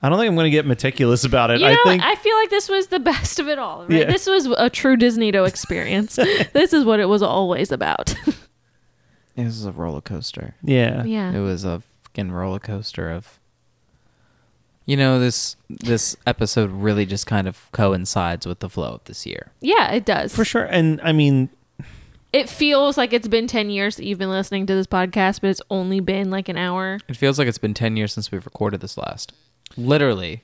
[SPEAKER 1] I don't think I'm going to get meticulous about it.
[SPEAKER 2] You know,
[SPEAKER 1] I
[SPEAKER 2] I,
[SPEAKER 1] think
[SPEAKER 2] feel like this was the best of it all. Right?
[SPEAKER 1] Yeah.
[SPEAKER 2] This was a true Disneyto experience. this is what it was always about.
[SPEAKER 5] It was a roller coaster.
[SPEAKER 1] yeah.
[SPEAKER 2] yeah.
[SPEAKER 5] It was a fucking roller coaster of. You know this this episode really just kind of coincides with the flow of this year.
[SPEAKER 2] Yeah, it does.
[SPEAKER 1] For sure. And I mean,
[SPEAKER 2] it feels like it's been 10 years that you've been listening to this podcast but it's only been like an hour
[SPEAKER 5] It feels like it's been ten years since we've recorded this last. Literally,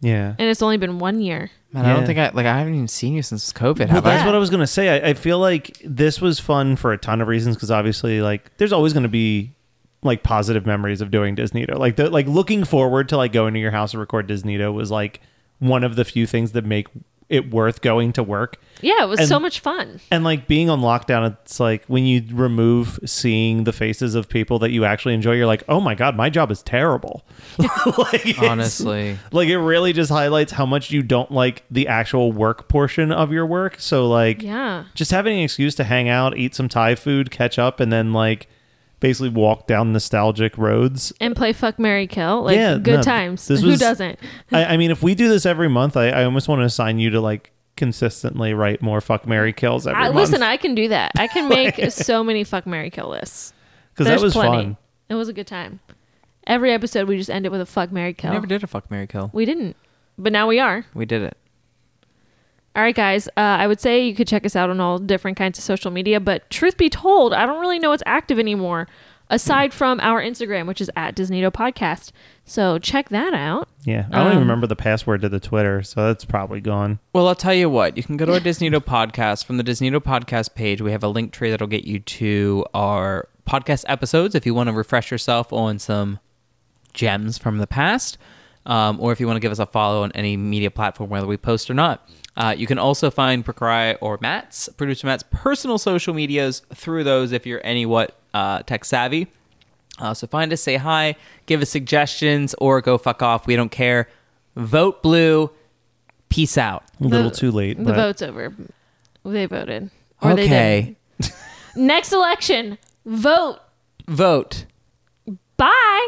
[SPEAKER 1] yeah.
[SPEAKER 2] and it's only been one year
[SPEAKER 5] man. I don't
[SPEAKER 1] Yeah.
[SPEAKER 5] think I like I haven't even seen you since COVID.
[SPEAKER 1] Well,
[SPEAKER 5] Have I?
[SPEAKER 1] that's what I was gonna say. I, I feel like this was fun for a ton of reasons because obviously, like, there's always gonna be like positive memories of doing Disneyto. Like, the, like looking forward to like going to your house and record Disneyto was like one of the few things that make it worth going to work.
[SPEAKER 2] yeah it was
[SPEAKER 1] And-
[SPEAKER 2] so much fun
[SPEAKER 1] And like being on lockdown, it's like when you remove seeing the faces of people that you actually enjoy, you're like, oh my god, my job is terrible. like, it's-
[SPEAKER 5] Honestly,
[SPEAKER 1] like it really just highlights how much you don't like the actual work portion of your work. So like,
[SPEAKER 2] yeah
[SPEAKER 1] just having an excuse to hang out, eat some Thai food, catch up, and then like basically walk down nostalgic roads.
[SPEAKER 2] and play fuck mary kill like
[SPEAKER 1] Yeah,
[SPEAKER 2] good
[SPEAKER 1] no,
[SPEAKER 2] times
[SPEAKER 1] this
[SPEAKER 2] who
[SPEAKER 1] was-
[SPEAKER 2] doesn't
[SPEAKER 1] I, I mean, if we do this every month, I, I almost want to assign you to like consistently write more fuck Mary kills every
[SPEAKER 2] I,
[SPEAKER 1] month.
[SPEAKER 2] listen i can do that i can make so many fuck mary kill lists
[SPEAKER 1] because that was fun.
[SPEAKER 2] it was a good time every episode we just end it with a fuck mary
[SPEAKER 5] we
[SPEAKER 2] kill
[SPEAKER 5] never did a fuck Mary kill.
[SPEAKER 2] we didn't but now we are
[SPEAKER 5] We did it.
[SPEAKER 2] All right, guys. Uh, I would say you could check us out on all different kinds of social media, but truth be told, I don't really know what's active anymore, aside from our Instagram, which is at Disneyto Podcast. So check that out.
[SPEAKER 1] Yeah, I don't even
[SPEAKER 2] Um,
[SPEAKER 1] remember the password to the Twitter, so that's probably gone.
[SPEAKER 5] Well, I'll tell you what. You can go to our Disneyto podcast. From the Disneyto podcast page, we have a link tree that'll get you to our podcast episodes if you want to refresh yourself on some gems from the past.
[SPEAKER 3] um, or if you want to give us a follow on any media platform, whether we post or not. Uh, you can also find Prakry or Matt's, producer Matt's personal social medias through those if you're any what uh, tech savvy. Uh, so find us, say hi, give us suggestions, or go fuck off. We don't care. Vote blue. Peace out.
[SPEAKER 1] A little too late.
[SPEAKER 2] The
[SPEAKER 1] but
[SPEAKER 2] vote's over. They voted. Or they
[SPEAKER 3] okay.
[SPEAKER 2] didn't. Next election, vote.
[SPEAKER 3] Vote.
[SPEAKER 2] Bye.